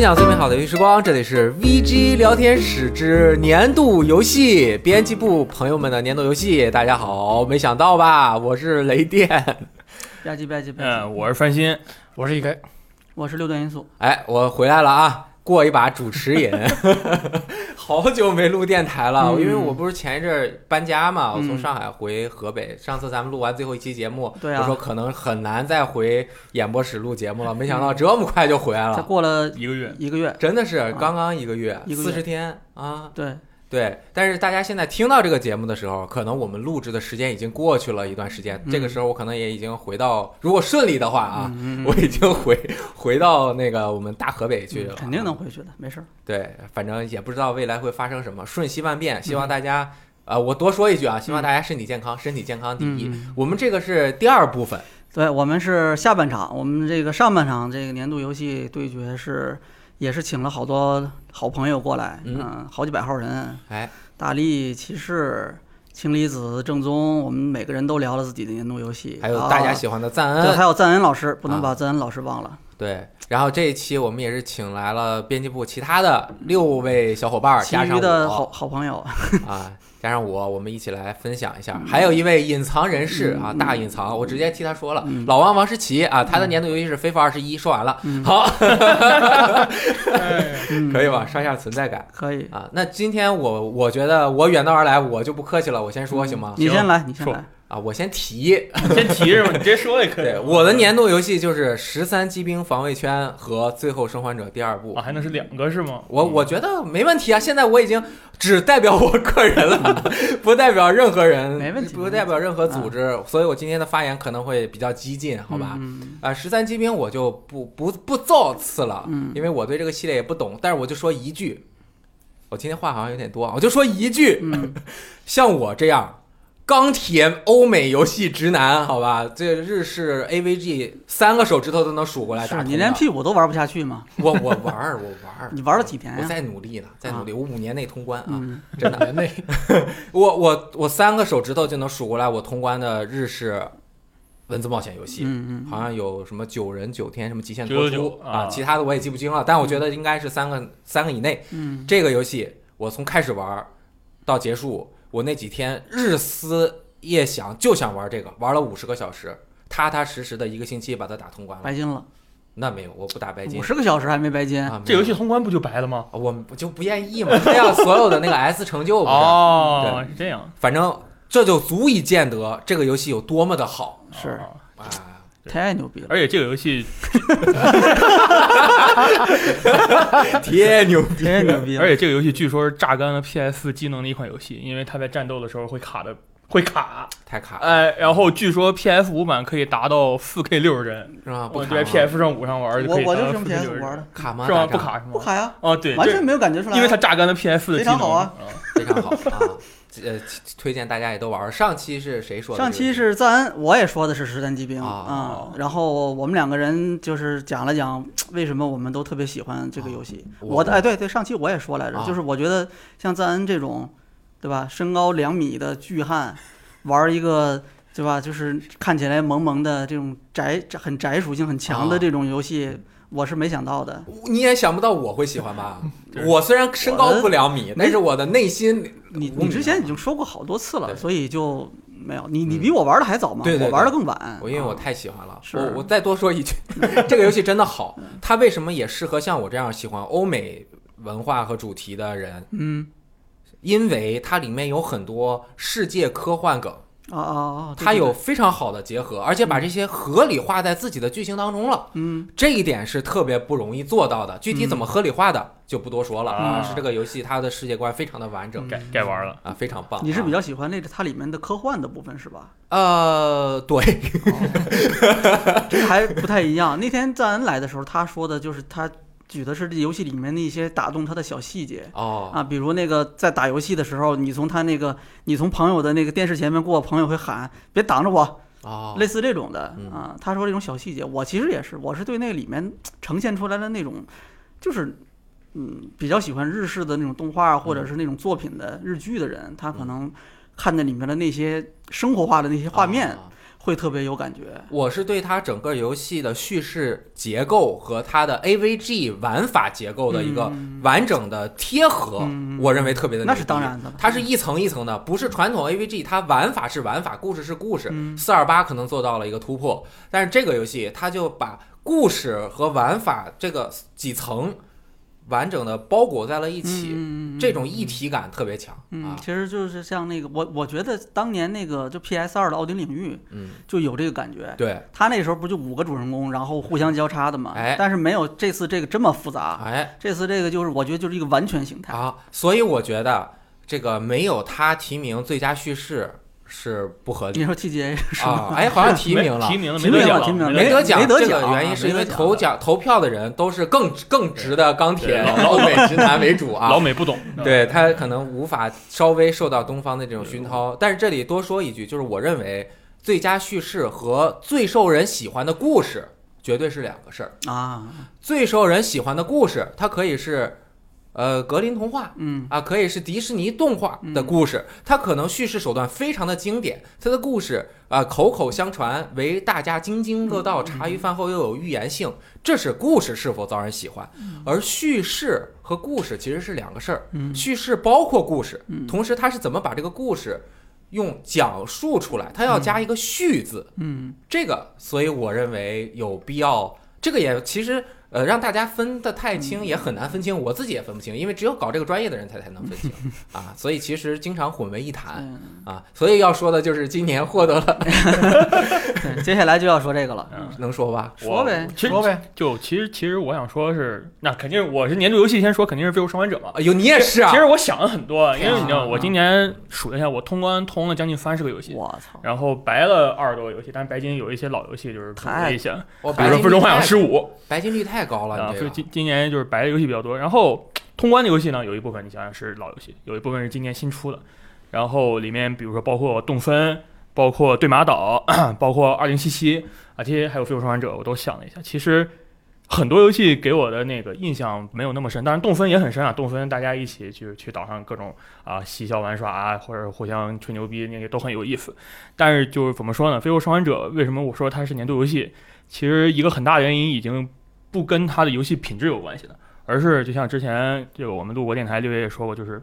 享最美好的游戏时光，这里是 VG 聊天室之年度游戏编辑部朋友们的年度游戏。大家好，没想到吧？我是雷电，吧唧吧唧吧唧，嗯，我是范鑫，我是一开，我是六段音速，哎，我回来了啊，过一把主持 瘾。好久没录电台了，嗯因为我不是前一阵儿搬家嘛，我从嗯上海回河北。上次咱们录完最后一期节目，对啊我说可能很难再回演播室录节目了，没想到这么快就回来才了，过了一个月，一个月，真的是刚刚一个月，一个四月十天啊。对，对，但是大家现在听到这个节目的时候，可能我们录制的时间已经过去了一段时间。嗯这个时候，我可能也已经回到，如果顺利的话啊，嗯，嗯嗯我已经回回到那个我们大河北去了。嗯啊肯定能回去的，没事儿。对，反正也不知道未来会发生什么，瞬息万变。嗯希望大家，呃，我多说一句啊，希望大家身体健康，身体健康第一。嗯，我们这个是第二部分，对我们是下半场，我们这个上半场这个年度游戏对决是，也是请了好多好朋友过来，嗯嗯，好几百号人，哎，大力骑士、氢离子、正宗，我们每个人都聊了自己的年度游戏，还有大家啊喜欢的赞对，恩，还有赞恩老师，不啊能把赞恩老师忘了。对。然后这一期我们也是请来了编辑部其他的六位小伙伴儿，其加上余的我好好朋友， 啊，加上我，我们一起来分享一下。还有一位隐藏人士啊，大隐藏，我直接替他说了，嗯老王王诗琪啊，他的年度游戏是《非法二十一》，说完了，好，可以吧？刷一下存在感嗯可以，啊。那今天我我觉得我远道而来，我就不客气了，我先说行吗？嗯你先来，你先说来，啊，我先提， 你先提是吧？你直接说也可以对，。我的年度游戏就是《十三机兵防卫圈》和《最后生还者》第二部啊，。还能是两个是吗？我我觉得没问题啊，现在我已经只代表我个人了， 不代表任何人，没问题不代表任何组织，啊所以我今天的发言可能会比较激进，好吧？嗯，嗯啊，十三机兵我就不不不造次了，嗯因为我对这个系列也不懂，但是我就说一句，我今天话好像有点多啊，我就说一句，嗯 像我这样钢铁欧美游戏直男，好吧，这日式 AVG 三个手指头都能数过来打是啊通的，你连屁股都玩不下去吗？我我玩儿我玩儿， 你玩了几天我呀？再努力呢，再努力，我五年内通关啊！嗯，真的，年内 我我我三个手指头就能数过来我通关的日式文字冒险游戏，嗯嗯，好像有什么九人九天什么极限九脱九九出啊，啊其他的我也记不清了，但我觉得应该是三个三个以内。嗯，这个游戏我从开始玩儿到结束，我那几天日思夜想就想玩这个，玩了五十个小时，踏踏实实的一个星期把它打通关了。白金了，那没有，我不打白金五十个小时还没白金，啊，没这有游戏通关不就白了吗？我我就不愿意嘛，这样所有的那个 S 成就不是哦，是这样，反正这就足以见得这个游戏有多么的好是哦啊！太牛逼了，而且这个 游戏， 太牛逼！啊太牛逼而了。且这个游戏据说是榨干了 PS 技能的一款游戏，因为它在战斗的时候会卡的，会卡。太卡了哎，然后据说 PS 五版可以达到 4K 六十帧，是吧？不我卡在吗 PS 上五上玩就我可以我达就是到用 4K 六 PS 十玩帧，的，卡吗？是吗？打不仗，卡是吗？不卡呀，哦，对，完这全没有感觉出来啊。因为它榨干了 PS 的非技常能。好啊嗯非常好啊！呃，推荐大家也都玩玩。上期是谁说的？上期是赞恩，我也说的是十三机兵哦啊、嗯然后我们两个人就是讲了讲为什么我们都特别喜欢这个游戏。哦我的哎对对，上期我也说来着，啊就是我觉得像赞恩这种，对吧，身高两米的巨汉，玩一个对吧，就是看起来萌萌的这种宅很宅属性很强的啊这种游戏，我是没想到的。你也想不到我会喜欢吧？ 对我虽然身高不两米，但是我的内心，你五你米之前已经说过好多次了，对所以就没有你你嗯比我玩的还早嘛，对对对我玩的更晚。我因为我太喜欢了。嗯是我我再多说一句， 这个游戏真的好。它为什么也适合像我这样喜欢欧美文化和主题的人？嗯因为它里面有很多世界科幻梗。啊啊啊，对它对有对非常好的结合，而且把这些合理化在自己的剧情当中了，嗯这一点是特别不容易做到的。具体怎么合理化的就不多说了啊，嗯是这个游戏它的世界观非常的完嗯整该该玩了。啊，非常棒啊。你是比较喜欢那个它里面的科幻的部分是吧？呃，对， 哦 这个还不太一样。 那天赞恩来的时候，他说的就是他举的是这游戏里面的一些打动他的小细节哦，啊，比如那个在打游戏的时候，你从他那个你从朋友的那个电视前面过，朋友会喊别挡着我， 哦，类似这种的嗯啊。他说这种小细节，我其实也是，我是对那里面呈现出来的那种，就是。嗯，比较喜欢日式的那种动画或嗯者是那种作品的日剧的人，他可能看那里面的那些生活化的那些画面，啊会特别有感觉。我是对它整个游戏的叙事结构和它的 AVG 玩法结构的一个嗯完整的贴合，嗯我认为特别的那是当然的，它是一层一层的，不是传统 AVG，它玩法是玩法，故事是故事。嗯四二八可能做到了一个突破，但是这个游戏它就把故事和玩法这个几层完整的包裹在了一起，嗯嗯嗯这种一体感特别强、嗯，啊。其实就是像那个我，我觉得当年那个就 PS 二的奥丁领域嗯，就有这个感觉。对，他那时候不就五个主人公，然后互相交叉的嘛？哎但是没有这次这个这么复杂。哎这次这个就是我觉得就是一个完全形态。啊，所以我觉得这个没有他提名最佳叙事是不合你理说 TGA 是吗？啊。哎，好像提名了，提名了，提没名得了奖提名了没奖得奖，没得这奖个啊原因是没因为得奖投奖投票的人都是更更直的钢铁对老美直男为主啊老。美不懂，对他可能无法稍微受到东方的这种熏陶，但是这里多说一句，就是我认为最佳叙事和最受人喜欢的故事绝对是两个事儿。啊，最受人喜欢的故事，它可以是呃格林童话，嗯啊，可以是迪士尼动画的故事，它可能叙事手段非常的经典，它的故事啊、口口相传，为大家津津乐道，茶余饭后又有预言性，这是故事是否遭人喜欢。而叙事和故事其实是两个事儿，嗯叙事包括故事，嗯同时它是怎么把这个故事用讲述出来，它要加一个叙字，嗯这个，所以我认为有必要。这个也其实呃，让大家分得太嗯清也很难分清，我自己也分不清，因为只有搞这个专业的人才才能分清 啊。所以其实经常混为一谈嗯，啊。所以要说的就是今年获得了， 对，接下来就要说这个了。嗯能说吧？我说呗，其实说呗，就其实其实我想说是，那肯定是我是年度游戏先说，肯定是《最后生还者》嘛。哎呦，你也是啊其实我想了很多，因为你知啊道，我今年数了一下，我通关通了将近三十个游戏，我操，然后白了二十多个游戏，但是白金有一些老游戏就是补了一下，我比白如金率说《最终幻想太十五白金率太高》了，啊，你所这以个今今年就是白的游戏比较多。然后通关的游戏呢，有一部分你想想是老游戏，有一部分是今年新出的，然后里面比如说包括动森。包括对马岛， 包括二零七七啊，这些还有《最后生还者》，我都想了一下。其实很多游戏给我的那个印象没有那么深，当然动森也很深啊。动森大家一起去去岛上各种啊嬉笑玩耍啊，或者互相吹牛逼，那些都很有意思。但是就是怎么说呢，《飞游生还者》为什么我说它是年度游戏？其实一个很大的原因已经不跟它的游戏品质有关系了，而是就像之前就我们录过电台六爷也说过，就是。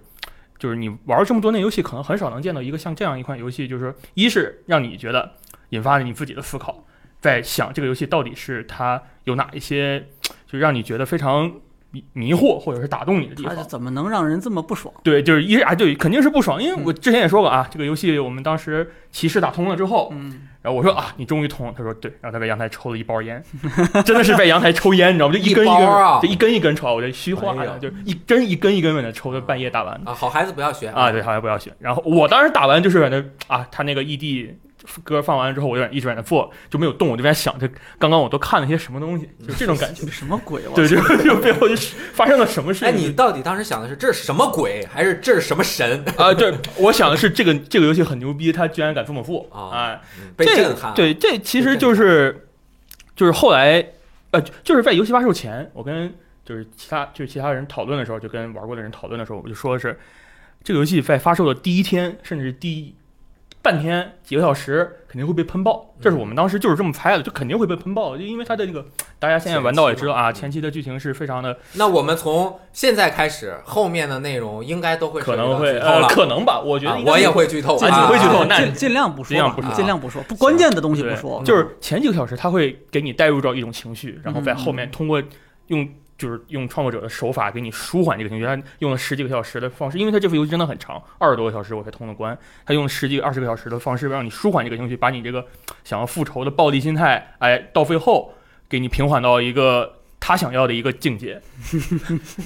就是你玩了这么多年游戏，可能很少能见到一个像这样一款游戏，就是一是让你觉得引发了你自己的思考，在想这个游戏到底是它有哪一些，就让你觉得非常迷迷惑或者是打动你的地他方是。怎么能让人这么不爽？对，就是一啊，对，肯定是不爽，因嗯为我之前也说过啊，这个游戏我们当时骑士打通了之后，嗯，然后我说啊，你终于通了，他说对，然后他在阳台抽了一包烟， 真的是在阳台抽烟，你知道吗？就一根一一包根，啊就一根一根抽，我这虚化哎呀，呦就是一真一根一根往那抽，到半夜打完啊，好孩子不要学啊，对，好像不要学。然后我当时打完就是在那啊，他那个 ED 歌放完之后，我就在一直在那坐，就没有动，我就在想这刚刚我都看了些什么东西，就这种 感觉。这什么鬼？我对，就就背后就是发生了什么事情？啊哎，你到底当时想的是这是什么鬼，还是这是什么神啊，对，我想的是这个这个游戏很牛逼，它居然敢这么做啊啊！嗯被这震撼？个，对，这其实就是就是后来呃，就就是在游戏发售前，我跟就是其他就是其他人讨论的时候，就跟玩过的人讨论的时候，我就说是这个游戏在发售的第一天，甚至是第半天几个小时肯定会被喷爆，嗯这是我们当时就是这么猜的，就肯定会被喷爆，就因为它的那个大家现在玩到也知道啊，前前期的剧情是非常的嗯那我们从现在开始，后面的内容应该都会涉可及到能会剧透呃了。可能吧，我觉得啊应该我也是会剧透，自己啊会剧透那尽尽量不说吧，尽量不说尽量不说，不关键的东西不对嗯说。就是前几个小时他会给你带入到一种情绪，然后在嗯后面通过用就是用创作者的手法给你舒缓这个情绪。他用了十几个小时的方式，因为他这副游戏真的很长，二十多个小时我才通的关。他用十几二十个小时的方式让你舒缓这个情绪，把你这个想要复仇的暴力心态，哎，到最后给你平缓到一个。他想要的一个境界，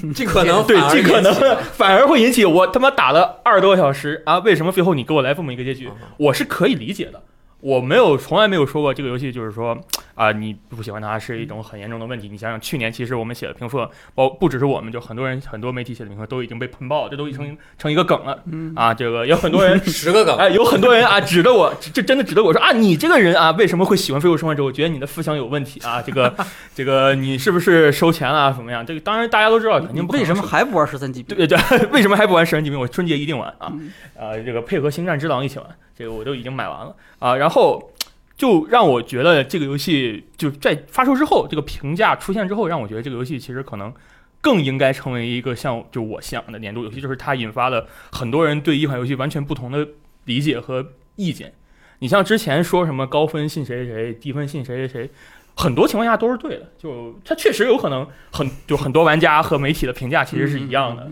嗯 这可能对反，而这可引能起了，反而会引起我他妈打了二十多个小时啊！为什么最后你给我来这么一个结局？我是可以理解的。我没有，从来没有说过这个游戏就是说啊、你不喜欢它是一种很严重的问题。你想想，去年其实我们写的评测，包不只是我们，就很多人、很多媒体写的评测都已经被喷爆，这都已经成一个梗了嗯啊！这个有很多人 十个梗，哎，有很多人啊，指着我，这真的指着我说啊，你这个人啊，为什么会喜欢《飞过生还者》？我觉得你的思想有问题啊！这个，这个，你是不是收钱了、怎么样？这个当然大家都知道，肯定不可为能什么收还不玩十三级？对对，为什么还不玩《食人疾病》？我春节一定玩啊！嗯呃，这个配合《星战之狼》一起玩，这个我都已经买完了啊。然后就让我觉得这个游戏就在发售之后，这个评价出现之后，让我觉得这个游戏其实可能更应该成为一个像就我想的年度游戏，就是它引发了很多人对一款游戏完全不同的理解和意见。你像之前说什么高分信谁谁谁，低分信谁谁谁，很多情况下都是对的。就它确实有可能很就很多玩家和媒体的评价其实是一样的，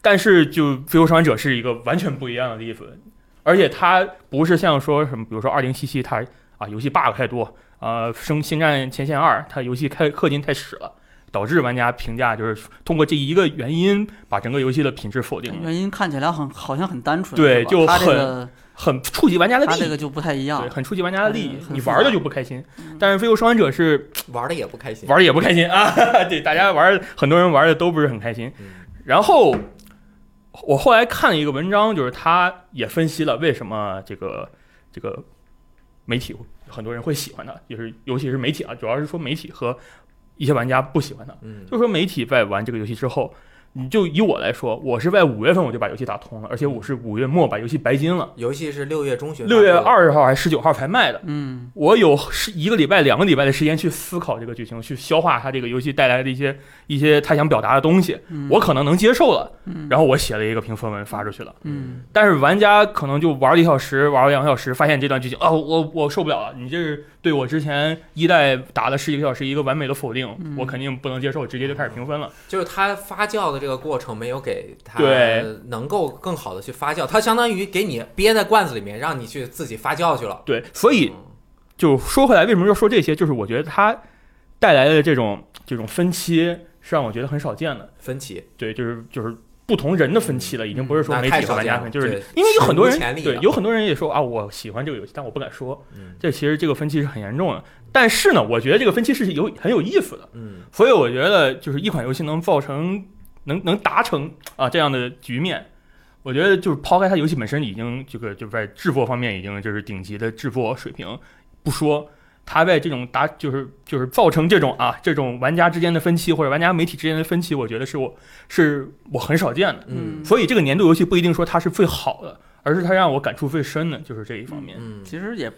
但是就《最后生还者》是一个完全不一样的例子，而且它不是像说什么，比如说二零七七它啊游戏 bug 太多，啊，生星战前线二》它游戏开氪金太屎了，导致玩家评价就是通过这一个原因把整个游戏的品质否定了，原因看起来很好像很单纯，嗯对是吧就他这 很个很触及玩家的他利这益个。就不太一样对，，很触及玩家的利益嗯，很你复杂嗯玩的就不开心。但是《飞游生还者》是玩的也不开心。玩的也不开心 啊， 对，大家玩，很多人玩的都不是很开心。嗯然后我后来看了一个文章，就是他也分析了为什么这个这个媒体很多人会喜欢它，就是尤其是媒体啊，主要是说媒体和一些玩家不喜欢它。嗯，就说媒体在玩这个游戏之后，你就以我来说，我是在五月份我就把游戏打通了，而且我是五月末把游戏白金了，游戏是六月中旬发售六的，月二十号还是十九号才卖的。嗯，我有是一个礼拜、两个礼拜的时间去思考这个剧情，去消化它这个游戏带来的一些一些他想表达的东西，嗯我可能能接受了。嗯然后我写了一个评分文发出去了，嗯但是玩家可能就玩了一小时，玩了两个小时，发现这段剧情，哦，我我受不了了，你这是对我之前一代打了十几个小时一个完美的否定，嗯我肯定不能接受，直接就开始评分了。就是它发酵的这个过程没有给它对能够更好的去发酵，它相当于给你憋在罐子里面，让你去自己发酵去了。对，所以就说回来，为什么要说这些？就是我觉得它带来的这种这种分歧是让我觉得很少见的。嗯分歧，嗯对，就是就是不同人的分歧了，已经不是说那媒太体和少玩家见分，了，就是对因为有很多史无前人例对的，有很多人也说啊，我喜欢这个游戏，但我不敢说。嗯这其实这个分歧是很严重的，但是呢，我觉得这个分歧是有很有意思的，嗯所以我觉得就是一款游戏能造成能能达成啊这样的局面。我觉得就是抛开它游戏本身已经这个就是在制作方面已经就是顶级的制作水平不说，它在这种达就是就是造成这种啊这种玩家之间的分歧或者玩家媒体之间的分歧，我觉得是我是我很少见的。嗯所以这个年度游戏不一定说它是最好的，而是它让我感触最深的就是这一方面。嗯，其实也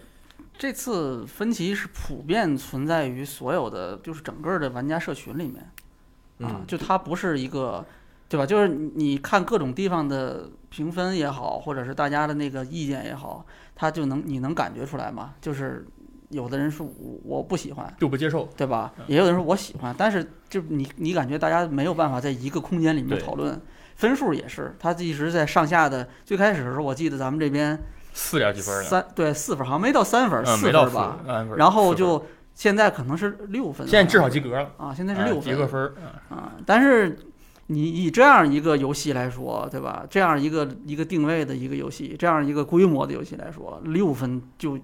这次分歧是普遍存在于所有的就是整个的玩家社群里面。啊嗯，就它不是一个，对吧？就是你你看各种地方的评分也好，或者是大家的那个意见也好，它就能你能感觉出来嘛？就是有的人说我我不喜欢，就不接受，对吧嗯？也有的人说我喜欢，但是就你你感觉大家没有办法在一个空间里面对讨论。分数也是，它一直在上下的。最开始的时候，我记得咱们这边四点几分呢？三对四分，好像没到三分，嗯，四没到分四吧。嗯然后四分就现在可能是六分了，现在至少及格了，啊，现在是六嗯及分格，分儿。嗯啊，但是你以这样一个游戏来说，对吧？这样一个一个定位的一个游戏，这样一个规模的游戏来说，六分就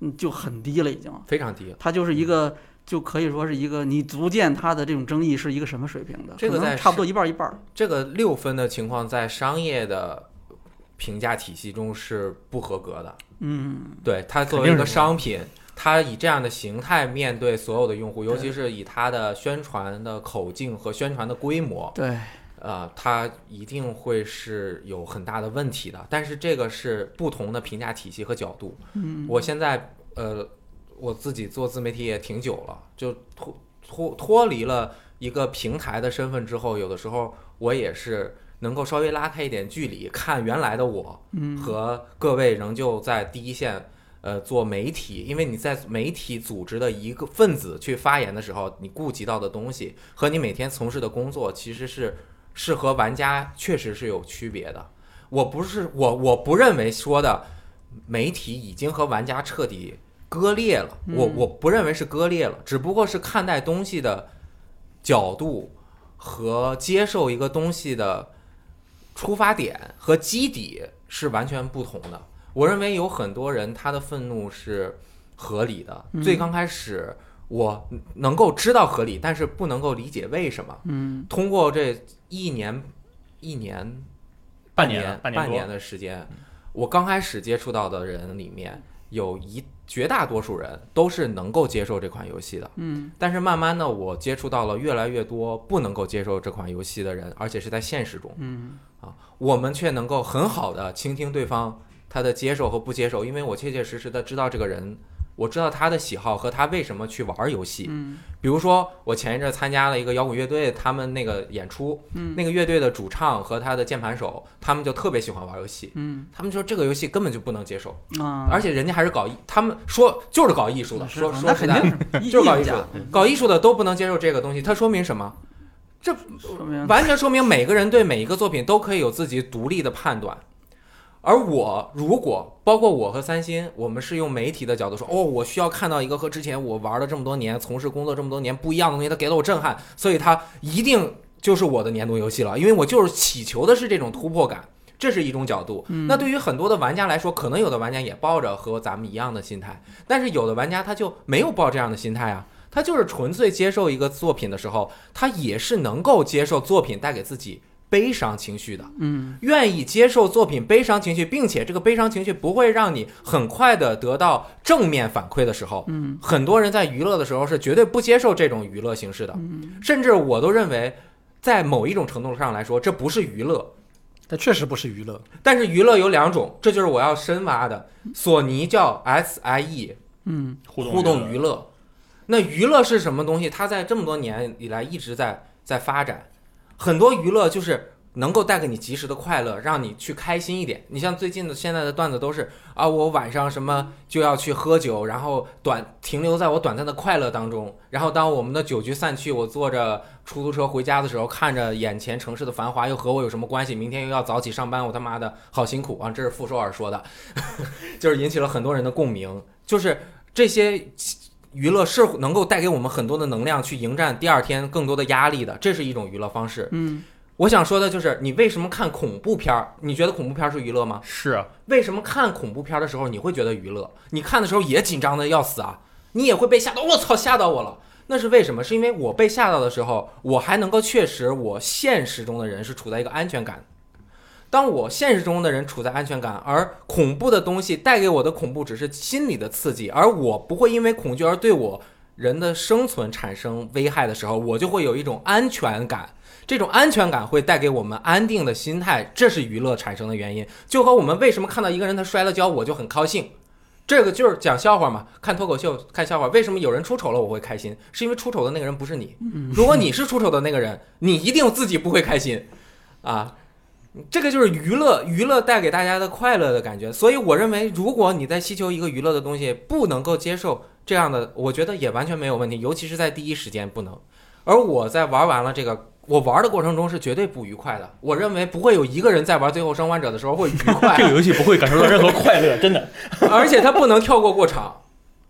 嗯就很低了，已经。非常低。嗯它就是一个，就可以说是一个，你足见它的这种争议是一个什么水平的，这个可能在差不多一半儿一半儿。这个六分的情况在商业的评价体系中是不合格的。嗯，对它作为肯定一是个不合商品，它以这样的形态面对所有的用户，尤对其是以它的宣传的口径和宣传的规模，对，呃，它一定会是有很大的问题的。但是这个是不同的评价体系和角度。嗯，我现在呃，我自己做自媒体也挺久了，就脱脱脱离了一个平台的身份之后，有的时候我也是能够稍微拉开一点距离，看原来的我嗯和各位仍旧在第一线。呃，做媒体，因为你在媒体组织的一个分子去发言的时候，你顾及到的东西和你每天从事的工作其实是是和玩家确实是有区别的。我不是我我不认为说的媒体已经和玩家彻底割裂了，我嗯我不认为是割裂了，只不过是看待东西的角度和接受一个东西的出发点和基底是完全不同的。我认为有很多人他的愤怒是合理的，嗯最刚开始我能够知道合理，但是不能够理解为什么。嗯通过这一年、一年、半年年、半年年多的时间，我刚开始接触到的人里面，有一绝大多数人都是能够接受这款游戏的。嗯但是慢慢的，我接触到了越来越多不能够接受这款游戏的人，而且是在现实中。嗯我们却能够很好的倾听对方他的接受和不接受，因为我切切实实的知道这个人，我知道他的喜好和他为什么去玩游戏。嗯比如说，我前一阵参加了一个摇滚乐队，他们那个演出，嗯那个乐队的主唱和他的键盘手，他们就特别喜欢玩游戏。嗯他们说这个游戏根本就不能接受，啊，而且人家还是搞艺，他们说就是搞艺术的，是说啊说那实肯在的， 定就是搞艺艺术术家的，搞艺术的都不能接受这个东西，它说明什么？说明完全说明每个人对每一个作品都可以有自己独立的判断。而我如果包括我和三星，我们是用媒体的角度说，哦，我需要看到一个和之前我玩了这么多年、从事工作这么多年不一样的东西，它给了我震撼，所以它一定就是我的年度游戏了，因为我就是祈求的是这种突破感，这是一种角度。嗯那对于很多的玩家来说，可能有的玩家也抱着和咱们一样的心态，但是有的玩家他就没有抱这样的心态啊，他就是纯粹接受一个作品的时候，他也是能够接受作品带给自己悲伤情绪的，嗯愿意接受作品悲伤情绪，并且这个悲伤情绪不会让你很快的得到正面反馈的时候，嗯很多人在娱乐的时候是绝对不接受这种娱乐形式的，嗯甚至我都认为，在某一种程度上来说，这不是娱乐，但确实不是娱乐。但是娱乐有两种，这就是我要深挖的。索尼叫 SIE 嗯互动互动娱乐，那娱乐是什么东西？它在这么多年以来一直在在发展，很多娱乐就是能够带给你及时的快乐，让你去开心一点。你像最近的现在的段子都是啊，我晚上什么就要去喝酒，然后短停留在我短暂的快乐当中，然后当我们的酒局散去，我坐着出租车回家的时候，看着眼前城市的繁华，又和我有什么关系？明天又要早起上班，我他妈的好辛苦啊！这是傅首尔说的， 就是引起了很多人的共鸣，就是这些。娱乐是能够带给我们很多的能量，去迎战第二天更多的压力的，这是一种娱乐方式。嗯我想说的就是，你为什么看恐怖片儿？你觉得恐怖片儿是娱乐吗？是啊，为什么看恐怖片的时候你会觉得娱乐？你看的时候也紧张的要死啊，你也会被吓到，我操，吓到我了。那是为什么？是因为我被吓到的时候，我还能够确实我现实中的人是处在一个安全感。当我现实中的人处在安全感，而恐怖的东西带给我的恐怖只是心理的刺激，而我不会因为恐惧而对我人的生存产生危害的时候，我就会有一种安全感。这种安全感会带给我们安定的心态，这是娱乐产生的原因。就和我们为什么看到一个人他摔了跤，我就很高兴，这个就是讲笑话嘛。看脱口秀，看笑话，为什么有人出丑了我会开心？是因为出丑的那个人不是你。 如果你是出丑的那个人，你一定自己不会开心，啊。这个就是娱乐，娱乐带给大家的快乐的感觉。所以我认为，如果你在希求一个娱乐的东西，不能够接受这样的，我觉得也完全没有问题，尤其是在第一时间不能。而我在玩完了这个，我玩的过程中是绝对不愉快的。我认为不会有一个人在玩《最后生还者》的时候会愉快。 这个游戏不会感受到任何快乐，真的。 而且他不能跳过过场，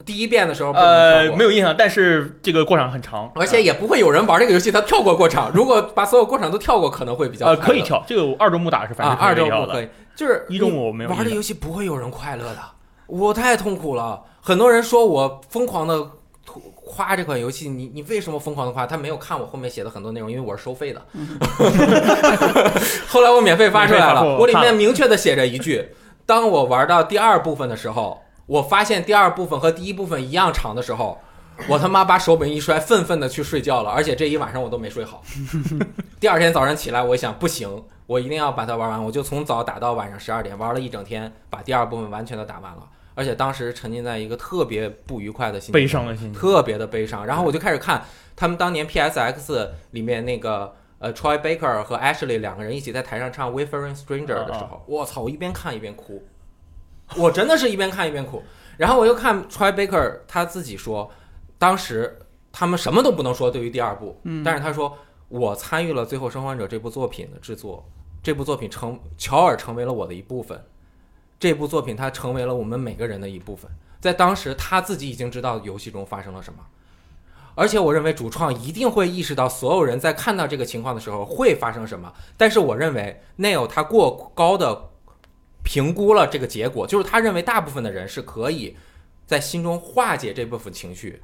第一遍的时候不能呃跳，过。没有印象，但是这个过场很长，而且也不会有人玩这个游戏，他跳过过场。如果呃把所有过场都跳过，可能会比较呃快乐可以跳，这个我二周目打是反啊正，二周跳不的，可以，就是一周目我没有玩的印象游戏不会有人快乐的，我太痛苦了。很多人说我疯狂的夸这款游戏，你你为什么疯狂的夸？他没有看我后面写的很多内容，因为我是收费的。 后来我免费发出来免费发了，货我里面明确的写着一句：当我玩到第二部分的时候，我发现第二部分和第一部分一样长的时候。我他妈把手柄一摔，愤愤的去睡觉了，而且这一晚上我都没睡好。第二天早上起来，我想不行，我一定要把它玩完，我就从早打到晚上十二点，玩了一整天，把第二部分完全的打完了。而且当时沉浸在一个特别不愉快的心情，悲伤的心情。特别的悲伤。然后我就开始看他们当年 PSX 里面那个呃 Troy Baker 和 Ashley 两个人一起在台上唱《Wavering Stranger》的时啊候，我操！我一边看一边哭，我真的是一边看一边哭。然后我又看 Troy Baker 他自己说，当时他们什么都不能说对于第二部，嗯，但是他说我参与了《最后生还者》这部作品的制作，这部作品成乔尔成为了我的一部分，这部作品它成为了我们每个人的一部分。在当时他自己已经知道游戏中发生了什么，而且我认为主创一定会意识到所有人在看到这个情况的时候会发生什么。但是我认为 Neil 他过高的评估了这个结果，就是他认为大部分的人是可以在心中化解这部分情绪，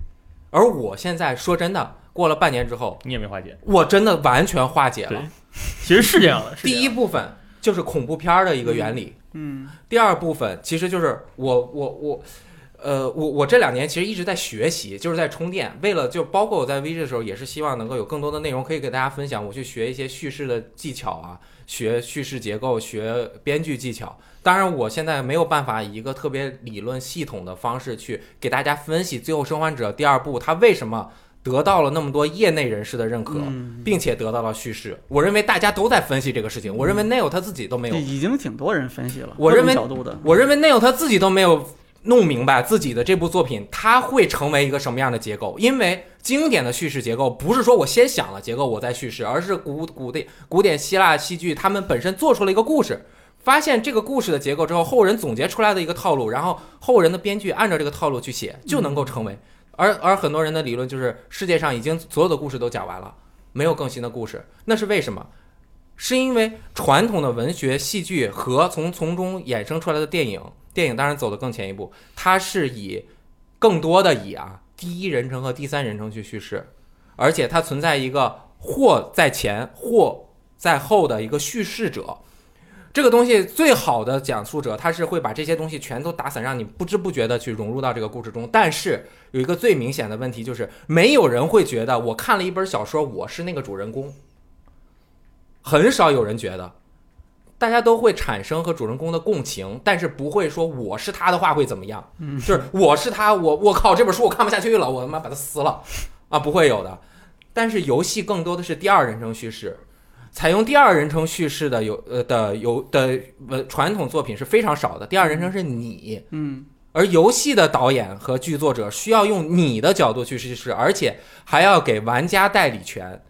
而我现在说真的，过了半年之后，你也没化解，我真的完全化解对了。，其实是这样的。是这样，第一部分就是恐怖片儿的一个原理， 嗯第二部分其实就是我我我呃，我我这两年其实一直在学习，就是在充电，为了就包括我在 VG 的时候，也是希望能够有更多的内容可以给大家分享。我去学一些叙事的技巧啊，学叙事结构，学编剧技巧。当然，我现在没有办法以一个特别理论系统的方式去给大家分析《最后生还者》第二部它为什么得到了那么多业内人士的认可，嗯，并且得到了叙事。我认为大家都在分析这个事情，我认为 Neil 他自己都没有已经挺多人分析了，我各种认为角度的，我认为 Neil 他自己都没有弄明白自己的这部作品它会成为一个什么样的结构，因为经典的叙事结构不是说我先想了结构我再叙事，而是古古典古典希腊戏剧他们本身做出了一个故事。发现这个故事的结构之后，后人总结出来的一个套路，然后后人的编剧按照这个套路去写，就能够成嗯为。而而很多人的理论就是，世界上已经所有的故事都讲完了，没有更新的故事，那是为什么？是因为传统的文学、戏剧和从从中衍生出来的电影，电影当然走得更前一步，它是以更多的以啊第一人称和第三人称去叙事，而且它存在一个或在前或在后的一个叙事者。这个东西最好的讲述者，他是会把这些东西全都打散，让你不知不觉的去融入到这个故事中。但是有一个最明显的问题就是，没有人会觉得我看了一本小说，我是那个主人公。很少有人觉得，大家都会产生和主人公的共情，但是不会说我是他的话会怎么样，嗯就是我是他，我我靠，这本书我看不下去了，我他妈把它撕了啊，不会有的。但是游戏更多的是第二人称叙事，采用第二人称叙事的游呃的游的呃传统作品是非常少的，第二人称是你，嗯，而游戏的导演和剧作者需要用你的角度去叙事，而且还要给玩家代理权，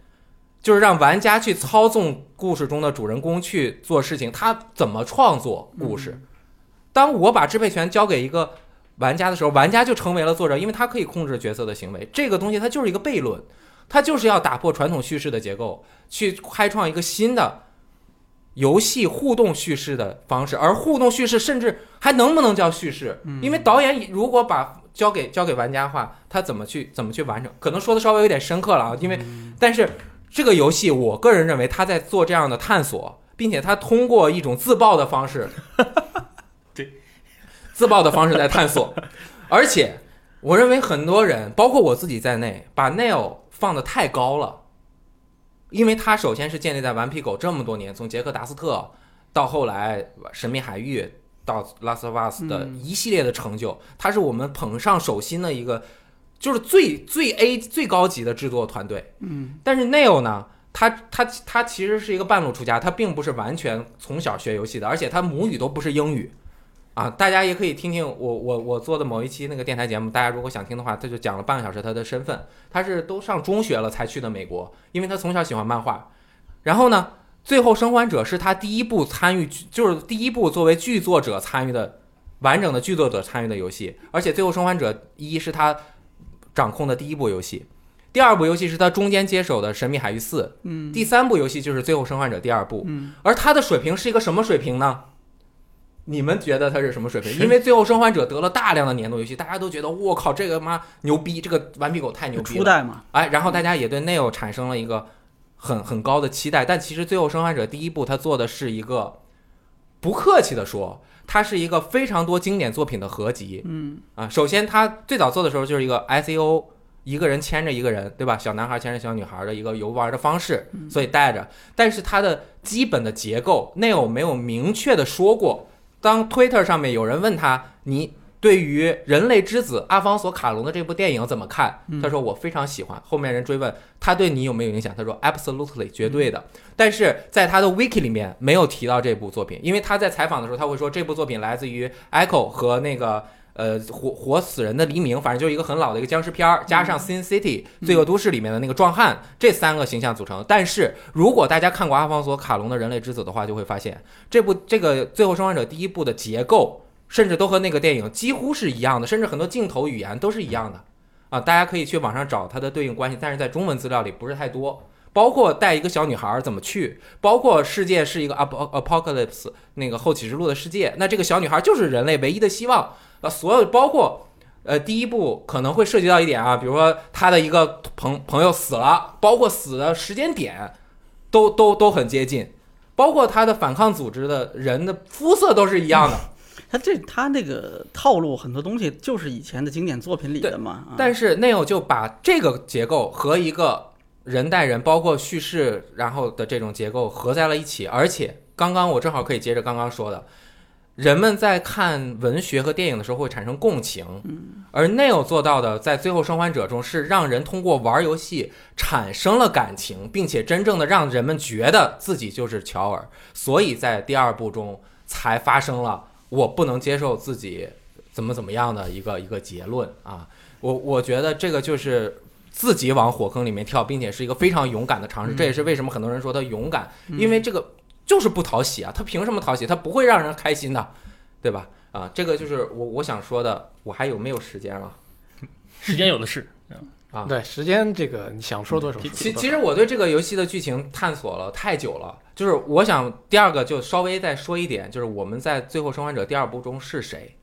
就是让玩家去操纵故事中的主人公去做事情，他怎么创作故事。当我把支配权交给一个玩家的时候，玩家就成为了作者，因为他可以控制角色的行为。这个东西它就是一个悖论，它就是要打破传统叙事的结构，去开创一个新的游戏互动叙事的方式。而互动叙事甚至还能不能叫叙事？因为导演如果把交给交给玩家的话，他怎么去怎么去完成？可能说的稍微有点深刻了啊，因为但是这个游戏，我个人认为他在做这样的探索，并且他通过一种自爆的方 式对，自爆的方式在探索， 而且我认为很多人，包括我自己在内，把 Nail 放得太高了，因为它首先是建立在《顽皮狗》这么多年，从杰克·达斯特到后来《神秘海域》到《Last of Us》的嗯一系列的成就，它是我们捧上手心的一个，就是最最 A 最高级的制作团队。嗯，但是 Neil 呢，他他他其实是一个半路出家，他并不是完全从小学游戏的，而且他母语都不是英语。啊，大家也可以听听我我我做的某一期那个电台节目，大家如果想听的话，他就讲了半个小时他的身份，他是都上中学了才去的美国，因为他从小喜欢漫画。然后呢，最后生还者是他第一部参与，就是第一部作为剧作者参与的完整的剧作者参与的游戏，而且最后生还者一是他掌控的第一部游戏，第二部游戏是他中间接手的《神秘海域四》，嗯，第三部游戏就是《最后生还者》第二部，嗯而它的水平是一个什么水平呢？你们觉得它是什么水平？因为《最后生还者》得了大量的年度游戏，大家都觉得我靠，这个妈牛逼，这个顽皮狗太牛逼初了。代嘛，哎，然后大家也对 Neil 产生了一个很很高的期待，但其实《最后生还者》第一部它做的是一个，不客气的说，它是一个非常多经典作品的合集。嗯啊，首先他最早做的时候就是一个 ICO，一个人牵着一个人，对吧？小男孩牵着小女孩的一个游玩的方式，所以带着。但是它的基本的结构内有没有明确的说过？当 Twitter 上面有人问他，你对于《人类之子》阿方索·卡隆的这部电影怎么看？嗯他说我非常喜欢。后面人追问他对你有没有影响，他说 absolutely 绝对的。但是在他的 wiki 里面没有提到这部作品，因为他在采访的时候他会说这部作品来自于 Echo 和那个呃活活死人的黎明，反正就是一个很老的一个僵尸片儿，加上 Sin City 罪恶都市里面的那个壮汉这三个形象组成。但是如果大家看过阿方索·卡隆的《人类之子》的话，就会发现这部这个《最后生还者》第一部的结构甚至都和那个电影几乎是一样的，甚至很多镜头语言都是一样的啊！大家可以去网上找它的对应关系，但是在中文资料里不是太多。包括带一个小女孩儿怎么去，包括世界是一个 ap apocalypse 那个后启示录的世界，那这个小女孩儿就是人类唯一的希望啊！所有包括呃第一部可能会涉及到一点啊，比如说她的一个朋朋友死了，包括死的时间点都都都很接近，包括她的反抗组织的人的肤色都是一样的。 他这他那个套路很多东西就是以前的经典作品里的嘛。啊但是 Neo 就把这个结构和一个人带人，包括叙事，然后的这种结构合在了一起。而且刚刚我正好可以接着刚刚说的，人们在看文学和电影的时候会产生共情，而 Neo 做到的在《最后生还者》中是让人通过玩游戏产生了感情，并且真正的让人们觉得自己就是乔尔，所以在第二部中才发生了我不能接受自己怎么怎么样的一个一个结论啊。我我觉得这个就是自己往火坑里面跳，并且是一个非常勇敢的尝试。嗯这也是为什么很多人说他勇敢，嗯因为这个就是不讨喜啊，他凭什么讨喜？他不会让人开心的，对吧？啊，这个就是我我想说的。我还有没有时 间了？时间有的是。啊对，时间这个你想说多少说多少？其其实我对这个游戏的剧情探索了太久了，就是我想第二个就稍微再说一点，就是我们在《最后生还者》第二部中是谁，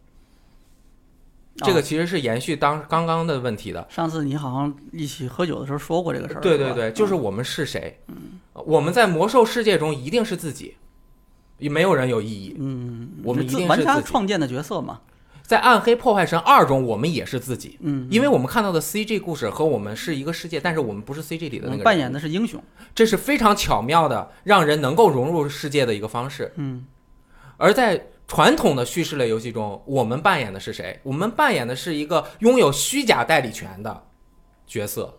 这哦个其实是延续当刚刚的问题的。上次你好像一起喝酒的时候说过这个事儿，对是对吧嗯对，就是我们是谁，我们在魔兽世界中一定是自己，也没有人有异议。嗯，我们一自定是玩家自己创建的角色嘛，在《暗黑破坏神二》中，我们也是自己，嗯，因为我们看到的 CG 故事和我们是一个世界，但是我们不是 CG 里的我那个们人扮演的是英雄，这是非常巧妙的，让人能够融入世界的一个方式。嗯，而在传统的叙事类游戏中，我们扮演的是谁？我们扮演的是一个拥有虚假代理权的角色。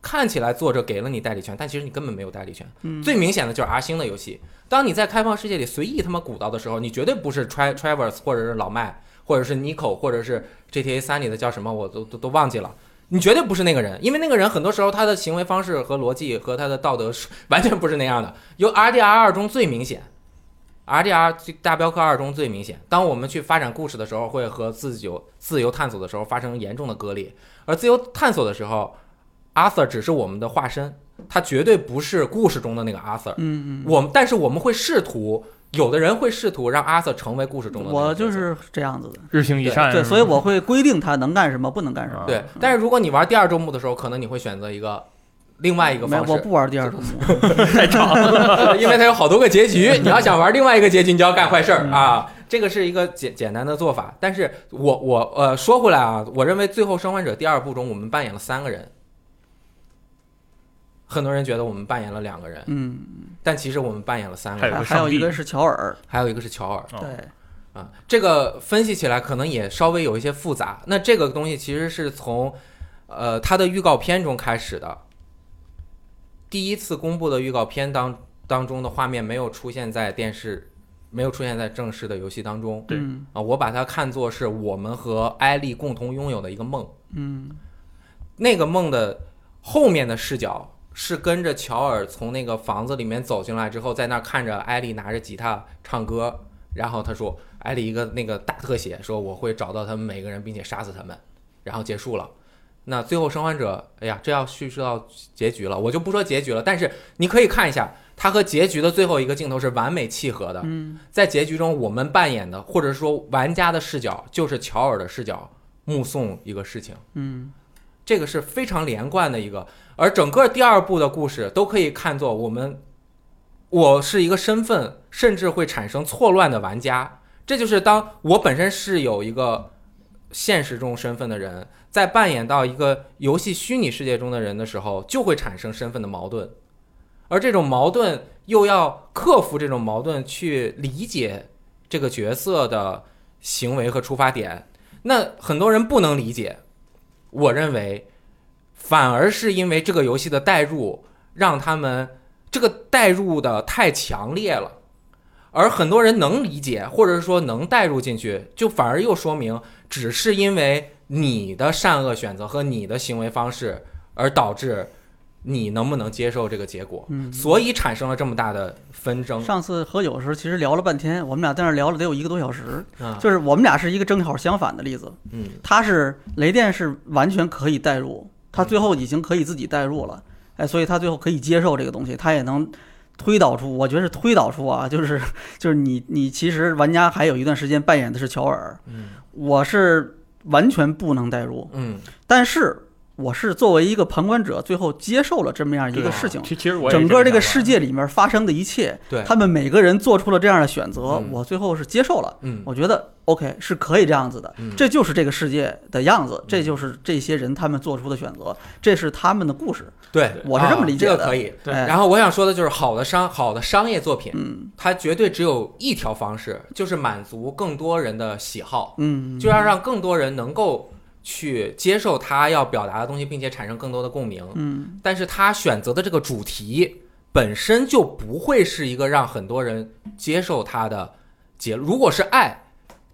看起来作者给了你代理权，但其实你根本没有代理权。嗯最明显的就是 R 星的游戏，当你在开放世界里随意他妈鼓捣的时候，你绝对不是 Tra Travers 或者是老麦，或者是 Nico，或者是 GTA 三里的叫什么，我都都都忘记了。你绝对不是那个人，因为那个人很多时候他的行为方式和逻辑和他的道德是 完全不是那样的。由 RDR 二中最明显，RDR 最大镖客二中最明显。当我们去发展故事的时候，会和自由自由探索的时候发生严重的割裂。而自由探索的时候，Arthur 只是我们的化身，他绝对不是故事中的那个 Arthur。嗯嗯，我们但是我们会试图，有的人会试图让 Arthur 成为故事中的那个我就角色是这样子的，日行一善，对，所以我会规定他能干什么，不能干什么。对。但是如果你玩第二周目的时候，可能你会选择一个另外一个没有，方式我，不玩第二种目，太长 了。因为它有好多个结局，你要想玩另外一个结局，你就要干坏事儿啊。这个是一个简简单的做法，但是我我呃说回来啊，我认为《最后生还者》第二部中，我们扮演了三个人，很多人觉得我们扮演了两个人，嗯，但其实我们扮演了三个还有还人，个还有上帝一个是乔尔，还有一个是乔尔，哦对，啊，这个分析起来可能也稍微有一些复杂。那这个东西其实是从，呃，它的预告片中开始的。第一次公布的预告片当当中的画面没有出现在电视，没有出现在正式的游戏当中对嗯啊。我把它看作是我们和艾丽共同拥有的一个梦。嗯那个梦的后面的视角是跟着乔尔从那个房子里面走进来之后，在那儿看着艾丽拿着吉他唱歌，然后他说艾丽一个那个大特写，说我会找到他们每个人，并且杀死他们，然后结束了。那最后生还者，哎呀，这要叙事到结局了，我就不说结局了，但是你可以看一下，它和结局的最后一个镜头是完美契合的。嗯，在结局中，我们扮演的或者说玩家的视角就是乔尔的视角，目送一个事情。嗯，这个是非常连贯的一个，而整个第二部的故事都可以看作我们，我是一个身份，甚至会产生错乱的玩家。这就是当我本身是有一个现实中身份的人，在扮演到一个游戏虚拟世界中的人的时候，就会产生身份的矛盾，而这种矛盾又要克服这种矛盾，去理解这个角色的行为和出发点。那很多人不能理解，我认为，反而是因为这个游戏的代入，让他们这个代入的太强烈了，而很多人能理解，或者说能代入进去，就反而又说明，只是因为你的善恶选择和你的行为方式，而导致你能不能接受这个结果，嗯所以产生了这么大的纷争上次喝酒的时候，其实聊了半天，我们俩在那儿聊了得有一个多小时，啊，就是我们俩是一个正好相反的例子。嗯，他是雷电是完全可以代入，他最后已经可以自己代入了，哎，所以他最后可以接受这个东西，他也能推导出，我觉得是推导出啊， 就是就是你你其实玩家还有一段时间扮演的是乔尔，嗯我是完全不能代入，嗯但是我是作为一个旁观者，最后接受了这么样一对啊个事情。其其实我也整个这这个想法世，界里面发生的一切，对他们每个人做出了这样的选择嗯，我最后是接受了。嗯我觉得 OK 是可以这样子的，嗯这就是这个世界的样子，嗯这就是这些人他们做出的选择，这是他们的故事。对，我是这么理解啊的这个可以。对哎然后我想说的就是，好的商好的商业作品，嗯它绝对只有一条方式，就是满足更多人的喜好，嗯，就要让更多人能够去接受他要表达的东西，并且产生更多的共鸣。嗯但是他选择的这个主题本身就不会是一个让很多人接受他的结。如果是爱，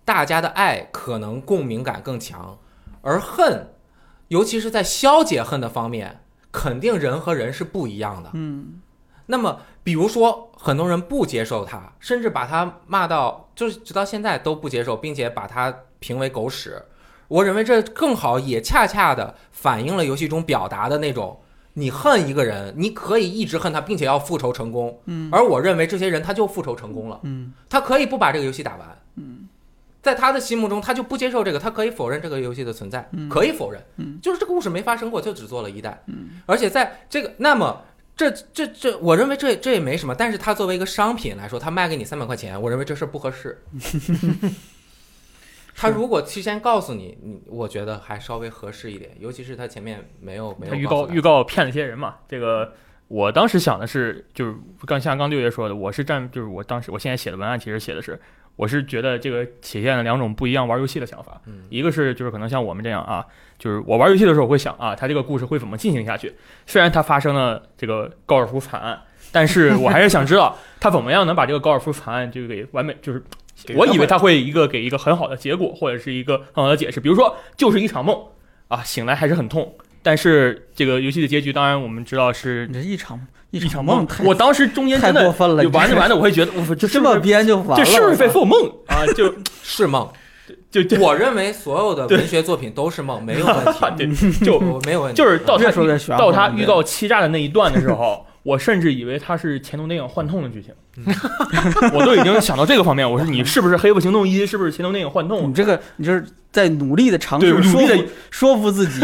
大家的爱可能共鸣感更强，而恨，尤其是在消解恨的方面，肯定人和人是不一样的。嗯那么，比如说很多人不接受他，甚至把他骂到，就是直到现在都不接受，并且把他评为狗屎。我认为这更好，也恰恰的反映了游戏中表达的那种：你恨一个人，你可以一直恨他，并且要复仇成功。嗯而我认为这些人他就复仇成功了，嗯他可以不把这个游戏打完。嗯在他的心目中，他就不接受这个，他可以否认这个游戏的存在，嗯可以否认，嗯就是这个故事没发生过，就只做了一代，嗯而且在这个，那么这这这，我认为这这也没什么，但是它作为一个商品来说，它卖给你三百块钱，我认为这事儿不 合适。他如果提前告诉你，你我觉得还稍微合适一点，尤其是他前面没有没他有预告告诉预告骗了些人嘛。这个我当时想的是，就是刚像刚六爷说的，我是站，就是我当时我现在写的文案其实写的是，我是觉得这个体现了两种不一样玩游戏的想法。嗯一个是就是可能像我们这样啊，就是我玩游戏的时候我会想啊，它这个故事会怎么进行下去？虽然它发生了这个高尔夫惨案，但是我还是想知道它怎么样能把这个高尔夫惨案就给完美，就是给我以为他它会一个给一个很好的结果，或者是一个很好的解释，比如说就是一场梦啊，醒来还是很痛。但是这个游戏的结局，当然我们知道是你这一场一一场场梦梦太。我当时中间太真过的分了，就你玩着这玩着，我会觉得我说这是这不么是编 就完了，这是不是在我操做梦啊？ 就是梦，就就我认为所有的文学作品都是梦，没有问题， 对就我 没 有问题，就是到越他说越玄乎到他你这预告欺诈的那一段的时候， 我甚至以为他是前途电影幻痛的剧情嗯， 我都已经想到这个方面。我说你是不是黑色行动一？是不是前途电影幻你痛？这个你就是在努力的尝对，试努说力服的，说服自 己，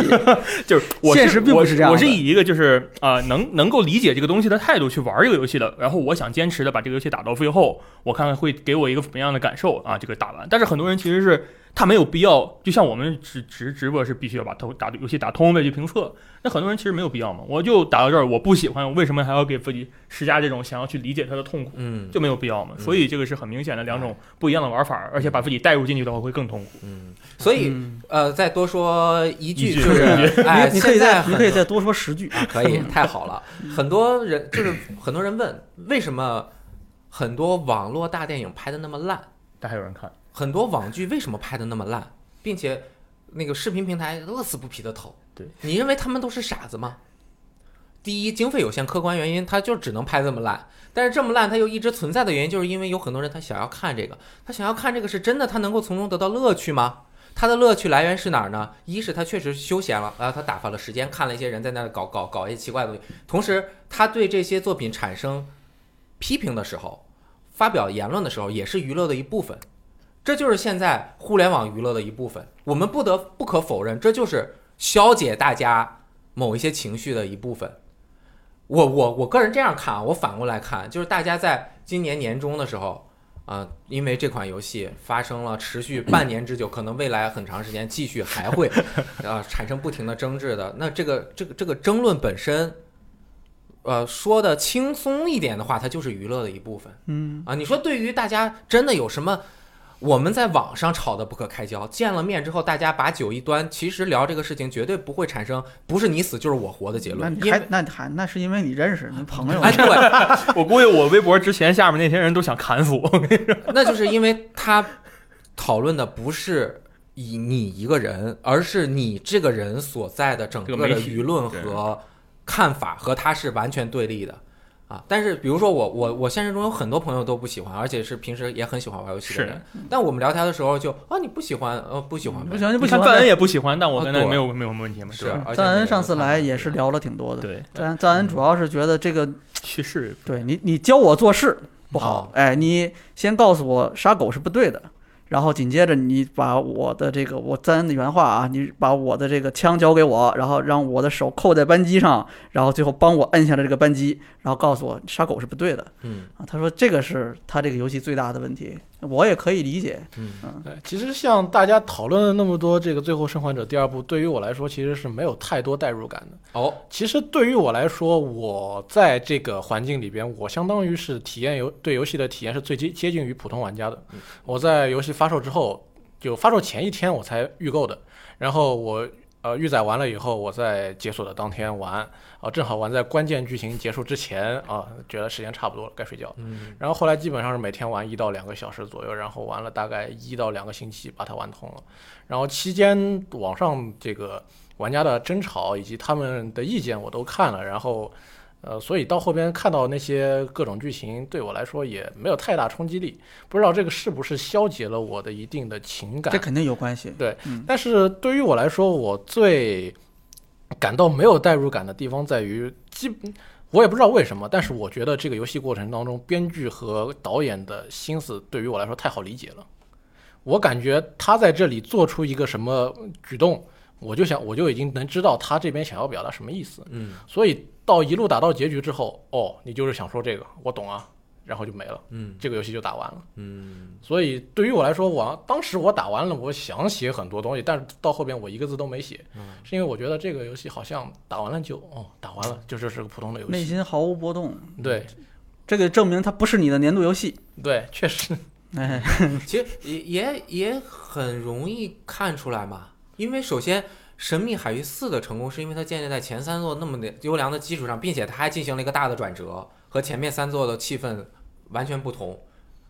就是我现是实并不我是这样的我是以一个就是啊、呃能能够理解这个东西的态度去玩这个游戏的。然后我想坚持的把这个游戏打到最后，我看看会给我一个怎么样的感受啊？这个打完，但是很多人其实是。他没有必要，就像我们直直直播是必须要把头打游戏打通再去评测，那很多人其实没有必要嘛。我就打到这儿，我不喜欢，我为什么还要给自己施加这种想要去理解他的痛苦？嗯就没有必要嘛。嗯所以这个是很明显的两种不一样的玩法，而且把自己带入进去的话会更痛苦。嗯，所以嗯呃，再多说一句一句就是，哎，你你可以现在再你很可以再多说十句，啊，可以，太好了。很多人就是很多人问，为什么很多网络大电影拍的那么烂，但还有人看，很多网剧为什么拍的那么烂，并且那个视频平台乐此不疲的投？对，你认为他们都是傻子吗？第一，经费有限，客观原因，他就只能拍这么烂。但是这么烂，它又一直存在的原因，就是因为有很多人他想要看这个，他想要看这个是真的，他能够从中得到乐趣吗？他的乐趣来源是哪儿呢？一是他确实休闲了，啊，他打发了时间，看了一些人在那儿搞搞搞一些奇怪的东西。同时，他对这些作品产生批评的时候，发表言论的时候，也是娱乐的一部分。这就是现在互联网娱乐的一部分。我们不得不可否认，这就是消解大家某一些情绪的一部分。我我我个人这样看啊，我反过来看，就是大家在今年年中的时候，啊、因为这款游戏发生了持续半年之久，可能未来很长时间继续还 会，啊、产生不停的争执的。那这个这个这个争论本身，呃，说的轻松一点的话，它就是娱乐的一部分。嗯啊，你说对于大家真的有什么？我们在网上吵得不可开交，见了面之后，大家把酒一端，其实聊这个事情绝对不会产生不是你死就是我活的结那论，你因还为那你还那是因为你认识你朋友，哎对， 我估计我微博之前下面那些人都想砍死我。那就是因为他讨论的不是以你一个人，而是你这个人所在的整这个个的媒体舆论和看法和他是完全对立的啊。但是比如说我我我现实中有很多朋友都不喜欢，而且是平时也很喜欢玩游戏的是人，但我们聊天的时候就啊你不喜欢呃不喜欢呗不行就不喜你看欢赞恩呗。也不喜欢，但我啊跟他对没有没有问题嘛，是对吧而且嗯赞每个恩人上次看法来不一也是样聊了挺多的，对，赞恩赞恩主要是觉得这个去世对你你教我做事不好，哎，你先告诉我杀狗是不对的，然后紧接着你把我的这个我赞恩的原话啊，你把我的这个枪交给我，然后让我的手扣在扳机上，然后最后帮我按下了这个扳机，然后告诉我杀狗是不对的嗯啊。他说这个是他这个游戏最大的问题，我也可以理解。嗯呃，其实像大家讨论了那么多这个《最后生还者》第二部，对于我来说其实是没有太多代入感的。哦其实对于我来说，我在这个环境里边，我相当于是体验游对游戏的体验是最接接近于普通玩家的嗯。我在游戏发售之后，就发售前一天我才预购的，然后我呃预载完了以后，我在解锁的当天玩，啊、正好玩在关键剧情结束之前啊、觉得时间差不多了，该睡觉了。嗯然后后来基本上是每天玩一到两个小时左右，然后玩了大概一到两个星期，把它玩通了。然后期间网上这个玩家的争吵以及他们的意见我都看了，然后呃，所以到后边看到那些各种剧情，对我来说也没有太大冲击力。不知道这个是不是消解了我的一定的情感这？肯定有关系。对嗯，但是对于我来说，我最感到没有代入感的地方在于，基我也不知道为什么，但是我觉得这个游戏过程当中，编剧和导演的心思对于我来说太好理解了。我感觉他在这里做出一个什么举动，我就想我就已经能知道他这边想要表达什么意思。嗯所以到一路打到结局之后，哦，你就是想说这个，我懂啊，然后就没了，嗯这个游戏就打完了。嗯所以对于我来说，我当时我打完了，我想写很多东西，但是到后边我一个字都没写，嗯是因为我觉得这个游戏好像打完了就哦，打完了就这是个普通的游内戏。心毫无波动，对这个证明它不是你的年度游戏。 对，确实，哎，其实也也也很容易看出来嘛，因为首先《神秘海域四》的成功是因为它建立在前三座那么的优良的基础上，并且它还进行了一个大的转折，和前面三座的气氛完全不同。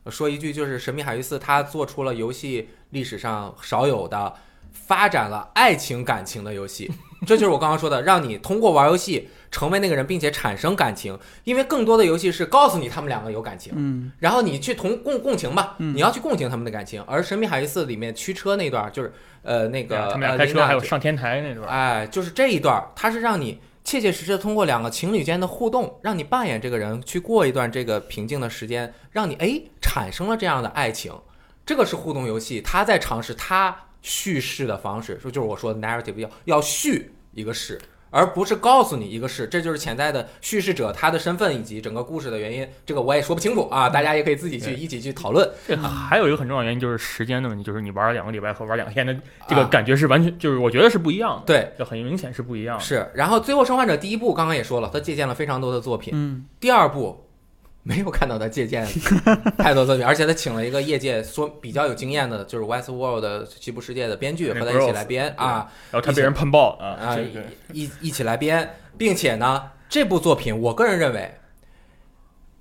呃说一句，就是《神秘海域四》，它做出了游戏历史上少有的发展了爱情感情的游戏，这就是我刚刚说的，让你通过玩游戏成为那个人，并且产生感情。因为更多的游戏是告诉你他们两个有感情，嗯，然后你去同共共情吧，嗯你要去共情他们的感情。而《神秘海域四》里面驱车那段，就是呃那个啊他们俩呃开琳车娜还有上天台那段，哎，就是这一段，它是让你切切实实地通过两个情侣间的互动，让你扮演这个人去过一段这个平静的时间，让你哎产生了这样的爱情。这个是互动游戏，它在尝试它叙事的方式，说就是我说的 narrative 要要叙一个事，而不是告诉你一个事，这就是潜在的叙事者他的身份以及整个故事的原因。这个我也说不清楚啊，大家也可以自己去 对一起去讨论。这还有一个很重要的原因就是时间的问题，就是你玩两个礼拜和玩两天的这个啊感觉是完全，就是我觉得是不一样的，对，就很明显是不一样的。是。然后《最后生还者》第一部刚刚也说了，它借鉴了非常多的作品。嗯，第二部没有看到他借鉴太多作品，而且他请了一个业界说比较有经验的，就是 Westworld 的西部世界的编剧和他一起来编啊然后他被人喷爆啊啊，这个一一起来编，并且呢，这部作品我个人认为。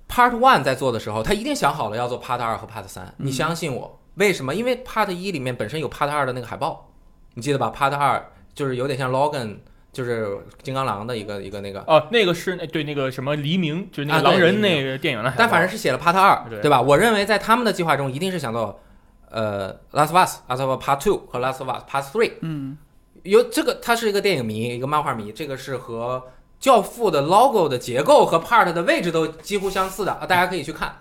Part One 在做的时候，他一定想好了要做 Part 二和 Part 三，你相信我。为什么？因为 Part 一里面本身有 Part 二的那个海报，你记得吧？Part 二就是有点像 Logan，就是金刚狼的一个一个那个哦，那个是那对那个什么黎明，就是那啊个对狼人黎明那个电影的海报，但反正是写了 Part 二，对对吧？我认为在他们的计划中，一定是想到，呃，《Last of Us》、《Last of Us Part Two》和《Last of Us Part Three》。嗯，有这个，他是一个电影迷，一个漫画迷，这个是和《教父》的 logo 的结构和 part 的位置都几乎相似的，啊大家可以去看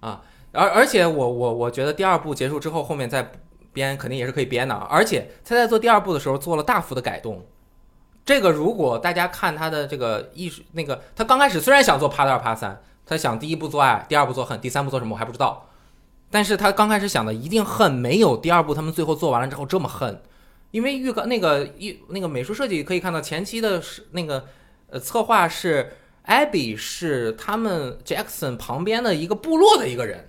啊。而而且我我我觉得第二部结束之后，后面再编肯定也是可以编的啊，而且他在做第二部的时候做了大幅的改动。这个如果大家看他的这个艺术，那个他刚开始虽然想做 part 二 part 三，他想第一部做爱，第二部做恨，第三部做什么我还不知道，但是他刚开始想的一定恨没有第二部他们最后做完了之后这么恨。因为预告那个一那个美术设计可以看到前期的是那个呃策划是 Abby 是他们 Jackson 旁边的一个部落的一个人，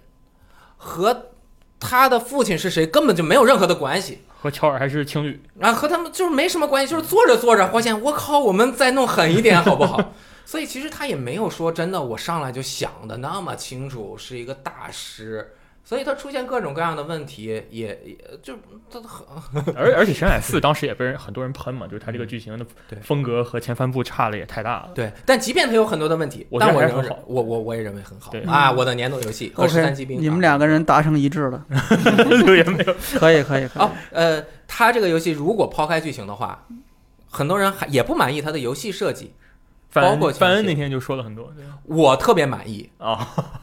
和他的父亲是谁根本就没有任何的关系。和乔尔还是情侣，啊，和他们就是没什么关系，就是做着做着发现，我靠，我们再弄狠一点好不 好？所以其实他也没有说真的，我上来就想的那么清楚，是一个大师。所以他出现各种各样的问题，也也就他很而而且《神 海四》当时也被人很多人喷嘛，就是他这个剧情的嗯对风格和前三部差的也太大了。对，但即便它有很多的问题，我觉但得我还是认为很好我我我也认为很好对啊！我的年度游戏和十 OK，三级兵，啊你们两个人达成一致 了，留言没 有， 可以，可以，可以啊，，呃，它这个游戏如果抛开剧情的话，很多人还也不满意它的游戏设计，范包括恩前范恩期那天就说了很多对我特别满意。啊，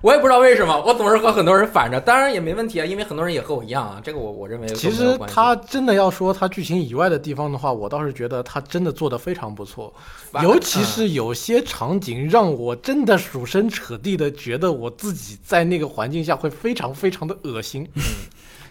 我也不知道为什么，我总是和很多人反着，当然也没问题啊，因为很多人也和我一样啊，这个我我认为其都没实有关系他真的要说他剧情以外的地方的话，我倒是觉得他真的做的非常不错，反尤其是有些场景让我真的鼠身扯地的觉得我自己在那个环境下会非常非常的恶心。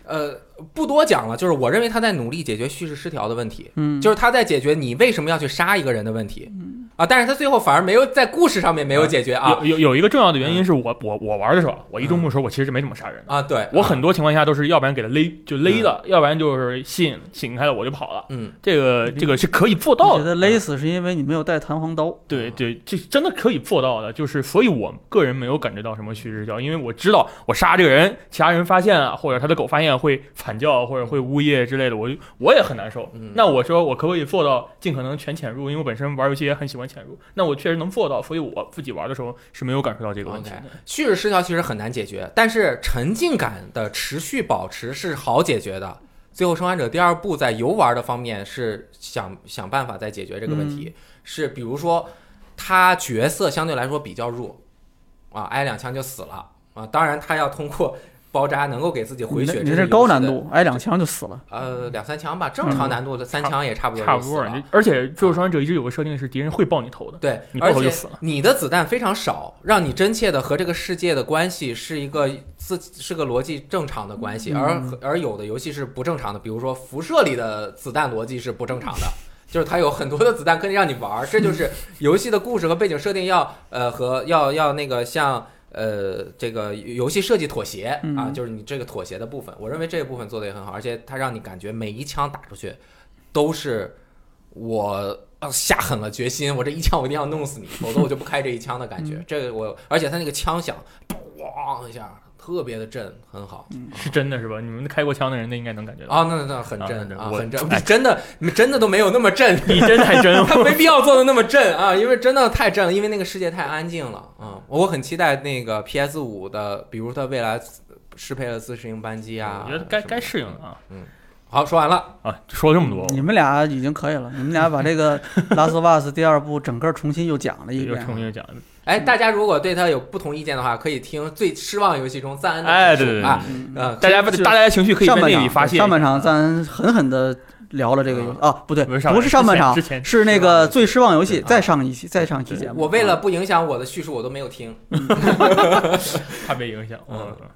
呃不多讲了，就是我认为他在努力解决叙事失调的问题，嗯，就是他在解决你为什么要去杀一个人的问题啊，但是他最后反而没有在故事上面没有解决嗯啊嗯有有有一个重要的原因是我我我玩的时候，我一周目的时候我其实没怎么杀人的，啊，对，我很多情况下都是要不然给他勒就勒的，要不然就是吸引醒开了我就跑了。嗯，这个这个是可以做我到觉的，得勒死是因为你没有带弹簧刀。对对，这真的可以做到的。就是所以我个人没有感觉到什么虚实叫，因为我知道我杀这个人，其他人发现啊，或者他的狗发现会惨叫或者会呜咽之类的，我就我也很难受。嗯那我说我可不可以做到尽可能全潜入？因为我本身玩游戏也很喜欢潜入，那我确实能做到，所以我自己玩的时候是没有感受到这个问题的。叙事失调其实很难解决，但是沉浸感的持续保持是好解决的。最后，《生还者》第二部在游玩的方面是想想办法在解决这个问题，嗯是比如说他角色相对来说比较弱，啊，挨两枪就死了啊。当然，他要通过包扎能够给自己回血，你这这是高游戏的难，度，挨两枪就死了。呃，两三枪吧，正常难度的三枪也差不多嗯差就不死多了，了，而且《最后生还者》一直有个设定是敌人会爆你头的，对，你而爆头就且死了你的子弹非常少，让你真切的和这个世界的关系是一个自是个逻辑正常的关系，而嗯而有的游戏是不正常的，比如说辐射里的子弹逻辑是不正常的。就是它有很多的子弹可以让你玩儿，这就是游戏的故事和背景设定要呃和要要那个向呃这个游戏设计妥协啊，嗯就是你这个妥协的部分，我认为这一部分做的也很好，而且它让你感觉每一枪打出去都是我呃下狠了决心，我这一枪我一定要弄死你，否则我就不开这一枪的感嗯觉。这个我，而且他那个枪响，咣一下，特别的震，很好。是真的是吧？你们开过枪的人，那应该能感觉到。啊，那那那很啊震很震啊，我很震，哎真的真的都没有那么震，你真太真了， 他没必要做的那么震啊，因为真的太震了，因为那个世界太安静了啊。我很期待那个 PS 五的，比如它未来适配了自适应扳机啊我，觉得该什么的嗯该适应了啊好，说完了，啊！说了这么多，你们俩已经可以了，你们俩把这 个《拉斯瓦斯》第二部整个重新又讲了一又遍。重新讲，哎，大家如果对它有不同意见的话，可以听最失望游戏中赞恩的哎评对对述对啊，嗯呃，大家不就是大家的情绪可以在上半那场里发泄。上半场咱狠狠的聊了这个游嗯戏啊，不对，不是上不是上半场之，前之前是那个最失望游戏，啊再上一期，再上一期节目。啊我为了不影响我的叙述，我都没有听。嗯 怕被影响。嗯嗯，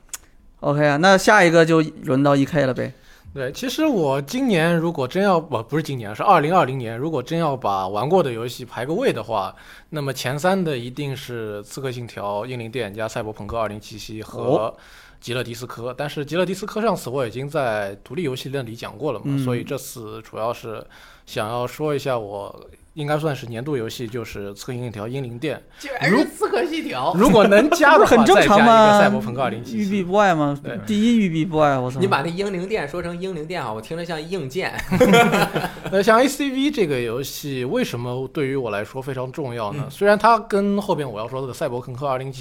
OK 啊，那下一个就轮到 EK 了呗。对，其实我今年如果真要呃不不是今年，是二零二零年，如果真要把玩过的游戏排个位的话，那么前三的一定是《刺客信条：英灵殿》加《赛博朋克2077》和哦《极乐迪斯科》。但是《极乐迪斯科》上次我已经在独立游戏那里讲过了嘛，嗯所以这次主要是想要说一下我。应该算是年度游戏，就是《刺客信条：英灵殿竟然是刺客信条》，，如果能加的话，很正常再加一嘛个《赛博朋克2077》。育碧不爱吗对？第一育碧不爱，我操！你把那英灵殿说成英灵殿啊，我听着像硬件。 那像 ACV 这个游戏，为什么对于我来说非常重要呢？虽然它跟后边我要说的《赛博朋克2077》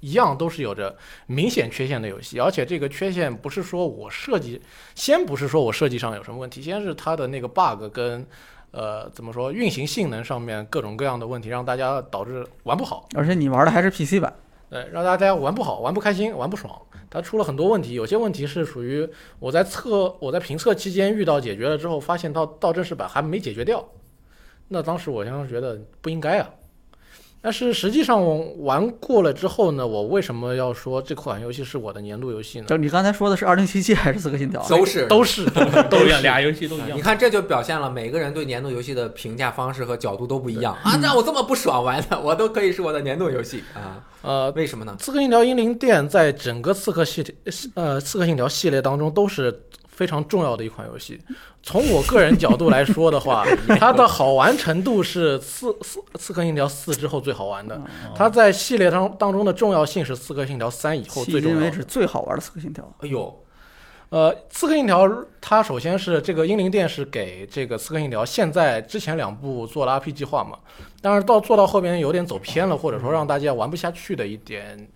一样，都是有着明显缺陷的游戏，而且这个缺陷不是说我设计，先不是说我设计上有什么问题，先是它的那个 bug 跟。呃，怎么说？运行性能上面各种各样的问题，让大家导致玩不好。而且你玩的还是 PC 版，对，让大家玩不好、玩不开心、玩不爽。它出了很多问题，有些问题是属于我在测、我在评测期间遇到解决了之后，发现到到正式版还没解决掉。那当时我当时觉得不应该啊。但是实际上玩过了之后呢，我为什么要说这款游戏是我的年度游戏呢？就你刚才说的是《二零七七》还是《刺客信条》？都是嗯 都是都一样，俩游戏都一啊样你。看，这就表现了每个人对年度游戏的评价方式和角度都不一样啊！那我这么不爽玩的，我都可以是我的年度游戏啊？呃，为什么呢？刺客信条：英灵殿在整个刺客系列，呃，刺客信条系列当中都是非常重要的一款游戏。从我个人角度来说 的话，它的好玩程度是刺刺刺客信条四之后最好玩哦的，它在系列当当中的重要性是刺客信条三以后迄最重今要为的。止最好玩的《刺客信条》。哎呦，呃，刺客信条它首先是这个英灵殿是给这个刺客信条现在之前两部做了 RPG 化嘛，但是到做到后边有点走偏了，或者说让大家玩不下去的一点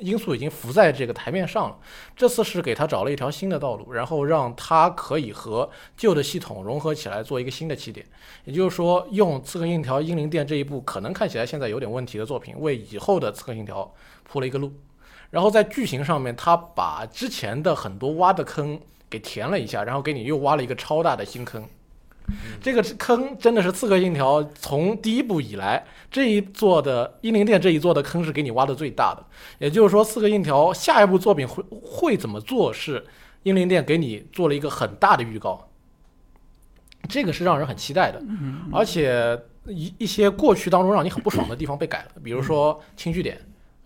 因素已经浮在这个台面上了。这次是给他找了一条新的道路，然后让它可以和旧的系统融合起来做一个新的起点，也就是说，用《刺客信条：英灵殿》这一部可能看起来现在有点问题的作品，为以后的《刺客信条》铺了一个路。然后在剧情上面，他把之前的很多挖的坑给填了一下，然后给你又挖了一个超大的新坑。这个坑真的是《刺客信条》从第一部以来这一座的英灵殿这一座的坑是给你挖的最大的。也就是说，《刺客信条》下一部作品会会怎么做是英灵殿给你做了一个很大的预告，这个是让人很期待的。嗯，而且一一些过去当中让你很不爽的地方被改了，比如说轻据点，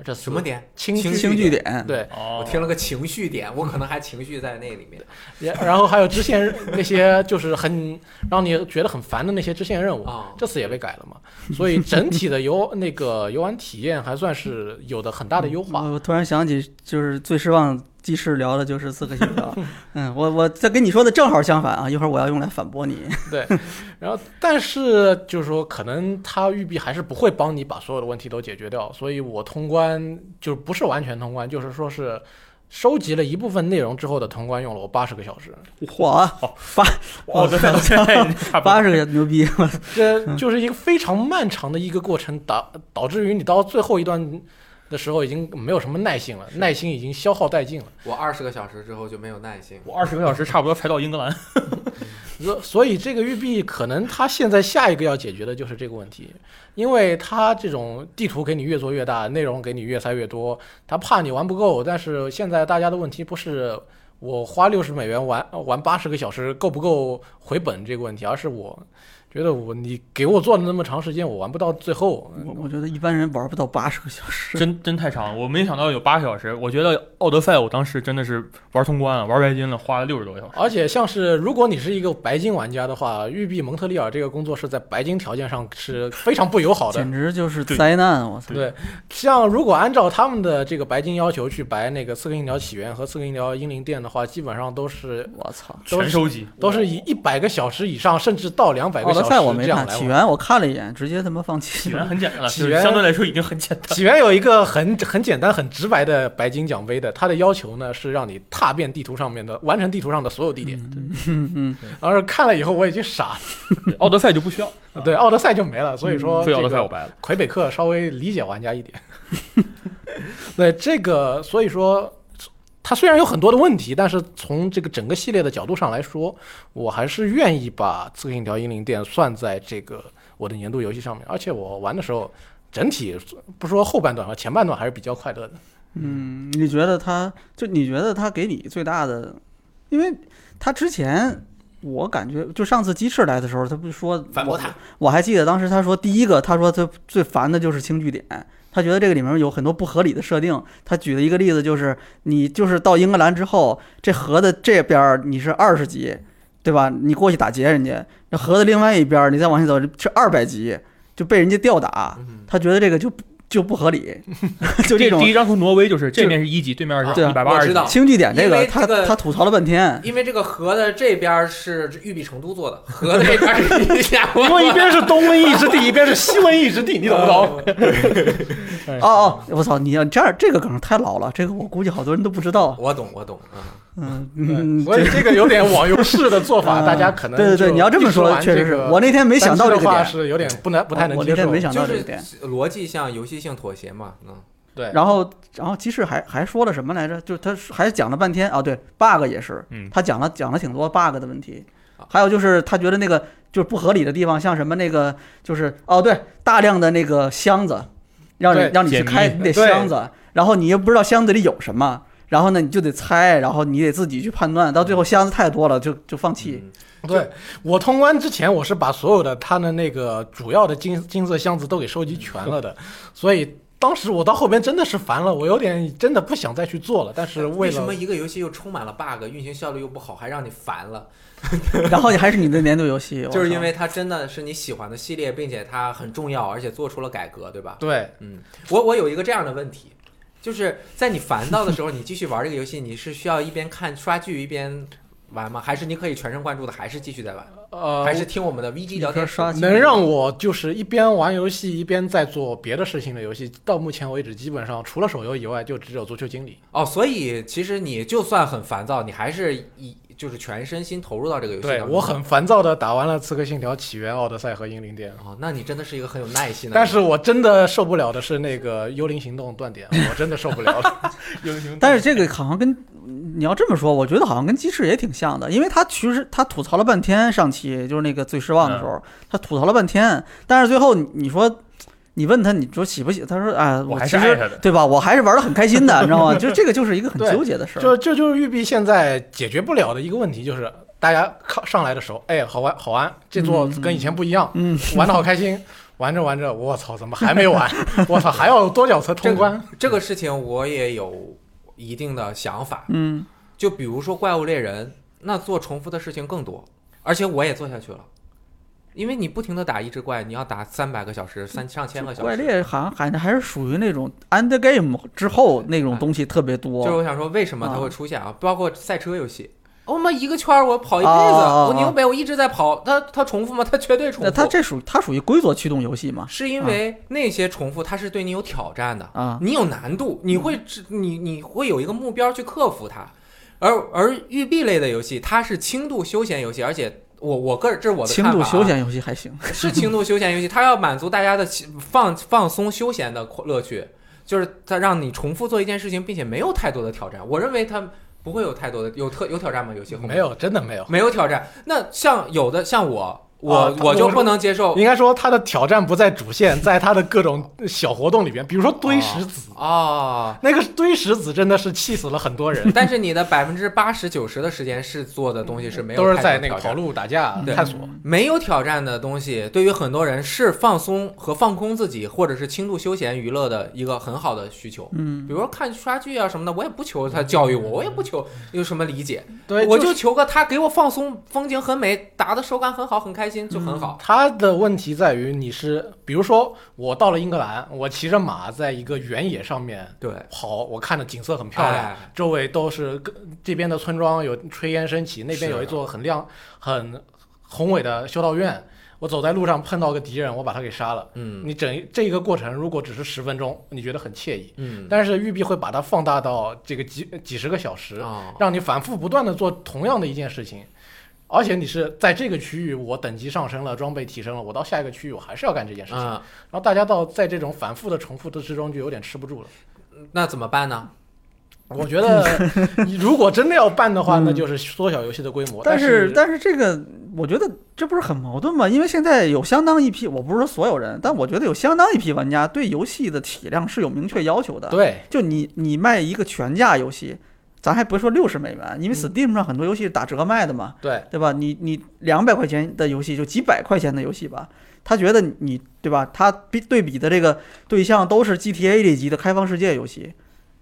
这什么点？轻轻据情轻绪据点，对，哦，我听了个情绪点，我可能还情绪在那里面。也然后还有支线那些就是很让你觉得很烦的那些支线任务啊，这次也被改了嘛，所以整体的游那个游玩体验还算是有的很大的优化。嗯我我突然想起，就是最失望记事聊的就是刺客信条。 嗯，我我这跟你说的正好相反啊，一会儿我要用来反驳你。然后，但是就是说，可能它育碧还是不会帮你把所有的问题都解决掉，所以我通关就是不是完全通关，就是说是收集了一部分内容之后的通关用了我八十个小时。嚯，哦我 的差不多八十个牛逼！这呃就是一个非常漫长的一个过程，导导致于你到最后一段的时候已经没有什么耐性了，耐心已经消耗殆尽了。我二十个小时之后就没有耐心。我二十个小时差不多才到英格兰。 所所以这个育碧可能他现在下一个要解决的就是这个问题，因为他这种地图给你越做越大，内容给你越塞越多，他怕你玩不够。但是现在大家的问题不是我花六十美元玩玩八十个小时够不够回本这个问题，而是我觉得我你给我做了那么长时间，我玩不到最后。我我觉得一般人玩不到八十个小时。真真太长了，我没想到有八个小时。我觉得《奥德赛》我当时真的是玩通关了，玩白金了，花了六十多个小时。而且像是如果你是一个白金玩家的话，育碧蒙特利尔这个工作室在白金条件上是非常不友好的简。直就是灾难！我操，对，像如果按照他们的这个白金要求去白那个《刺客信条：起源》和《刺客信条：英灵殿》的话，基本上都是我操！都全是收集，都是以一百个小时以上，甚至到两百个奥小德时赛哦我没这样看，来起玩。源我看了一眼，直接他妈放弃起源了。很简单了，起就是源相对来说已经很简单。起源有一个很很简单、很直白的白金奖杯的，它的要求呢是让你踏遍地图上面的，完成地图上的所有地点。嗯 嗯，然后看了以后我已经傻对奥德赛就不需要，了， 对，奥德赛就没了。所以说、所这以个，奥德赛我白了。魁北克稍微理解玩家一点。 对这个，所以说它虽然有很多的问题，但是从这个整个系列的角度上来说，我还是愿意把《刺客信条：英灵殿》算在这个我的年度游戏上面。而且我玩的时候，整体不说后半段吧，前半段还是比较快乐的。嗯，你觉得他就你觉得他给你最大的，因为他之前我感觉就上次鸡翅来的时候，他不是说反驳他，我还记得当时他说第一个，他说他最烦的就是轻据点。他觉得这个里面有很多不合理的设定。他举了一个例子，就是你就是到英格兰之后，这河的这边儿你是二十级，对吧？你过去打劫人家，那河的另外一边儿你再往下走是二百级，就被人家吊打。嗯，他觉得这个就不就不合理，就这第种第一张图挪威就是这就面是一级，对面是对啊一百八我知十级道。轻据点这因个，为他这个他吐槽了半天。因为这个河的这边是玉璧成都做的，河的这边是夏 因为一边是东瘟疫之地，一边是西瘟疫之地，你懂不懂？懂？对哦哦，我操！你要这样，这个梗太老了，这个我估计好多人都不知道。我懂，我懂啊。嗯对嗯，所以这个有点网游式的 做法，啊大家可能对对对，就你要这么一直说，玩确实这是个我那天没想到这个单机的话点，哦是有点不能不太能我接那受天。没想就到这个是点。逻辑向游戏性妥协嘛，嗯，对，然后，然后鸡翅还还说了什么来着？就他说还讲了半天啊，对，bug 也是嗯，他讲了讲了挺多 bug 的问题啊，还有就是他觉得那个就是不合理的地方，像什么那个就是哦对，大量的那个箱子，让对你让你去解谜开你得对箱子，然后你又不知道箱子里有什么，然后呢你就得猜，然后你得自己去判断，到最后箱子太多了就就放弃。嗯对我通关之前，我是把所有的他的那个主要的金金色箱子都给收集全了的，所以当时我到后边真的是烦了，我有点真的不想再去做了。但是为为什了么一个游戏又充满了 bug，运行效率又不好，还让你烦了？ 然后你哦还是你的年度游戏，我 就是靠因为它真的是你喜欢的系列，并且它很重要，而且做出了改革，对吧？对嗯，我我有一个这样的问题，就是在你烦到的时候，你继续玩这个游戏，你是需要一边看刷剧一边玩吗？还是你可以全神贯注的，还是继续在玩？呃，还是听我们的 VG 聊天室刷能让我就是一边玩游戏一边在做别的事情的游戏，到目前为止基本上除了手游以外，就只有足球经理。哦，所以其实你就算很烦躁，你还是一就是全身心投入到这个游戏对当中。我很烦躁的打完了《刺客信条：起源》、《奥德赛》和《英灵殿》，哦，那你真的是一个很有耐心的人。但是我真的受不了的是那个《幽灵行动》断点，我真的受不 了了。 但是这个好像跟你要这么说，我觉得好像跟鸡翅也挺像的，因为他其实他吐槽了半天，上期就是那个最失望的时候，嗯他吐槽了半天，但是最后你你说你问他你说喜不喜，他说啊、我我还其是实爱他的。对吧？我还是玩的很开心的，你知道 吗？就这个就是一个很纠结的事儿。就这就是育碧现在解决不了的一个问题，就是大家靠上来的时候，哎，好玩好玩，这座跟以前不一样，嗯，玩的好开心。玩着玩着，我操，怎么还没完？我操，还要多久才通关？这个事情我也有一定的想法，嗯，就比如说《怪物猎人》，那做重复的事情更多，而且我也做下去了，因为你不停的打一只怪，你要打三百个小时、三上千个小时。怪猎好像还还是属于那种 end game 之后那种东西特别多，就是我想说，为什么它会出现啊？包括赛车游戏，我妈一个圈儿我跑一辈子，哦哦哦我牛北我一直在跑，它它重复吗？它绝对重那复。它这属它属于规则驱动游戏嘛？是因为那些重复，它是对你有挑战的，啊，你有难度，你会知你你会有一个目标去克服它。而而育碧类的游戏，它是轻度休闲游戏，而且我我个人这是我的轻看法、啊、度休闲游戏还行，是轻度休闲游戏，它要满足大家的其放放松休闲的快乐趣，就是它让你重复做一件事情，并且没有太多的挑战。我认为它不会有太多的有特有挑战吗？游戏后面没有，真的没有。没有挑战。那像有的像我我、啊我就我不能接受应该说，它的挑战不在主线，在它的各种小活动里边，比如说堆石子，哦。，那个堆石子真的是气死了很多人 但是你的百分之八十九十的时间是做的东西是没有都是太多在那个挑战跑路、打架、嗯探索。没有挑战的东西，对于很多人是放松和放空自己，或者是轻度休闲娱乐的一个很好的需求。嗯比如说看刷剧啊什么的，我也不求他教育我，我也不求有什么理解，对，我就就求个他给我放松，风景很美，打的手感很好，很开心就很好。嗯它的问题在于你是，比如说我到了英格兰，我骑着马在一个原野上面对，跑，我看着景色很漂亮，哎周围都是各这边的村庄有炊烟升起，那是边有一座很亮、很宏伟的修道院。我走在路上碰到个敌人，我把他给杀了。嗯你整这个过程如果只是十分钟，你觉得很惬意，嗯，但是育碧会把它放大到这个几几十个小时，哦啊，让你反复不断的做同样的一件事情，而且你是在这个区域我等级上升了，装备提升了，我到下一个区域我还是要干这件事情，嗯啊，然后大家到在这种反复的重复的之中就有点吃不住了。那怎么办呢？嗯我 觉得你如果真的要办的话，那就是缩小游戏的规模。嗯但是但是这个我觉得这不是很矛盾吗？因为现在有相当一批，我不是说所有人，但我觉得有相当一批玩家对游戏的体量是有明确要求的。对就你你卖一个全价游戏，咱还不说六十美元，嗯因为 Steam 上很多游戏是打折卖的嘛，对，对吧？你你两百块钱的游戏，就几百块钱的游戏吧，他觉得你对吧？他比对比的这个对象都是 GTA 这级的开放世界游戏，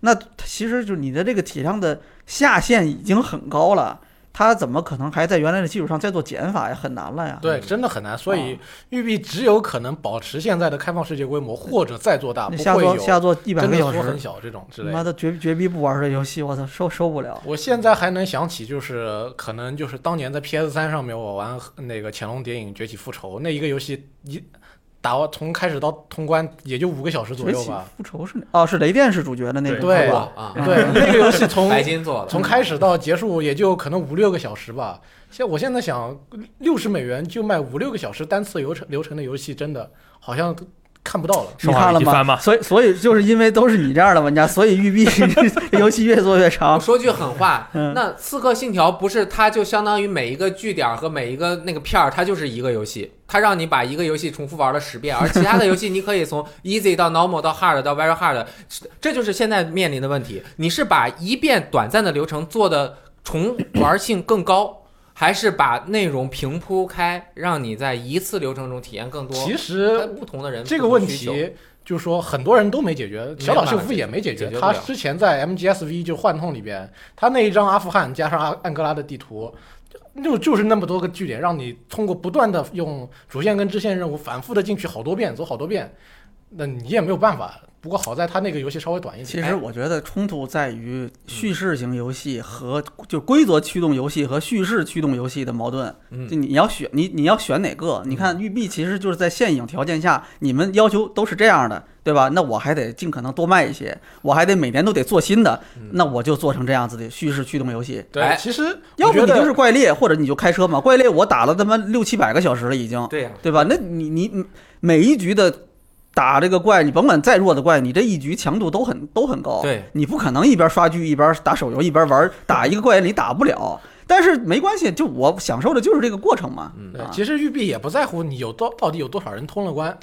那其实就你的这个体量的下限已经很高了，他怎么可能还在原来的基础上再做减法呀？很难了呀。对，嗯真的很难。所以啊育碧只有可能保持现在的开放世界规模，或者再做大，那不下会做有下做一百真个的小缩很时，小这种之类的妈。的绝绝逼不玩这游戏，我操，受受不了。我现在还能想起，就是可能就是当年在 PS 三上面，我玩那个《潜龙谍影：崛起复仇》那一个游戏一打完从开始到通关也就五个小时左崛右起吧。复仇是哪？哦，是雷电是主角的那个，对我啊，对，那个游戏 从白金做的，从开始到结束也就可能五六个小时吧。像我现在想，六十美元就卖五六个小时单次流程流程的游戏，真的好像看不到了。你看了手腕一翻吗？吧所以，所以就是因为都是你这样的玩家，所以育 碧游戏越做越我长。说句狠话，嗯那《刺客信条》不是它就相当于每一个据点和每一个那个片儿，它就是一个游戏，它让你把一个游戏重复玩了十遍，而其他的游戏你可以从 easy 到 normal 到 hard 到 very hard，这就是现在面临的问题。你是把一遍短暂的流程做的重玩性更高，还是把内容平铺开，让你在一次流程中体验更多？其呃，实不同的人这个不同问需求题，就说很多人都没解决，小岛秀夫也没解解决决。不他了之前在 MGSV 就幻痛里边，他那一张阿富汗加上阿安哥拉的地图，就就是那么多个据点，让你通过不断的用主线跟支线任务反复的进去好多遍，走好多遍，那你也没有办法。不过好在它那个游戏稍微短一点。其哎实我觉得冲突在嗯于叙事型游戏和就规则驱动游戏和叙事驱动游戏的矛盾。嗯就你要选你你要选哪个？你看育碧其实就是在现有条件下，你们要求都是这样的，对吧？那我还得尽可能多卖一些，我还得每年都得做新的，嗯那我就做成这样子的叙事驱动游戏。哎对，其实要不你我觉得就是怪猎，或者你就开车嘛。怪猎我打了他妈六七百个小时了已经，对呀、对吧？那你你每一局的打这个怪，你甭管再弱的怪，你这一局强度都很都很高。对，你不可能一边刷剧一边打手游一边玩打一个怪你打不了。但是没关系，就我享受的就是这个过程嘛。嗯对啊，其实育碧也不在乎你有多到底有多少人通 了关，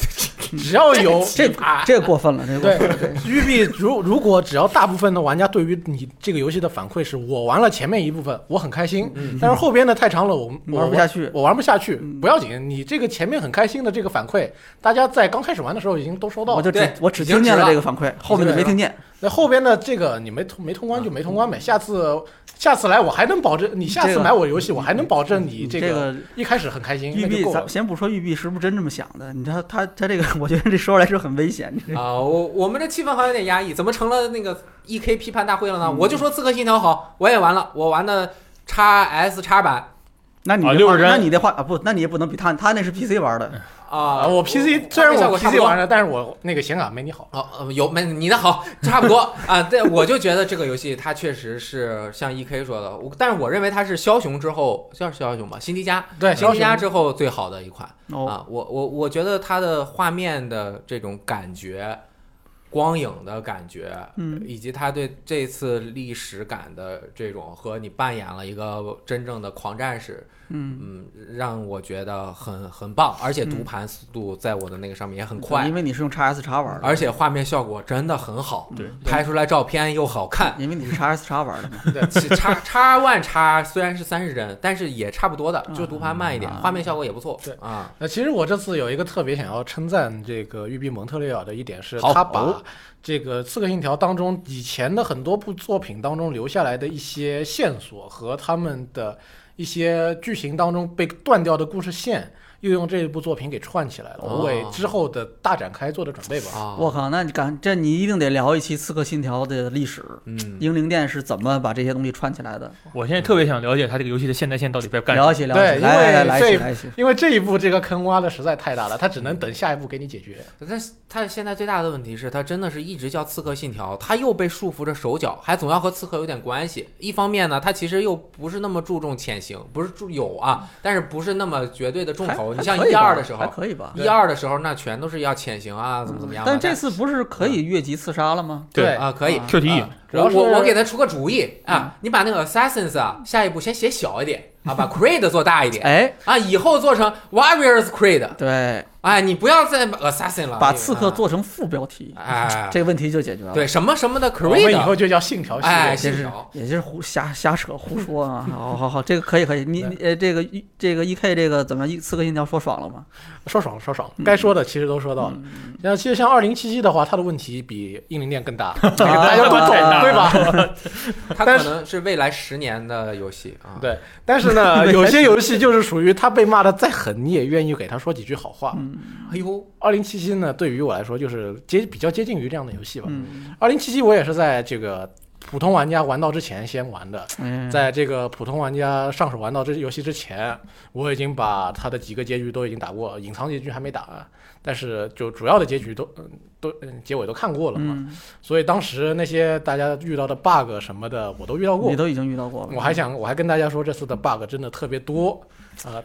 只要有这啊，这个过分了，这个过分了。 对育碧如如果只要大部分的玩家对于你这个游戏的反馈是我玩了前面一部分我很开心，嗯但是后边的太长了我我玩不下去我玩不下去嗯不要紧，你这个前面很开心的这个反馈，大家在刚开始玩的时候已经都收到我了，就只对我只已经听见了知道这个反馈，后面就没听见。嗯那后边的这个你没通没通关就没通关呗，下次下次来我还能保证你下这次个买我游戏我还能保证你你这这个个一开始很开心，玉那就碧，够咱了们。先不说玉碧是不是真这么想的，你知道他他这个，我觉得这说出来是很危险。你知道 啊，我我们这气氛好像有点压抑，怎么成了那个 E K 批判大会了呢？嗯我就说《刺客信条》好，我也玩了，我玩的 x S 叉版那你啊的六话十帧那你的话啊不，那你也不能比他他那是 PC 玩的，啊、啊，我 PC 虽然效我果差不 PC 多玩了，但是我那个显卡没你好。哦，呃有没你的好，差不多啊。对，我就觉得这个游戏它确实是像 E K 说的，我但是我认为它是枭雄之后，就是枭雄吧，新迪迦，对，新消迪息迦之后最好的一款哦，啊。我我我觉得它的画面的这种感觉，光影的感觉，嗯，以及他对这次历史感的这种和你扮演了一个真正的狂战士，嗯，嗯，让我觉得很很棒，而嗯且读盘速度在我的那个上面也很快，因为你是用 x S 叉玩的，而且画面效果真的很好，对拍出来照片又好看。嗯因为你是 x S 叉 玩的嘛，其叉叉 One 叉虽然是三十帧，但是也差不多的，嗯就读盘慢一点，啊画面效果也不错。对啊，那其实我这次有一个特别想要称赞这个育碧蒙特利尔的一点是，好他把哦这个《刺客信条》当中以前的很多部作品当中留下来的一些线索和他们的一些剧情当中被断掉的故事线，又用这一部作品给串起来了，哦为之后的大展开做的准备吧。啊，我靠，那你敢这你一定得聊一期《刺客信条》的历史，嗯，英灵殿是怎么把这些东西串起来的？我现在特别想了解它这个游戏的现代线到底在干什么。聊一起聊一对起，因来来为来这一起来一起，因为这一步这个坑挖的实在太大了，他只能等下一步给你解决。但是他现在最大的问题是，他真的是一直叫刺客信条，他又被束缚着手脚，还总要和刺客有点关系。一方面呢，他其实又不是那么注重潜行，不是注有啊，但是不是那么绝对的重还头。你还像可以一二吧的时候还，可以吧？一二的时候那全都是要潜行啊，怎么怎么样的。但这次不是可以越级刺杀了吗？对啊可以啊 QTE 啊主我要是我我给他出个主意啊，你把那个 assassins 啊，下一步先写小一点啊，把 creed 做大一点哎，啊，以后做成 warriors creed，对，哎，你不要再 assassin 了，把你刺客做成副标题，哎，这个问题就解决了。对什么什么的我们 creed，以后就叫信条系列。哎也信是条也就是胡瞎瞎扯胡说 啊！好好好，这个可以可以，你你呃这个一这个 E K 这个怎么一刺客信条说爽了吗？嗯说爽了，说爽了，该说的其实都说到了。像其实像二零七七的话，它的问题比英灵殿更大，大家都哎懂，对吧？ 它但可是能是未来十年的游戏啊。 对但是呢，有些游戏就是属于它被骂的再狠，你也愿意给他说几句好话。哎呦，二零七七呢，对于我来说就是接比较接近于这样的游戏吧。嗯，二零七七我也是在这个普通玩家玩到之前先玩的，哎在这个普通玩家上手玩到这游戏之前，我已经把它的几个结局都已经打过，隐藏结局还没打，但是就主要的结局都嗯都嗯结尾都看过了嘛。嗯，所以当时那些大家遇到的 bug 什么的，我都遇到过你。都已经遇到过了，我还想，我还跟大家说，这次的嗯 bug 真的特别多，啊、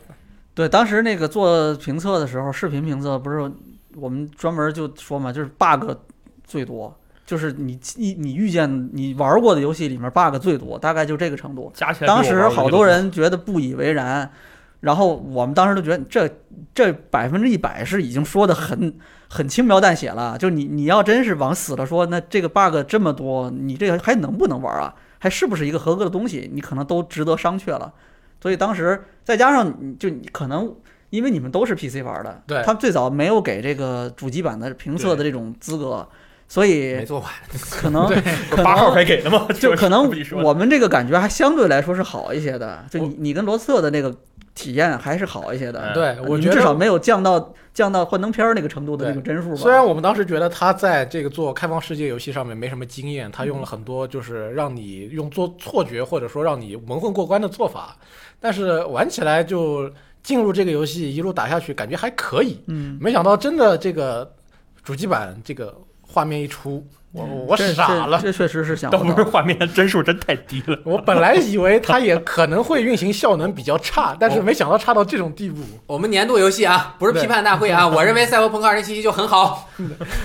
对，当时那个做评测的时候，视频评测不是我们专门就说嘛，就是 bug 最多，就是你你你遇见你玩过的游戏里面 bug 最多，大概就这个程度。加起来，当时好多，人觉得不以为然，然后我们当时都觉得这这百分之一百是已经说的很很轻描淡写了，就你你要真是往死了说，那这个 bug 这么多，你这个还能不能玩啊？还是不是一个合格的东西？你可能都值得商榷了。所以当时再加上你就你可能。因为你们都是 PC 玩的，对他们最早没有给这个主机版的评测的这种资格，所没以做完，可能可能八号才给的嘛，就可能自己说的我们这个感觉还相对来说是好一些的。就你你跟罗斯特的那个体验还是好一些的。嗯对，我你觉们得至少没有降到降到幻灯片儿那个程度的那个帧数吧。虽然我们当时觉得他在这个做开放世界游戏上面没什么经验，他嗯用了很多就是让你用做错觉或者说让你蒙混过关的做法，但是玩起来就进入这个游戏一路打下去，感觉还可以。嗯，没想到真的这个主机版这个画面一出，我我嗯这傻了。这这确实是想倒不不是到。画面帧数真太低了。我本来以为它也可能会运行效能比较差，但是没想到差到这种地步。我们年度游戏啊，不是批判大会啊，我认为《赛博朋克2077》就很好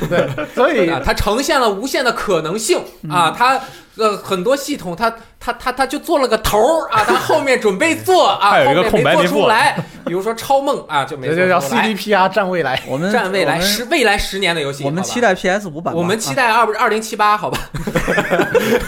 对，所以啊，它呈现了无限的可能性啊，它呃很多系统它它它它就做了个头儿啊，它后面准备做啊，还有后一个面空白没做没出做来，比如说超梦啊，就没这做就叫出来。 CDPR 站未来。我们占未来我们十未来十年的游戏，我们好吧期待 PS 五版吧。啊我们 期待二二零七八，好吧？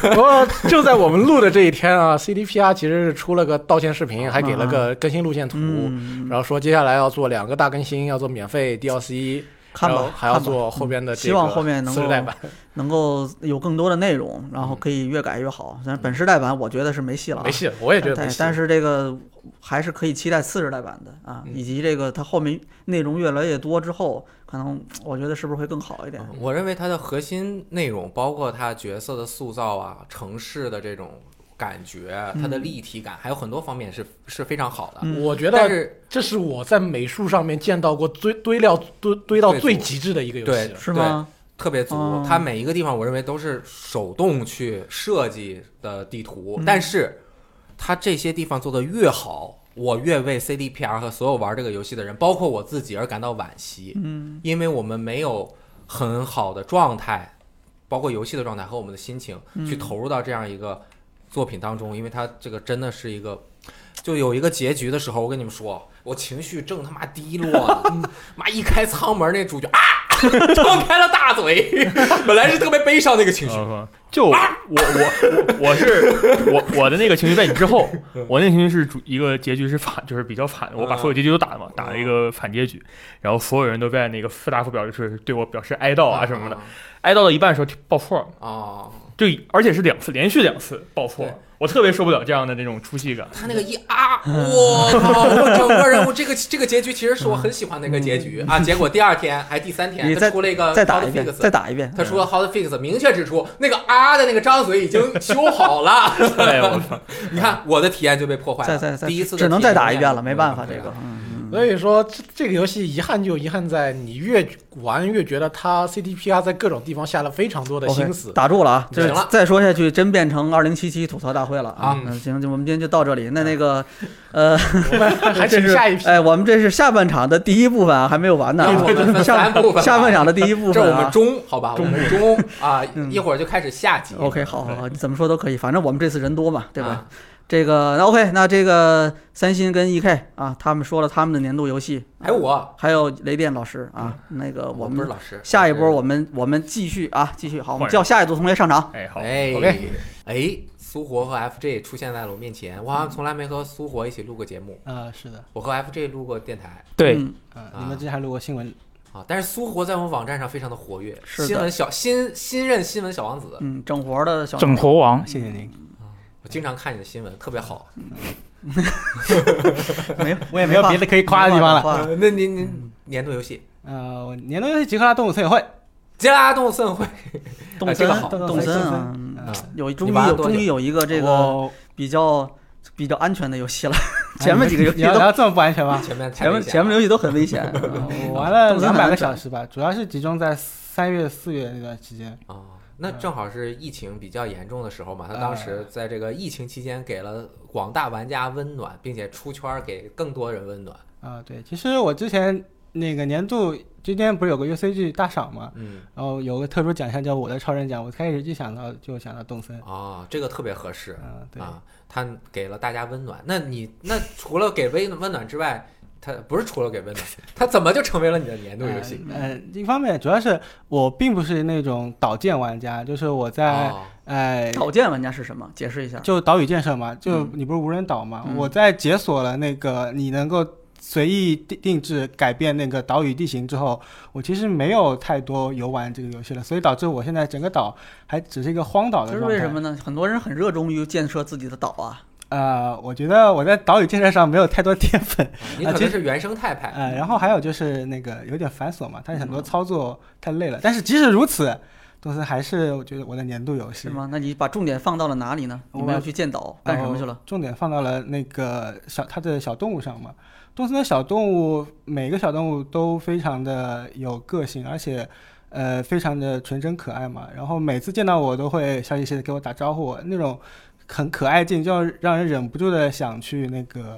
不过就哦在我们录的这一天啊，CDPR 其实是出了个道歉视频，还给了个更新路线啊图，嗯，然后说接下来要做两个大更新，要做免费 DLC，看然吧后，还要看吧嗯做后边的这个希望后面能次够世代版，能够有更多的内容，然后可以越改越好。但是本世代版我觉得是没戏了、啊，嗯没戏了，我也觉得没但戏。但是这个还是可以期待次世代版的啊，嗯以及这个它后面内容越来越多之后，可能我觉得是不是会更好一点？嗯我认为它的核心内容，包括它角色的塑造啊、城市的这种感觉、它的立体感，还有很多方面是是非常好的。嗯我觉但得是这是我在美术上面见到过堆堆料堆堆到最最足极致的一个游对戏了。是吗？特别足哦，它每一个地方我认为都是手动去设计的地图嗯，但是它这些地方做得越好。我越为 CDPR 和所有玩这个游戏的人，包括我自己，而感到惋惜。嗯，因为我们没有很好的状态，包括游戏的状态和我们的心情，嗯去投入到这样一个作品当中，因为它这个真的是一个。就有一个结局的时候，我跟你们说，我情绪正他妈低落 呢，妈一开舱门那主角啊， 张开了大嘴， 本来是特别悲伤的一个情绪，嗯就我我我我是我我的那个情绪在你之后，嗯我那个情绪是主一个结局是反，就是比较反，我把所有结局都打了嘛，打了一个反结局，然后所有人都在那个复大附表就是对我表示哀悼啊什么的，哀悼到一半的时候爆错了，啊，就而且是两次连续两次爆错对，我特别受不了这样的那种出戏感。他那个一啊，我靠！我整个人物这个这个结局其实是我很喜欢的一个结局啊，结果第二天还第三嗯你天，他再出了一个再打 Hot 一遍， Fix 再打一遍。他说 Hot Fix 明确指出，那个啊的那个张嘴已经修好了。哎我嗯操！ 你看我的体验就被破坏再了。再再，第一次的只能体验再打一遍了，没办法，对这个，嗯，嗯所以说这这个游戏遗憾就遗憾在你越玩越觉得它 CDPR 在各种地方下了非常多的 OK，心思。打住了啊！这嗯行了再说下去真变成二零七七吐槽大会了啊！嗯嗯行，就我们今天就到这里。那那个，呃， 还这请是下一批。哎，我们这是下半场的第一部分啊，还没有完呢哎那啊。我们分下三部分吧下半场的第一部这分是我啊们。中好吧，我 们中啊，嗯一会儿就开始下集。 OK，好好好，你怎么说都可以，反正我们这次人多嘛，对吧？啊？这个那 OK，那这个三星跟 EK 啊，他们说了他们的年度游戏，啊还有我，嗯还有雷电老师啊，那个我不是们老师。下一波我们我们继续啊，继续好，我们换人叫下一组同学上场。哎好，哎 OK 哎，苏活和 FJ 出现在了我面前，我好像从来没和苏活一起录过节目，啊，是的，我和 FJ 录过电台对嗯啊，啊你们之前还录过新闻，啊，但是苏活在我们网站上非常的活跃，是的新闻小新新任新闻小王子，嗯，整活的小整活王，谢谢您。我经常看你的新闻，特别好。嗯 没有，我也没有法别的可以夸的地方了没法夸呃那您您年度游戏嗯呃，我年度游戏集合了动物森友会， 《杰拉动物盛会》哎动这森个好，动森啊，啊哦嗯，啊有终于你玩有了多终久于有一个这个我比较比较安全的游戏 了，哎前面几个游你戏要都聊这么不安全吗？前面太前面危险前面游戏都很危 险，呃嗯我玩了动森两很百安全个小时吧，主要是集中在三月、四月那段时间。啊，那嗯正好是疫情比较严重的时候嘛。他当时在这个疫情期间给了广大玩家温暖，并且出圈儿给更多人温暖。啊，对，其实我之前那个年度之间不是有个 UCG 大赏嘛，嗯然后有个特殊奖项叫我的超人奖，我开始一想到就想到动森。啊，这个特别合适啊，对，啊，他给了大家温暖。那你那除了给温温暖之外，他不是除了给温暖，他怎么就成为了你的年度游戏？呃，呃一方面主要是我并不是那种岛建玩家，就是我在、哦呃岛建玩家是什么？解释一下。就岛屿建设嘛，就嗯你不是无人岛嘛？嗯我在解锁了那个你能够随意定定制改变那个岛屿地形之后，我其实没有太多游玩这个游戏了，所以导致我现在整个岛还只是一个荒岛这的是状态。为什么呢？很多人很热衷于建设自己的岛啊，呃，我觉得我在岛屿建设上没有太多天分，你啊可其能实是原生态派，嗯呃，然后还有就是那个有点繁琐嘛，它很多操作太累了。但是即使如此，东森还是我觉得我的年度游戏是。啊吗？那你把重点放到了哪里呢？我你们要去 建岛干什么去了？？哦重点放到了那个小它的小动物上嘛。东森的小动物每个小动物都非常的有个性，而且呃非常的纯真可爱嘛。然后每次见到我都会笑嘻嘻的给我打招呼，那种很可爱劲，就让让人忍不住的想去那个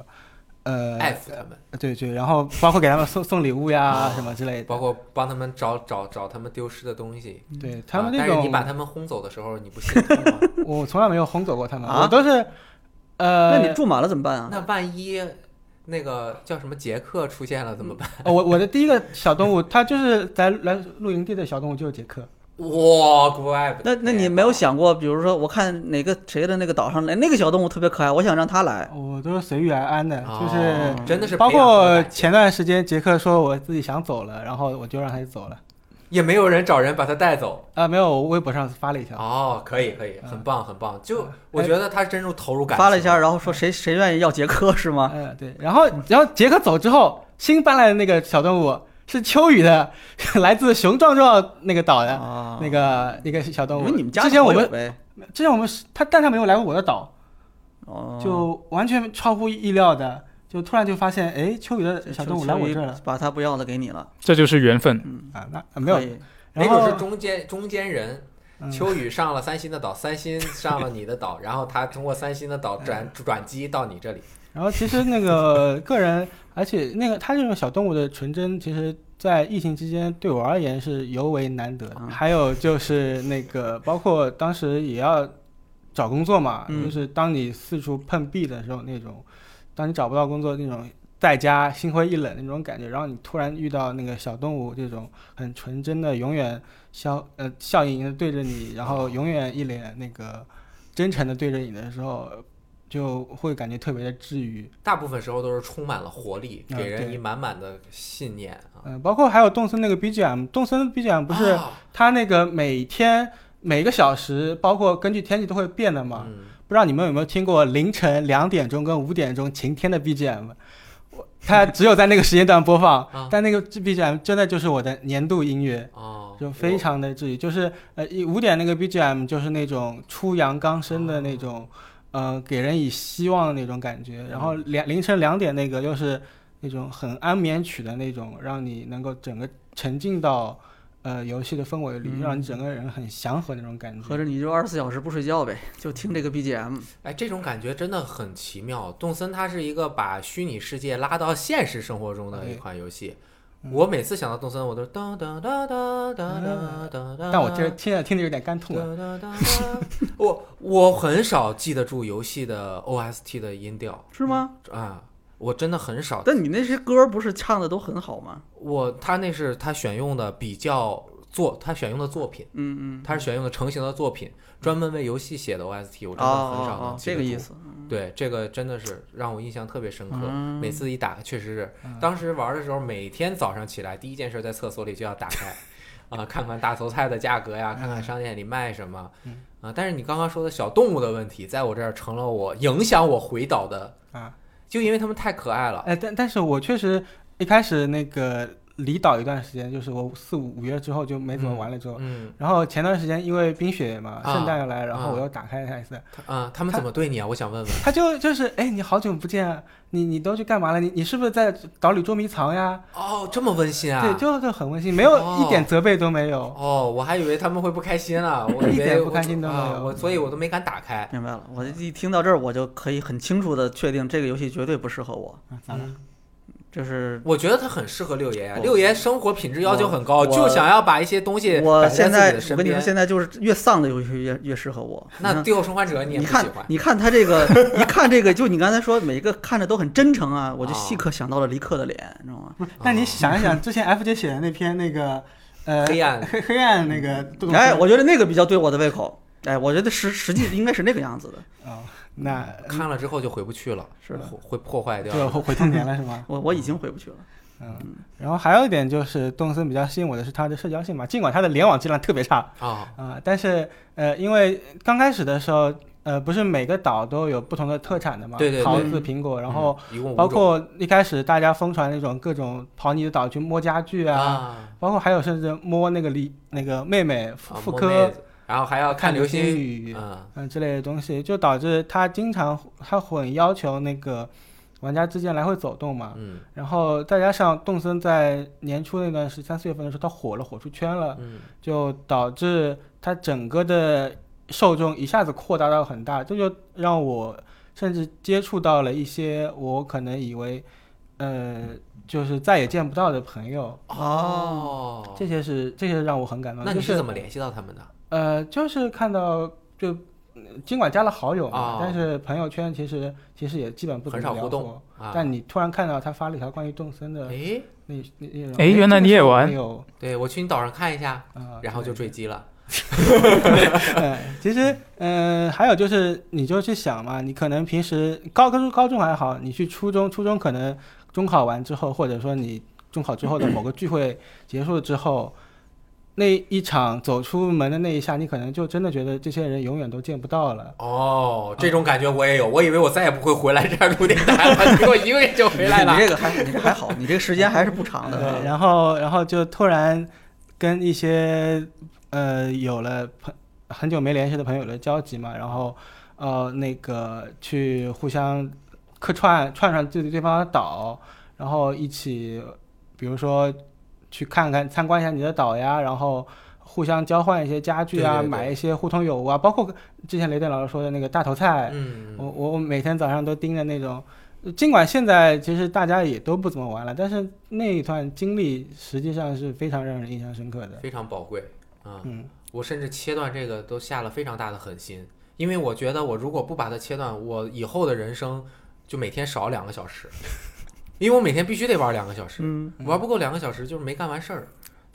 呃爱抚他们，对对，然后包括给他们送 送礼物呀哦啊什么之类的，包括帮他们找找找他们丢失的东西。对他们啊那但是种，你把他们轰走的时候，你不心痛吗？ 我从来没有轰走过他们，啊我都是那呃，你住满了怎么办啊？那万一那个叫什么杰克出现了怎么办？ 哦我我的第一个小动物，它就是来来露营地的小动物就是杰克， 哇，怪不那得那你没有想过，比如说，我看哪个谁的那个岛上来哎那个小动物特别可爱，我想让它来。我都是随遇而安的，哦就是真的是包培养出来括的感情前段时间杰克说我自己想走了，然后我就让他走了，也没有人找人把他带走。啊，没有，我微博上发了一条，哦，可以可以，嗯很棒很棒。就嗯我觉得他真入投入感情发了一下，然后嗯说谁谁愿意要杰克是吗？嗯、对，然后然后杰克走之后，新搬来的那个小动物是秋雨的， 来自熊壮壮那个岛的。啊那个那个小动因物为，你们家之前我好友们呗，之前我们是他，但他没有来过我的岛，哦，就完全超乎意料的，就突然就发现，哎，秋雨这的小动物来我这儿了，把它不要的给你了，这就是缘分。嗯，啊，那啊没有可，以没然准后是中间中间人，嗯秋雨上了三星的岛，三星上了你的岛，然后他通过三星的岛转嗯转机到你这里。然后其实那个个人，而且那个他这种小动物的纯真，其实在疫情期间对我而言是尤为难得的啊。还有就是那个，包括当时也要找工作嘛，嗯就是当你四处碰壁的时候，那种当你找不到工作那种。在家心灰意冷那种感觉，然后你突然遇到那个小动物这种很纯真的，永远笑呃笑盈盈的对着你，然后永远一脸那个真诚的对着你的时候，就会感觉特别的治愈。大部分时候都是充满了活力，啊给人对以满满的信念啊。嗯、包括还有动森那个 BGM，动森 BGM 不是啊它那个每天每个小时，包括根据天气都会变的嘛。嗯，不知道你们有没有听过凌晨两点钟跟五点钟晴天的 BGM？我它只有在那个时间段播放，啊 但那个 BGM 真的就是我的年度音乐。哦，就非我常的治愈，就是呃一五点那个 BGM 就是那种初阳刚生的哦那种，呃给人以希望的那种感嗯觉，然后两凌晨两点那个又是那种很安眠曲的那种，让你能够整个沉浸到呃游戏的氛围里，嗯让你整个人很祥和那种感合觉。着你就二十四小时不睡觉呗，就听这个 BGM，哎，这种感觉真的很奇妙。动森它是一个把虚拟世界拉到现实生活中的一对款游戏。嗯我每次想到动森，我都是噔噔噔噔噔嗯噔噔噔。但我这现在听着有点干啊痛了。噔噔噔我我很少记得住游戏的 OST 的音调是吗？啊，我真的很少。但你那些歌不是唱的都很好吗？我他那是他选用的比较作，他选用的作品，嗯他是选用的成型的作品，专门为游戏写的 OST，我嗯，真的很少哦能，记这得个住意。思，对，这个真的是让我印象特别深刻。嗯每次一打开，确实是嗯当时玩的时候，每天早上起来第一件事在厕所里就要打开，啊、看看大头菜的价格呀，看看商店里卖什么，啊、嗯但是你刚刚说的小动物的问题，在我这儿成了我影响我回岛的啊，就因为它们太可爱了。哎，但但是我确实一开始那个离岛一段时间，就是我四五五月之后就没怎么玩了之后。嗯然后前段时间因为冰雪嘛，啊圣诞要来，然后啊我又打开它一次，它啊、他们怎么对你啊？我想问问。他就就是哎，你好久不见啊，你你都去干嘛了？你你是不是在岛里捉迷藏呀？哦，这么温馨啊！对，就就很温馨，没有哦一点责备都没有。哦，我还以为他们会不开心 了，我一以点为不我开心都没啊，有我所以我都没敢打开。明白了，我一听到这儿，我就可以很清楚的确定这个游戏绝对不适合我，嗯就是我觉得他很适合六爷呀，啊哦我六爷生活品质要求很高，我就想要把一些东西我摆呃现在在自己的我身跟你说，边。现在就是越丧的游戏越越适合我。那《嗯你看最后生还者》你也你不喜看欢，你看他这个，一看这个，就你刚才说每一个看着都很真诚啊，我就啊立刻想到了黎克的脸，你知道吗？不是，那你想一想，之前 F 姐写的那篇那个呃哦黑暗嗯黑黑暗那个动哎，森我觉得那个比较对我的胃口。哎，我觉得实实际应该是那个样子的。哦，那看了之后就回不去了，是的会会破坏掉。就回回童年了 是吗？我我已经回不去了。嗯。然后还有一点就是动森比较吸引我的是它的社交性嘛，尽管它的联网质量特别差，啊呃啊、但是呃，因为刚开始的时候，呃，不是每个岛都有不同的特产的嘛？对对对桃子、嗯苹果，然后一共五包种括一开始大家疯传那种各种跑你的岛去摸家具啊，啊，包括还有甚至摸那个里那个妹妹妇啊妇摸科妹子然后还要看流流星星雨雨啊，嗯之类的东西，就导致他经常他很要求那个玩家之间来回走动嘛。嗯然后再加上动森在年初那段时三四月份的时候，它火了，火出圈了，嗯就导致它整个的受众一下子扩大到很大，这就让我甚至接触到了一些我可能以为，呃，就是再也见不到的朋友，哦，这些是这些让我很感动。那你就是怎么联系到他们的？呃，就是看到就嗯尽管加了好友嘛，哦但是朋友圈其实其实也基本不怎很么少聊互动过啊，但你突然看到他发了一条关于动森的哎，那那那种，哎原来你也玩没有对我去你岛上看一下，啊，然后就对坠机 了。嗯，其实，嗯、还有就是，你就去想嘛，你可能平时高高中高中还好，你去初中，初中可能中考完之后，或者说你中考之后的某个聚会结束之后，那一场走出门的那一下，你可能就真的觉得这些人永远都见不到了。哦，这种感觉我也有，我以为我再也不会回来这儿录电 台了，结果一个月就回来了你。这个还你这还好，你这个时间还是不长对，的。然后然后就突然跟一些呃有了朋很久没联系的朋友有了交集嘛，然后呃那个去互相客串串串对对方的岛，然后一起比如说去看看参观一下你的岛呀，然后。互相交换一些家具啊，对对对买一些互通有无啊，包括之前雷电老师说的那个大头菜，嗯，我我我每天早上都盯着那种，尽管现在其实大家也都不怎么玩了，但是那一段经历实际上是非常让人印象深刻的。非常宝贵啊！嗯，我甚至切断这个都下了非常大的狠心，因为我觉得我如果不把它切断，我以后的人生就每天少两个小时，因为我每天必须得玩两个小时，嗯，玩不够两个小时就是没干完事儿。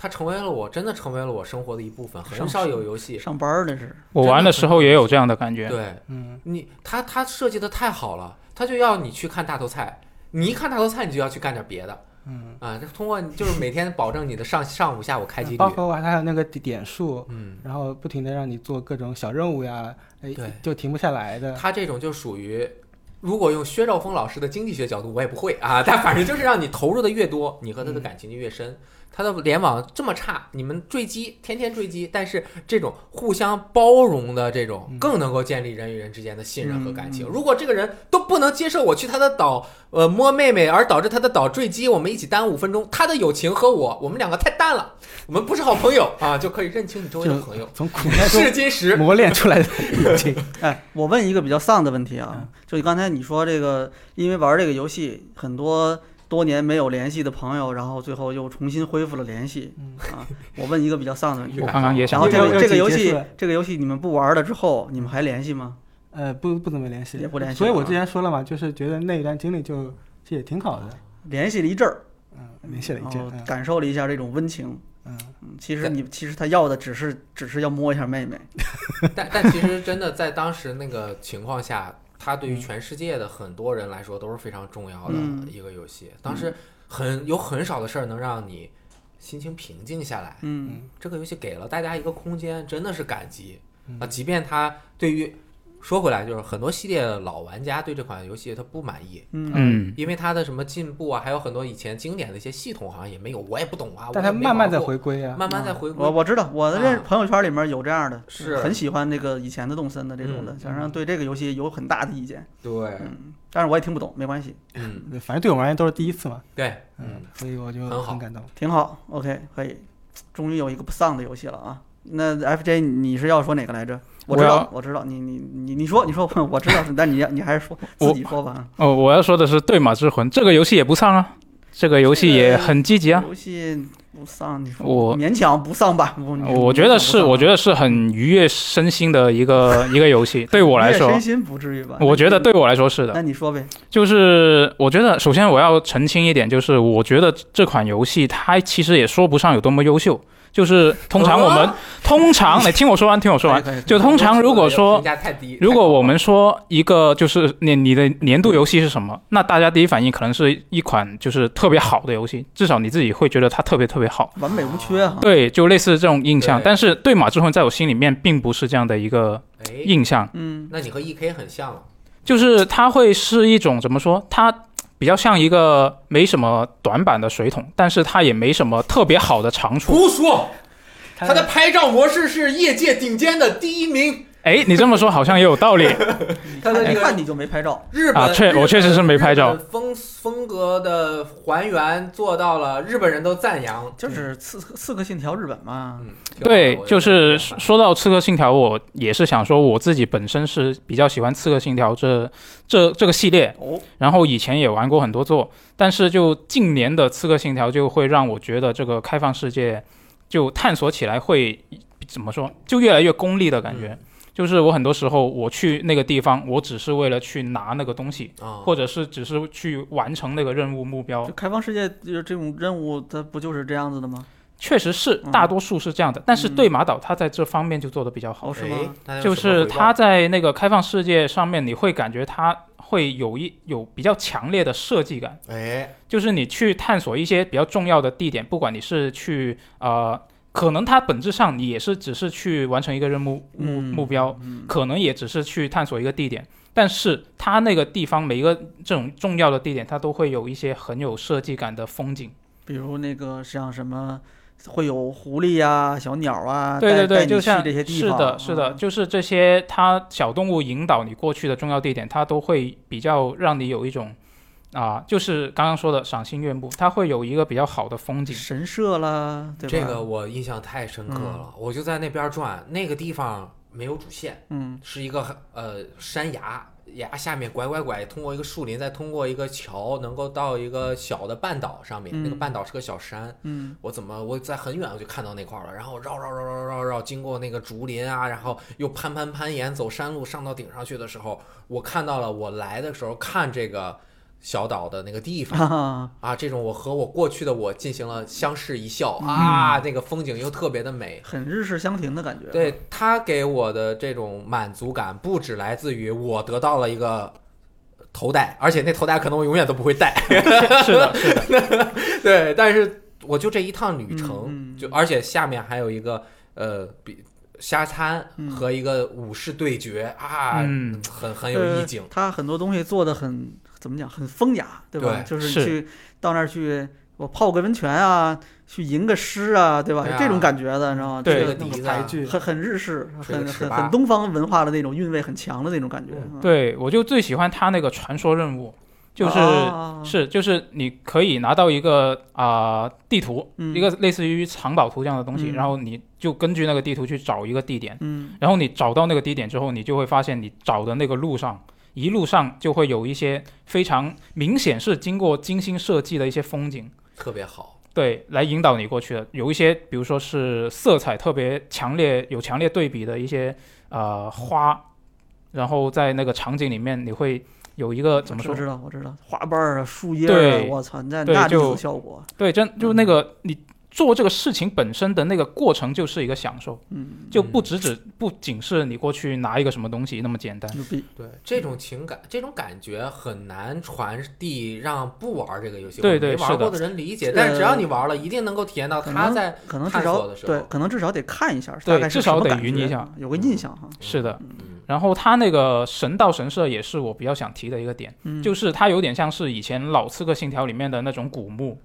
它成为了我真的成为了我生活的一部分，很上少有游戏上班儿那是，我玩的时候也有这样的感觉。对嗯，你，它它设计的太好了，它就要你去看大头菜，你一看大头菜你就要去干点别的，嗯，啊，这通过就是每天保证你的上上午下午开机率包，括还有那个点点数，嗯，然后不停的让你做各种小任务呀，哎对，就停不下来的。他这种就属于，如果用薛兆丰老师的经济学角度，我也不会啊， 但反正就是让你投入的越多，你和他的感情就越深。他的联网这么差，你们坠机，天天坠机，但是这种互相包容的这种嗯，更能够建立人与人之间的信任和感情。嗯如果这个人都不能接受我去他的岛，呃，摸妹妹，而导致他的岛坠机，我们一起耽误五分钟，他的友情和我，我们两个太淡了，我们不是好朋友啊，就可以认清你周围的朋友。从苦 难中是金石，磨练出来的友情。哎，我问一个比较丧的问题嗯啊，就刚才你说这个，因为玩这个游戏，很多多年没有联系的朋友，然后最后又重新恢复了联系嗯啊。我问一个比较丧的问题啊我，刚刚也然想后这又个又这个游结束戏了这个游戏你们不玩了之后，你们还联系吗？呃，不不怎么联系，也不联系所以我了啊之前说了嘛，就是觉得那一段经历就其实也挺好的。联系了一阵儿，嗯，联系了一然阵后，嗯感受了一下这种温情。嗯，嗯，其实你其实他要的只是只是要摸一下 妹妹。但但其实真的在当时那个情况下，它对于嗯全世界的很多人来说都是非常重要的嗯一个游戏。当嗯时很有很少的事儿能让你心情平静下来。嗯这个游戏给了大家一个空间，真的是感激嗯啊！即便它对于说回来，就是很多系列的老玩家对这款游戏他不满意。啊嗯嗯，因为它的什么进步啊，还有很多以前经典的一些系统好像也没有，我也不懂啊。但我它也没慢慢玩在过，回归啊。慢慢在回归。我我知道，我的认啊朋友圈里面有这样的，是很喜欢那个以前的动森的这种的，嗯加上对这个游戏有很大的意见，对，嗯，但是我也听不懂，没关系，嗯，反正对我们而言都是第一次嘛，对，嗯嗯，，所以我就很好很感动。挺好，OK，可以，终于有一个不丧的游戏了啊。那 FJ 你是要说哪个来着？我知我道要，我知道，你你你你说，你说， 我知道，但你你还是说自我己说吧。啊哦，我要说的是《对马之魂》这个游戏也不上啊，这个游戏也很积极啊。游戏不丧，你说我勉强不丧吧？我我觉得是，我觉得是很愉悦身心的一个一个 游戏。对我来说身，心不至于吧？我觉得对我来说是的。那你说呗，就是我觉得，首先我要澄清一点，就是我觉得这款游戏它其实也说不上有多么优秀，就是通常我们、通常，哎你听我说完，听我说完。哦可以可以就通常如果说评价太低，如果我太们说一个就是你你的年度游戏是什么，那大家第一反应可能是一款就是特别好的游戏，至少你自己会觉得它特别特别好。完美无缺啊 哈。对，就类似这种印象。对但是对马之魂在我心里面并不是这样的一个高了哎，印象，嗯，那你和 E K 很像了，就是它会是一种怎么说，它比较像一个没什么短板的水桶，但是它也没什么特别好的长处。胡说！它它的拍照模式是业界顶尖的第一名，哎，你这么说好像也有 道理。他的一这个看你就没拍照，日啊本确日本我确实是没拍照日本风风格的呃还原做到了，日本人都赞扬，就是刺刺客信条日本嘛。嗯，挺好的对，我觉得就是挺好的说到《刺客信条》，我也是想说，我自己本身是比较喜欢《刺客信条这》这这个系列，哦，然后以前也玩过很多作，但是就近年的《刺客信条》就会让我觉得这个开放世界就探索起来会怎么说，就越来越功利的感觉。就是我很多时候我去那个地方，我只是为了去拿那个东西，啊，或者是只是去完成那个任务目标就。开放世界就是这种任务，它不就是这样子的吗？确实是，嗯大多数是这样的，但是嗯对马岛它在这方面就做得比较好哦，。是吗？哎就是他他在那个开放世界上面，你会感觉他会有一有比较强烈的设计感，哎，就是你去探索一些比较重要的地点，不管你是去呃，可能它本质上你也是只是去完成一个任务目嗯目标，嗯，可能也只是去探索一个地点，但是它那个地方每一个这种重要的地点，它都会有一些很有设计感的风景。比如那个像什么，会有狐狸呀、小鸟啊，对带对带对，你就去像这些地是方，的，是的，嗯就是这些它小动物引导你过去的重要地点，它都会比较让你有一种啊、就是刚刚说的赏心悦目，它会有一个比较好的风景。神社啦，对吧？嗯这个，我印象太深刻了，我就在那边转，那个地方没有主线，嗯 是一个呃山崖。崖下面拐拐拐，通过一个树林，再通过一个桥，能够到一个小的半岛上面。嗯那个半岛是个小山，嗯，我怎么我在很远我就看到那块儿了，然后绕绕绕绕绕绕，经过那个竹林啊，然后又攀攀攀岩，走山路上到顶上去的时候，我看到了我来的时候看这个小岛的那个地方哈哈，啊，这种我和我过去的我进行了相视一笑啊，那个风景又特别的美。很日式香亭的感觉。，对他给我的这种满足感，不只来自于我得到了一个头戴，而且那头戴可能我永远都不会戴。是的，是的， 对，但是我就这一趟旅程，嗯嗯就而且下面还有一个呃，比沙滩嗯和一个武士对决、啊，嗯很很有意境呃。他很多东西做的很怎么讲，很风雅，对吧？对就是是去到那儿去，我泡个温泉啊，去吟个诗啊，对吧？对啊这种感觉的，你知道吗？对这这个个笛子排啊，剧，很很日式，吹个很尺很八很东方文化的那种韵味很强的那种感觉。嗯嗯，对我就最喜欢它那个传说任务，就是、啊是就是你可以拿到一个啊、地图，嗯一个类似于藏宝图这样的东西，嗯然后你就根据那个地图去找一个地点。嗯然后你找到那个地点之后，你就会发现你找的那个路上，一路上就会有一些非常明显是经过精心设计的一些风景，特别好。对，来引导你过去的。有一些，比如说是色彩特别强烈、有强烈对比的一些呃花，然后在那个场景里面，你会有一个怎么说我？知道，我知道，花瓣儿啊，树叶儿啊，对我操，那对那就种效果，嗯对，真就那个你做这个事情本身的那个过程就是一个享受，嗯，就不只只不仅是你过去拿一个什么东西那么简单。牛逼，对，这种情感、这种感觉很难传递，让不玩这个游戏对或者对没是玩的过的人理解。呃但只要你玩了，一定能够体验到可他能在可能至探索少的时对候，可能至少得看一下，对大概是至少什么得感匀觉一下，有个印象哈。是的，嗯然后他那个神道神社也是我比较想提的一个点，嗯，就是它有点像是以前老《刺客信条》里面的那种古墓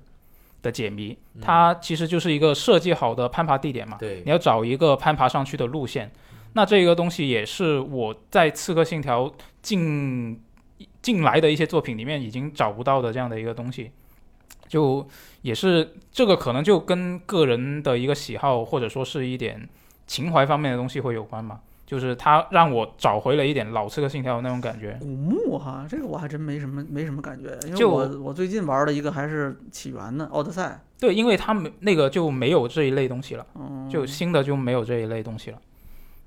的解谜，嗯它其实就是一个设计好的攀爬地点嘛，对你要找一个攀爬上去的路线。那这个东西也是我在《刺客信条》近近来的一些作品里面已经找不到的这样的一个东西，就也是这个可能就跟个人的一个喜好或者说是一点情怀方面的东西会有关嘛，就是它让我找回了一点老《刺客信条》的那种感觉。古墓哈，这个我还真没什么没什么感觉，因为就我我最近玩了一个还是起源的《奥德赛对，因为他们那个就没有这一类东西了，》，嗯，就新的就没有这一类东西了。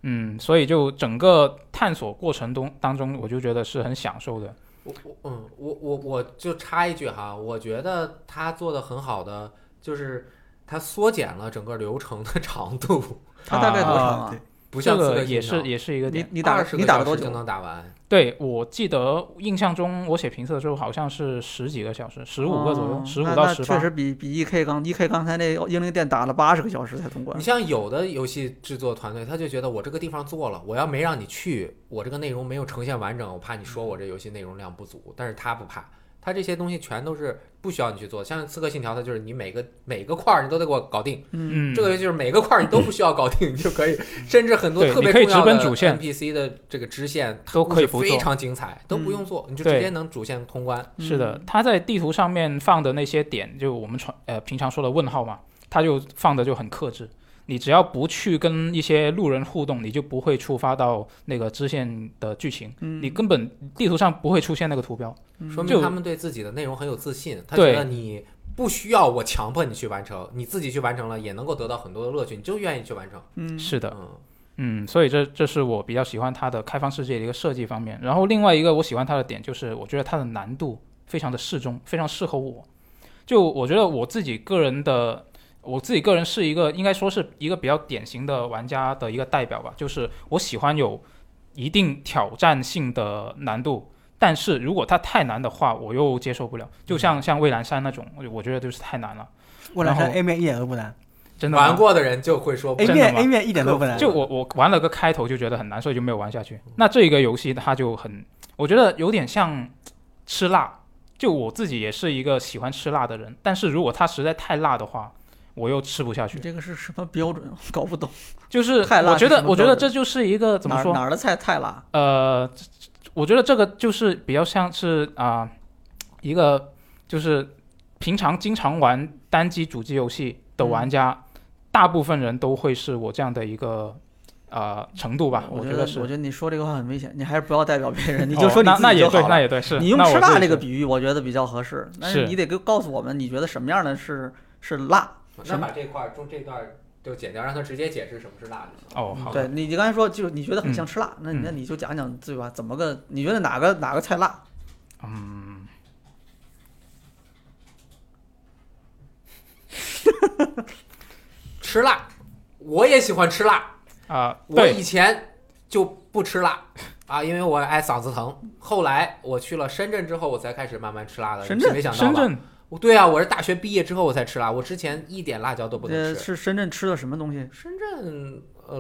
嗯，所以就整个探索过程中当中，我就觉得是很享受的。我我嗯，我我我就插一句哈，我觉得他做的很好的就是它缩减了整个流程的长度，它大概多长啊啊？不这像刺个客也是信条也是一个你点。你打20个你打小了多时就久？啊能打完？对我记得印象中，我写评测的时候好像是十几个小时，十五个左右，哦十五那到那十确八。实比比 E K 刚 E K 刚才那英灵殿打了八十个小时才通关你。像有的游戏制作团队，他就觉得我这个地方做了，我要没让你去，我这个内容没有呈现完整，我怕你说我这游戏内容量不足。但是他不怕，他这些东西全都是不需要你去做。像《刺客信条》，它就是你每个每个块儿你都得给我搞定，嗯，嗯，这个就是每个块儿你都不需要搞定你就可以，甚至很多对特别你可以重要直的奔主线 NPC 的这个支线都可以故不事做非常精彩，都嗯嗯不用做，你就直对接能主线通关。是的，它在地图上面放的那些点，就我们传呃平常说的问号嘛，它就放的就很克制。你只要不去跟一些路人互动，你就不会触发到那个支线的剧情，嗯，你根本地图上不会出现那个图标。说就明他们对自己的内容很有自信，他对觉得你不需要我强迫你去完成，你自己去完成了也能够得到很多的乐趣，你就愿意去完成。嗯是的，嗯，嗯，所以这这是我比较喜欢它的开放世界的一个设计方面。然后另外一个我喜欢它的点就是，我觉得它的难度非常的适中，非常适合我。就我觉得我自己个人的，我自己个人是一个应该说是一个比较典型的玩家的一个代表吧，就是我喜欢有一定挑战性的难度。但是如果它太难的话，我又接受不了。就像像蔚蓝山那种，我我觉得就是太难了，蔚蓝山哎然后 A 面一点都不难真的吗。玩过的人就会说，A 真的面吗 A 面一点都不难。就我我玩了个开头就觉得很难，所以就没有玩下去。那这个游戏它就很，我觉得有点像吃辣。就我自己也是一个喜欢吃辣的人，但是如果它实在太辣的话，我又吃不下去你。这个是什么标准？搞不懂。就是太辣我觉是什得，么我觉标得准这就是一个怎哪么儿说哪？儿的菜太辣？呃，这这我觉得这个就是比较像是啊、一个就是平常经常玩单机主机游戏的嗯玩家，大部分人都会是我这样的一个啊、呃程度吧。我觉得，是我。觉得你说这个话很危险，你还是不要代表别人，你就哦说你那自那己也就对，好那了。也对，是你用那吃我自辣己这个是比喻，我觉得比较合适。但是你得给告诉我们，你觉得什么样的是是辣？那把这块儿中这段儿就剪掉，让他直接解释什么是辣就行。哦，好的，对你，你刚才说就是你觉得很像吃辣，那你嗯那你就讲讲对吧？怎么个？你觉得哪个哪个菜辣？嗯，吃辣，我也喜欢吃辣，啊，我对以前就不吃辣。啊，因为我爱嗓子疼。后来我去了深圳之后，我才开始慢慢吃辣的。深你圳没想到吧？深圳我对啊，我是大学毕业之后我才吃辣，我之前一点辣椒都不呃，能吃。是深圳吃的什么东西？深圳，呃，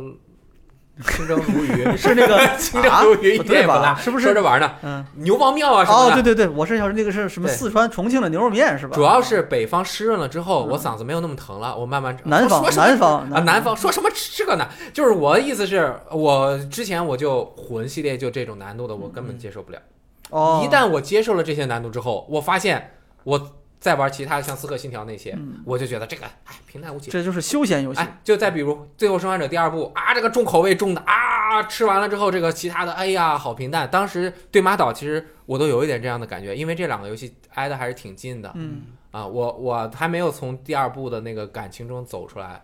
清蒸鲈 鱼是那个清蒸鲈鱼一啊不点对也不辣，吧？是不说是？着玩呢？嗯，牛王庙啊什么哦，对的。对对，我是要是那个是什么对四川重庆的牛肉面是吧？主要是北方湿润了之后，嗯我嗓子没有那么疼了，我慢慢南方说，什么南方啊，南方说什么吃这个呢？就是我的意思是，我之前我就魂系列就这种难度的，我根本接受不了。哦，一旦我接受了这些难度之后，我发现我再玩其他的像《刺客信条》那些，嗯我就觉得这个哎平淡无奇。这就是休闲游戏，哎，就再比如《最后生还者》第二部啊，这个重口味重的啊，吃完了之后，这个其他的，哎呀，好平淡。当时对马岛其实我都有一点这样的感觉，因为这两个游戏挨得还是挺近的嗯，啊。我我还没有从第二部的那个感情中走出来，啊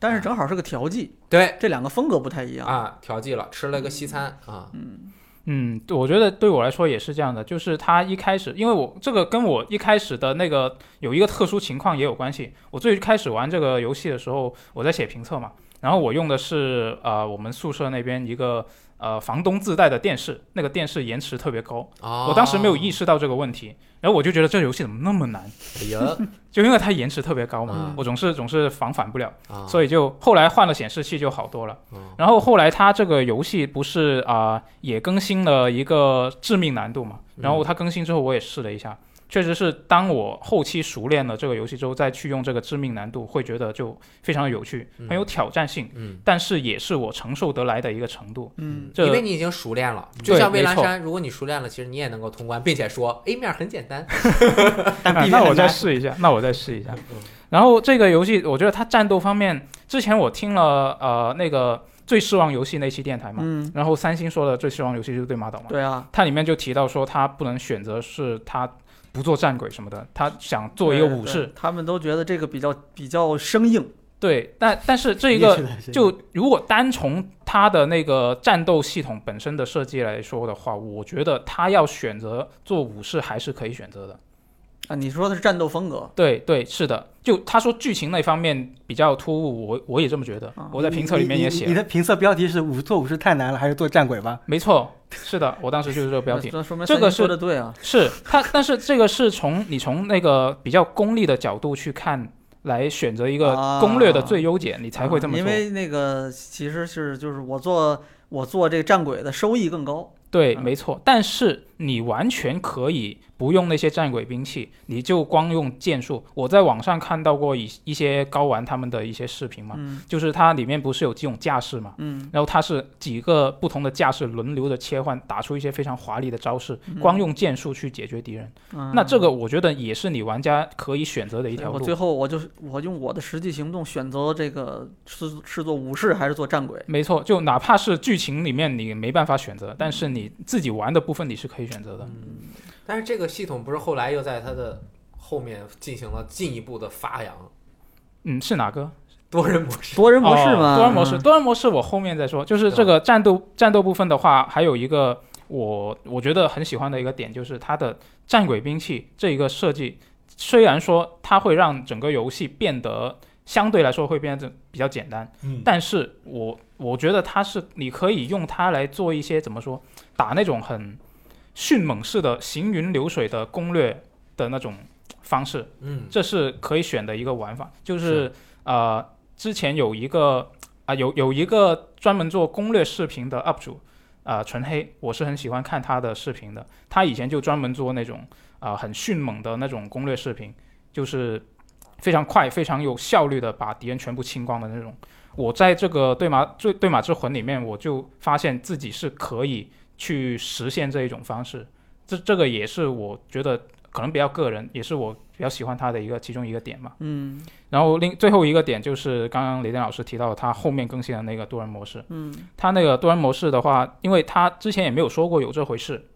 但是正好是个调剂，对这两个风格不太一样。啊，调剂了，吃了个西餐啊，嗯，嗯，对我觉得对我来说也是这样的，就是他一开始，因为我这个跟我一开始的那个有一个特殊情况也有关系。我最开始玩这个游戏的时候，我在写评测嘛，然后我用的是呃我们宿舍那边一个呃房东自带的电视，那个电视延迟特别高，哦，我当时没有意，识到这个问题，然后我就觉得这游戏怎么那么难，哎呀， 就因为它延迟特别高嘛嗯，我总是总是防反不了。啊，所以就后来换了显示器就好多了。嗯然后后来它这个游戏不是啊、也更新了一个致命难度嘛，嗯然后它更新之后我也试了一下，确实是当我后期熟练了这个游戏之后再去用这个致命难度，会觉得就非常的有趣，嗯很有挑战性，嗯。但是也是我承受得来的一个程度。嗯，这嗯因为你已经熟练了，就对像蔚没蓝错山，如果你熟练了，其实你也能够通关，并且说 A 面很 简单。但啊 B 面那我很再难试一下，那我再试一下。然后这个游戏，我觉得它战斗方面，之前我听了呃那个最失望游戏那期电台嘛，嗯，然后三星说的最失望游戏就是对马岛嘛，对啊，它里面就提到说，他不能选择是他不做战鬼什么的，他想做一个武对士。，他们都觉得这个比较比较生硬，对，但但是这一也个是的是的就如果单从他的那个战斗系统本身的设计来说的话，我觉得他要选择做武士还是可以选择的。啊，你说的是战斗风格，对对，是的，就他说剧情那方面比较突兀，我我也这么觉得啊，我在评测里面也你写你了，的评测标题是“武做武士太难了，还是做战鬼吧没错，是的，我当时就是这个标题，这说明这森个林说是的对啊，是他，但是这个是从你从那个比较功利的角度去看，来选择一个攻略的最优解，你才会这么啊因做。为那个其实是就是我做我做这个战鬼的收益更高，对，嗯没错。但是你完全可以不用那些战鬼兵器，你就光用剑术。我在网上看到过一一些高玩他们的一些视频嘛，嗯就是它里面不是有这种架势嘛，嗯，然后它是几个不同的架势轮流着切换，打出一些非常华丽的招式，嗯光用剑术去解决敌人。那这个我觉得也是你玩家可以选择的一一条我路最。后我就是我用我的实际行动选择这个是是做武士还是做战鬼，没错，就哪怕是剧情里面你没办法选择，但是你自己玩的部分你是可以选择嗯的。但是这个系统不是后来又在它的后面进行了进一步的发扬，嗯，是哪个？多人模式。多人模式哦嘛，多人模式，嗯多人模式我后面再说。就是这个战斗战斗部分的话，还有一个我我觉得很喜欢的一个点，就是它的战鬼兵器这一个设计，虽然说它会让整个游戏变得相对来说会变得比较简单，嗯但是我我觉得它是你可以用它来做一些怎么说，打那种很迅猛式的行云流水的攻略的那种方式，嗯，这是可以选的一个玩法，就是是呃，之前有一个啊、有有一个专门做攻略视频的 UP 主，啊、纯黑，我是很喜欢看他的视频的。他以前就专门做那种啊、很迅猛的那种攻略视频，就是非常快、非常有效率的把敌人全部清光的那种。我在这个对马对对马之魂里面，我就发现自己是可以去实现这一种方式。这这个也是我觉得可能比较个人，也是我比较喜欢他的一个其中一个点嘛。嗯然后另最后一个点就是刚刚雷电老师提到的他后面更新的那个多人模式，嗯他那个多人模式的话，因为他之前也没有说过有这回事，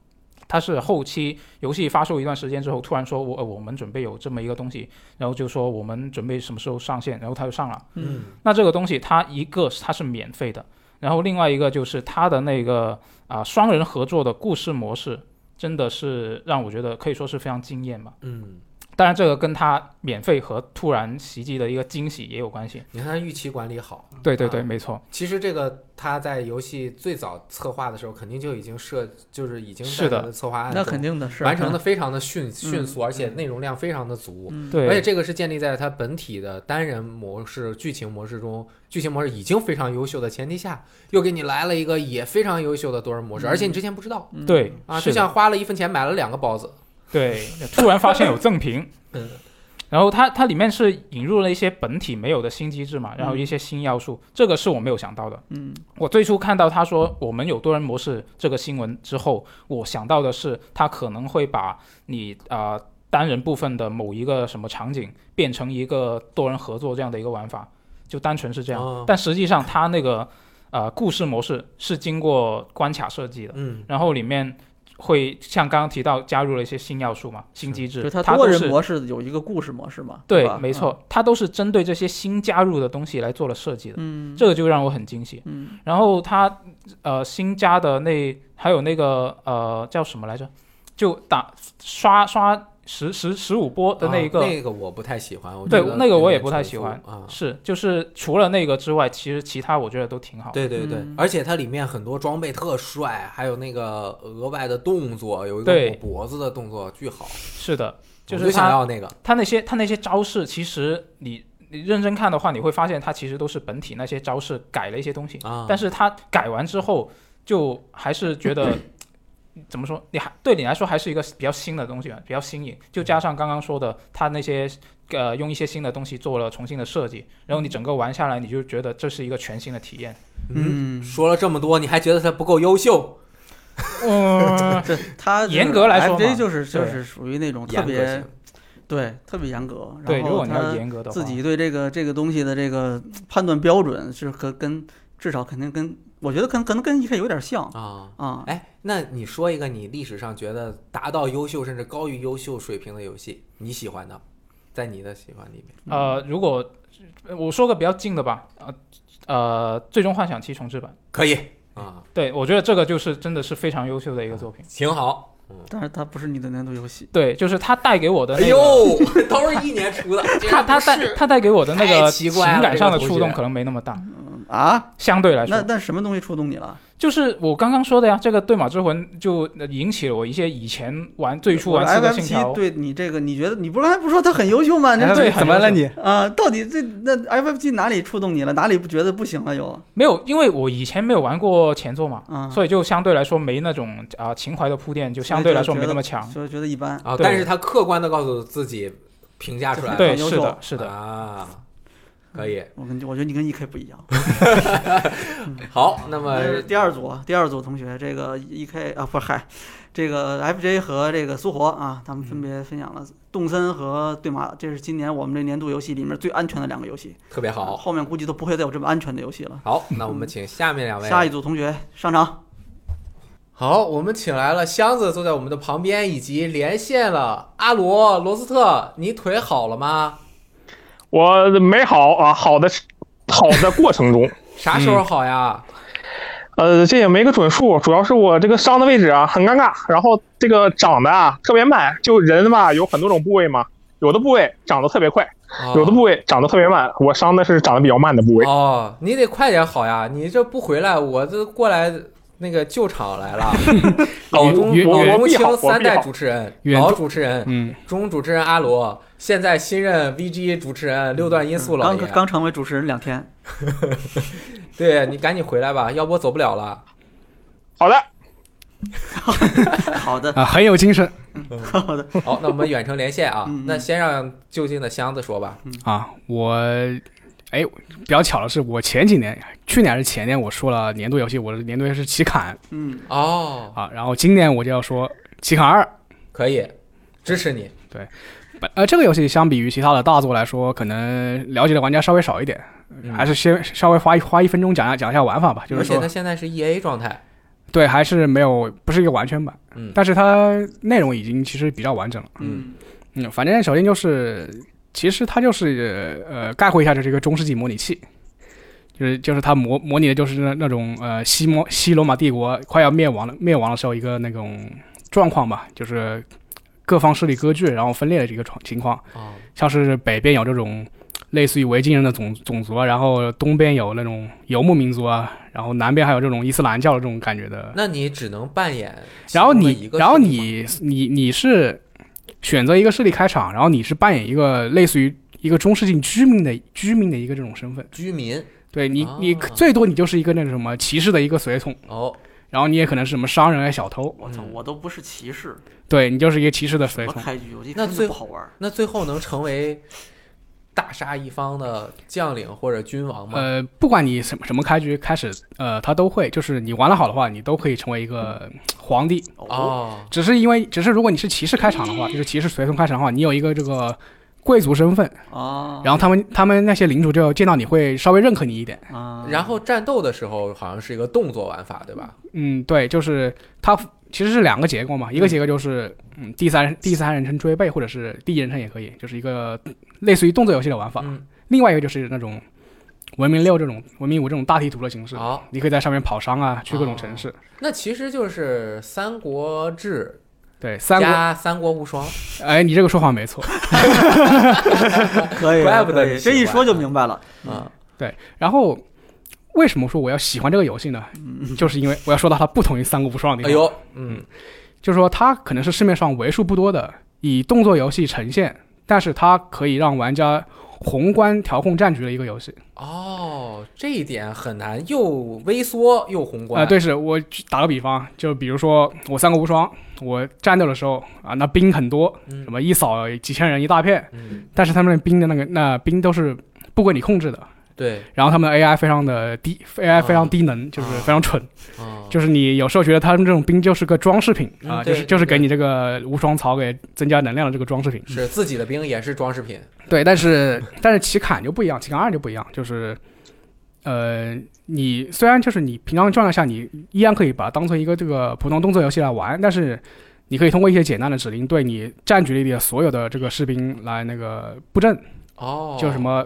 他是后期游戏发售一段时间之后，突然说我、呃我们准备有这么一个东西，然后就说我们准备什么时候上线，然后他就上了。嗯那这个东西它一个是它是免费的，然后另外一个就是它的那个啊、双人合作的故事模式，真的是让我觉得可以说是非常惊艳吧。嗯，当然，这个跟它免费和突然袭击的一个惊喜也有关系。你看它预期管理好，对对对，啊没错，其实这个他在游戏最早策划的时候，肯定就已经设，就是已经在是的它的策划案那中肯定的是完成的非常的迅迅速，而且嗯内容量非常的足。嗯而且对这个是建立在它本体的单人模式、剧情模式中，剧情模式已经非常优秀的前提下，又给你来了一个也非常优秀的多人模式，嗯而且你之前不知道嗯对啊，是的就像花了一分钱买了两个包子， 对，突然发现有赠品 嗯。然后它它里面是引入了一些本体没有的新机制嗯嘛，然后一些新要素，这个是我没有想到的。嗯我最初看到他说我们有多人模式这个新闻之后，我想到的是他可能会把你啊、呃单人部分的某一个什么场景变成一个多人合作这样的一个玩法，就单纯是这样。哦但实际上他那个呃故事模式是经过关卡设计的，嗯，然后里面会像刚刚提到加入了一些新要素嘛，新机制，就它它多都人是模式有一个故事模式嘛，对吧，嗯没错，它都是针对这些新加入的东西来做了设计的，嗯，嗯这个就让我很惊喜。嗯然后他呃新加的那还有那个呃叫什么来着？就打刷刷十十十五波的那一个，啊那个我不太喜欢，我对觉得那个我也有点不太重喜复欢啊。是就是除了那个之外，其实其他我觉得都挺好。，对对对嗯，而且它里面很多装备特帅，还有那个额外的动作，有一个对抹脖子的动作巨好，是的，就我是想他要那个。他那些他那些招式，其实你你认真看的话，你会发现它其实都是本体那些招式改了一些东西，啊，但是它改完之后，就还是觉得 怎么说？你还对你来说还是一个比较新的东西，啊比较新颖。就加上刚刚说的，它那些呃用一些新的东西做了重新的设计，然后你整个玩下来，你就觉得这是一个全新的体验。嗯，嗯，说了这么多，你还觉得它不够优秀？嗯， 这它就是严格来说嘛 FJ 就是就对是属于那种特严格别性，对特别严格，然对，如后果你它要严格的话，自己对这个这个东西的这个判断标准是和跟至少肯定跟我觉得可能可能跟一开始有点像啊。啊，哎，那你说一个你历史上觉得达到优秀甚至高于优秀水平的游戏，你喜欢的，在你的喜欢里面，呃，如果我说个比较近的吧，呃呃，最终幻想七重置版，可以啊，对我觉得这个就是真的是非常优秀的一个作品。挺好。但是它不是你的难度游戏。对，就是它带给我的哎那个，呦，都是一年出的，竟它然它不是带它带给我的那太个奇情怪了感上的这个触同动学可能没那么大，嗯啊，相对来说那，那什么东西触动你了？就是我刚刚说的呀，这个《对马之魂》就呃引起了我一些以前玩最初玩《刺客 F 信 P 条》对你这个，你觉得你不是还不说它很优秀吗？那哎对怎么了你？啊，到底这那 F P 哪里触动你了？哪里不觉得不行了又？没有，因为我以前没有玩过前作嘛，啊，所以就相对来说没那种啊、情怀的铺垫，就相对来说没那么强。所以哎觉得一般。啊，对但是他客观的告诉自己评价出来了，对，很优是秀的，是的。啊，可以我跟我觉得你跟 E K 不一 样。好，那么呃，第二组，第二组同学，这个 E K 啊，不是嗨，这个 F J 和这个苏活啊，他们分别分享了嗯动森和对马，这是今年我们这年度游戏里面最安全的两个游戏。特别好，后面估计都不会再有这么安全的游戏了。嗯好，那我们请下面两位，下一组同学上场，好，我们请来了箱子坐在我们的旁边，以及连线了阿罗罗斯特，你腿好了吗？我没好啊，好的是好的过程中， 啥时候好呀？呃，这也没个准数，主要是我这个伤的位置啊很尴尬，然后这个长得啊特别慢，就人吧有很多种部位嘛，有的部位长得特别快，哦有的部位长得特别慢，我伤的是长得比较慢的部位。哦，你得快点好呀！你这不回来，我这过来那个救场来 了。老中原老原中必好青我三必代好主持人，原老主持人，嗯，中主持人阿罗，现在新任 VG 主持人六段音速老刚爷。刚成为主持人两天， 对你赶紧回来吧，要不我走不了了。好的， 好的，嗯啊，很有精神好的，好，那我们远程连线啊嗯嗯，嗯那先让就近的箱子说吧。啊！我，哎，比较巧的是，我前几年，去年还是前年，我说了年度游戏，我的年度游戏是《奇坎嗯，哦》，啊，然后今年我就要说《奇坎二》。可以，支持你。本呃，这个游戏相比于其他的大作来说，可能了解的玩家稍微少一点，嗯还是先稍微花一花一分钟讲一下讲一下玩法吧。就是而且说他，现在是 E A 状态，对，还是没有不是一个完全版，嗯但是它内容已经其实比较完整了。嗯嗯，嗯，反正首先就是，其实它就是呃，概括一下就是一个中世纪模拟器，就是就是它模模拟的就是那那种呃西摩西罗马帝国快要灭亡了灭亡的时候一个那种状况吧，就是各方势力割据然后分裂的这个状情况。哦，像是北边有这种类似于维京人的种种族啊，然后东边有那种游牧民族啊，然后南边还有这种伊斯兰教的这种感觉的。那你只能扮演其然后中的你一，个然后势力吗你，你你是选择一个势力开场，然后你是扮演一个类似于一个中世纪居民的居民的一个这种身份。居民对你啊，你最多你就是一个那个什么骑士的一个随从，哦，然后你也可能是什么商人啊、小偷，我操，嗯我都不是骑士，对你就是一个骑士的随我从。开局游戏那根最本不好玩儿。那最后能成为大杀一方的将领或者君王吗？呃，不管你什么什么开局开始，呃，他都会，就是你玩得好的话，你都可以成为一个嗯皇帝。哦，哦，只是因为，只是如果你是骑士开场的话，就是骑士随从开场的话，你有一个这个贵族身份，哦啊，然后他们他们那些领主就见到你会稍微认可你一点。啊，然后战斗的时候好像是一个动作玩法，对吧？嗯，对，就是它其实是两个结构嘛，一个结构就是嗯第三第三人称追背或者是第一人称也可以，就是一个类似于动作游戏的玩法。嗯，另外一个就是那种文明六这种文明五这种大地图的形式。好，哦你可以在上面跑商啊，去各种城市。那其实就是《三国志对，》三国，加《三国无双》。哎，你这个说法 没错。可以了， 怪不得可以你喜这欢一说就明白了。啊，然后为什么说我要喜欢这个游戏呢？就是因为我要说到它不同于《三国无双》的嗯哎地方，呦，嗯，就是说它可能是市面上为数不多的以动作游戏呈现，但是它可以让玩家宏观调控战局的一个游戏。哦，这一点很难，又微缩又宏啊、观。对，是我举打个比方，就比如说我《三国无双》，我战斗的时候啊，那兵很多，嗯什么一扫几千人一大片，嗯，但是他们的兵的那个那兵都是不归你控制的。对，嗯然后他们的 AI 非常的低，AI 非常低能，就是非常蠢，哦，就是你有时候觉得他们这种兵就是个装饰品嗯啊，对就是就是对给你这个无双槽给增加能量的这个装饰品。是自己的兵也是装饰品。对，但是但是奇坎就不一样，奇坎二就不一样，就是呃，你虽然就是你平常状态下你依然可以把它当做一个这个普通动作游戏来玩，但是。你可以通过一些简单的指令对你战局里的所有的这个士兵来那个布阵，哦，就是什么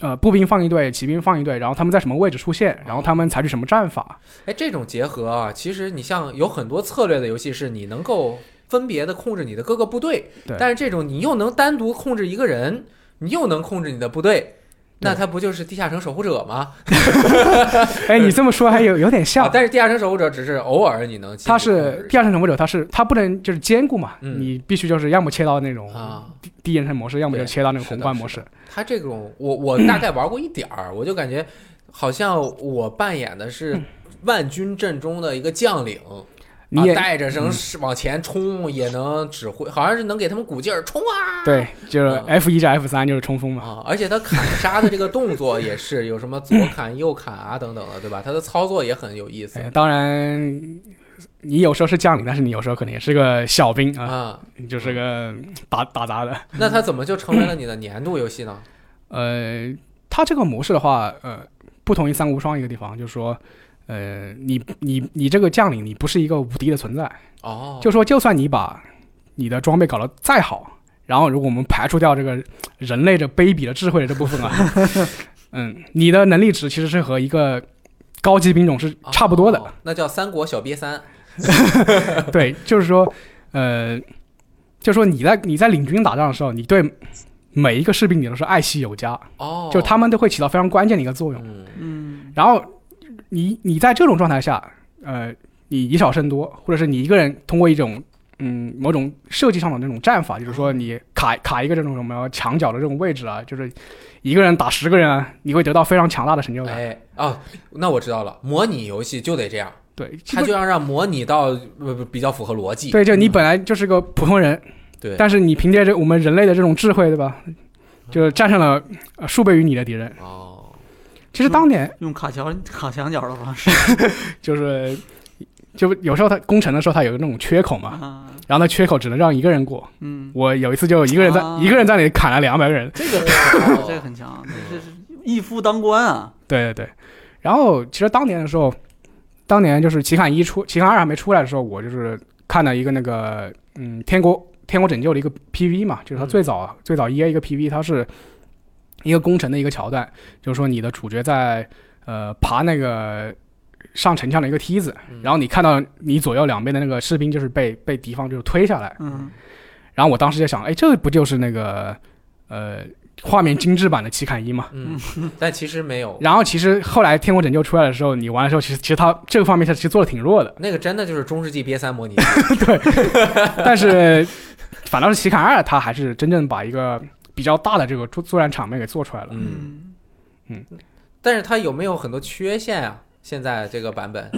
呃，步兵放一队，骑兵放一队，然后他们在什么位置出现，然后他们采取什么战法。哎，这种结合啊，其实你像有很多策略的游戏，是你能够分别的控制你的各个部队，对但是这种你又能单独控制一个人，你又能控制你的部队。那它不就是地下城守护者吗？ 哎，你这么说还有有点啊像，，但是地下城守护者只是偶尔你能进去它控制一下，是第二人称守护者，它是它不能就是兼顾嘛，嗯你必须就是要么切到那种啊，第第一人称模式，要么就对切到那个是宏的观是模式的。他这种，我我大概玩过一点儿，我就感觉好像我扮演的是万军阵中的一个将领，你啊也、嗯带着能往前冲，也能指挥，好像是能给他们鼓劲儿冲啊。对，就是啊 F 一至 F 三就是冲锋嘛。啊，而且他砍杀的这个动作也是有什么左砍右砍啊等等的，对吧？他的操作也很有意思哎，当然，你有时候是将领，但是你有时候可能也是个小兵啊，啊。你就是个打打杂的。那他怎么就成为了你的年度游戏呢？呃，它这个模式的话，呃，不同于三国无双一个地方，就是说，呃，你你你这个将领，你不是一个无敌的存在，哦，就说就算你把你的装备搞得再好，然后如果我们排除掉这个人类的卑鄙的智慧的这部分啊， 嗯，你的能力值其实是和一个高级兵种是差不多的，哦那叫三国小瘪三。 对，就是说，呃，就是说你在你在领军打仗的时候，你对每一个士兵你都是爱惜有加，哦，就他们都会起到非常关键的一个作用。嗯嗯，然后你你在这种状态下，呃，你以少胜多，或者是你一个人通过一种嗯某种设计上的那种战法，就是说嗯你卡卡一个这种什么墙角的这种位置啊，就是一个人打十个人啊，你会得到非常强大的成就感。哎哦，那我知道了，模拟游戏就得这样，对，基他本就要让模拟到不不比较符合逻辑。嗯对，就你本来就是个普通人，对但是你凭借着我们人类的这种智慧，对吧？就是战胜了呃数倍于你的敌人。哦，其实当年用卡墙卡墙角的方式 就是，就有时候他攻城的时候，他有那种缺口嘛，啊，然后那缺口只能让一个人过，嗯，我有一次就一个人在、啊一个人在那里砍了两百个人，这 个哦这个很强，这是一夫当关啊，对对对。然后其实当年的时候，当年就是《奇坎一》出，《奇坎二》还没出来的时候，我就是看了一个那个嗯《天国天国拯救》的一个 PV 嘛，就是它最早、最早 EA 一个 PV，它是一个工程的一个桥段，就是说你的主角在呃爬那个。上城墙的一个梯子，然后你看到你左右两边的那个士兵就是被被敌方就是推下来，嗯，然后我当时就想，哎，这不就是那个呃画面精致版的《奇坎一》吗？嗯，但其实没有，，然后其实后来《天国拯救》出来的时候，你玩的时候，其实其实它这个方面它其实做的挺弱的 那个真的就是中世纪瘪三模拟。但是反倒是《奇坎二》，它还是真正把一个比较大的这个作作战场面给做出来了。嗯，嗯，但是它有没有很多缺陷啊？现在这个版本，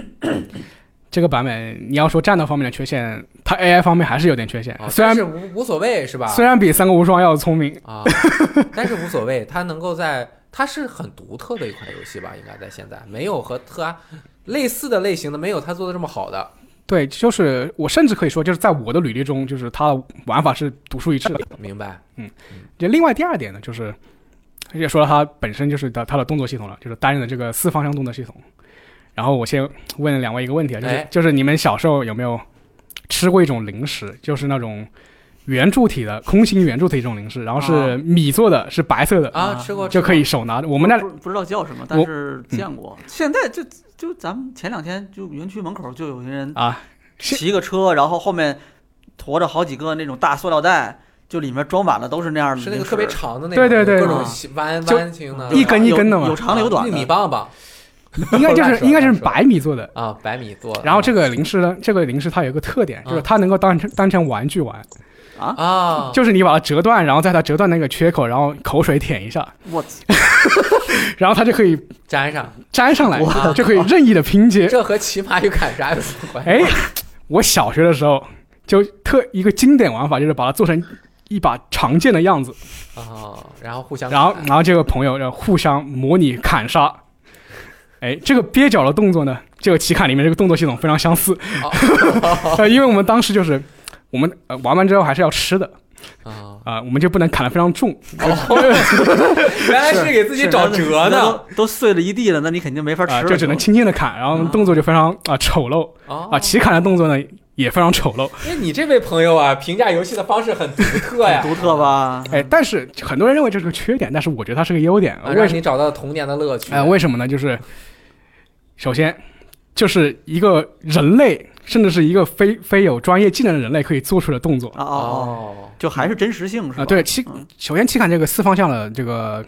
这个版本你要说战斗方面的缺陷，它 AI 方面还是有点缺陷啊，虽然但是无无所谓是吧？虽然比《三国无双》要聪明， 啊，但是无所谓，它能够在它是很独特的一款游戏吧？应该在现在没有和它类似的类型的，没有它做的这么好的。对，就是我甚至可以说，就是在我的履历中，就是它的玩法是独树一帜的。嗯明白？嗯就另外第二点呢，就是也说了它本身就是它它的动作系统了，就是担任的这个四方向动作系统。然后我先问两位一个问题啊，就是、哎就是你们小时候有没有吃过一种零食，就是那种圆柱体的空心圆柱体这种零食，然后是啊米米做的，是白色的，啊，啊吃过就可以吃手拿着。我们那不不知道叫什么，但我嗯是见过。现在就就咱们前两天就园区门口就有些人啊，是骑个车，然后后面驮着好几个那种大塑料袋，就里面装满了都是那样过的是零食，那个特别长的那嗯对种，对对各啊种形弯就弯形的，啊一根一根的嘛啊有有长的有短玉米的。棒棒应 该就乱是说应该就是乱说白米做的。啊，百米做的。然后这个零食呢，这个零食它有一个特点，就是啊它能够当成当成玩具玩，啊，就是你把它折断，然后在它折断那个缺口，然后口水舔一下，我操然后它就可以粘上，粘上来哇，就可以任意的拼接。这和骑马与砍杀有什么关系？哎，我小学的时候就特一个经典玩法，就是把它做成一把长剑的样子，哦，然后互相然后砍然后这个朋友要互相模拟砍杀。哎，这个蹩脚的动作呢，这个奇砍里面这个动作系统非常相似，哦 呃，因为我们当时就是。我们呃玩完之后还是要吃的啊，啊、我们就不能砍得非常重， 原来哦是给自己找辙那呢都都碎了一地了，那你肯定没法吃啊、了，就只能轻轻的砍，然后动作就非常啊、丑陋啊啊。奇砍的动作呢，也非常丑陋。因为哎你这位朋友啊，评价游戏的方式很独 特呀很，独特吧？哎，但是很多人认为这是个缺点，但是我觉得它是个优点。啊为让什么？你找到童年的乐趣。呃，为什么呢？就是首先就是一个人类，甚至是一个非非有专业技能的人类可以做出的动作啊、啊啊啊！哦，就还是真实性是吧？对，七嗯首先七砍这个四方向的这个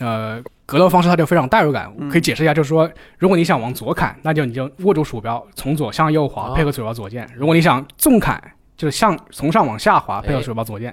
呃格斗方式，它就非常有代入感。嗯可以解释一下，就是说，如果你想往左砍，那就你就握住鼠标，从左向右滑，哦配合鼠标左键；如果你想纵砍，就是向从上往下滑，配合哎鼠标左键。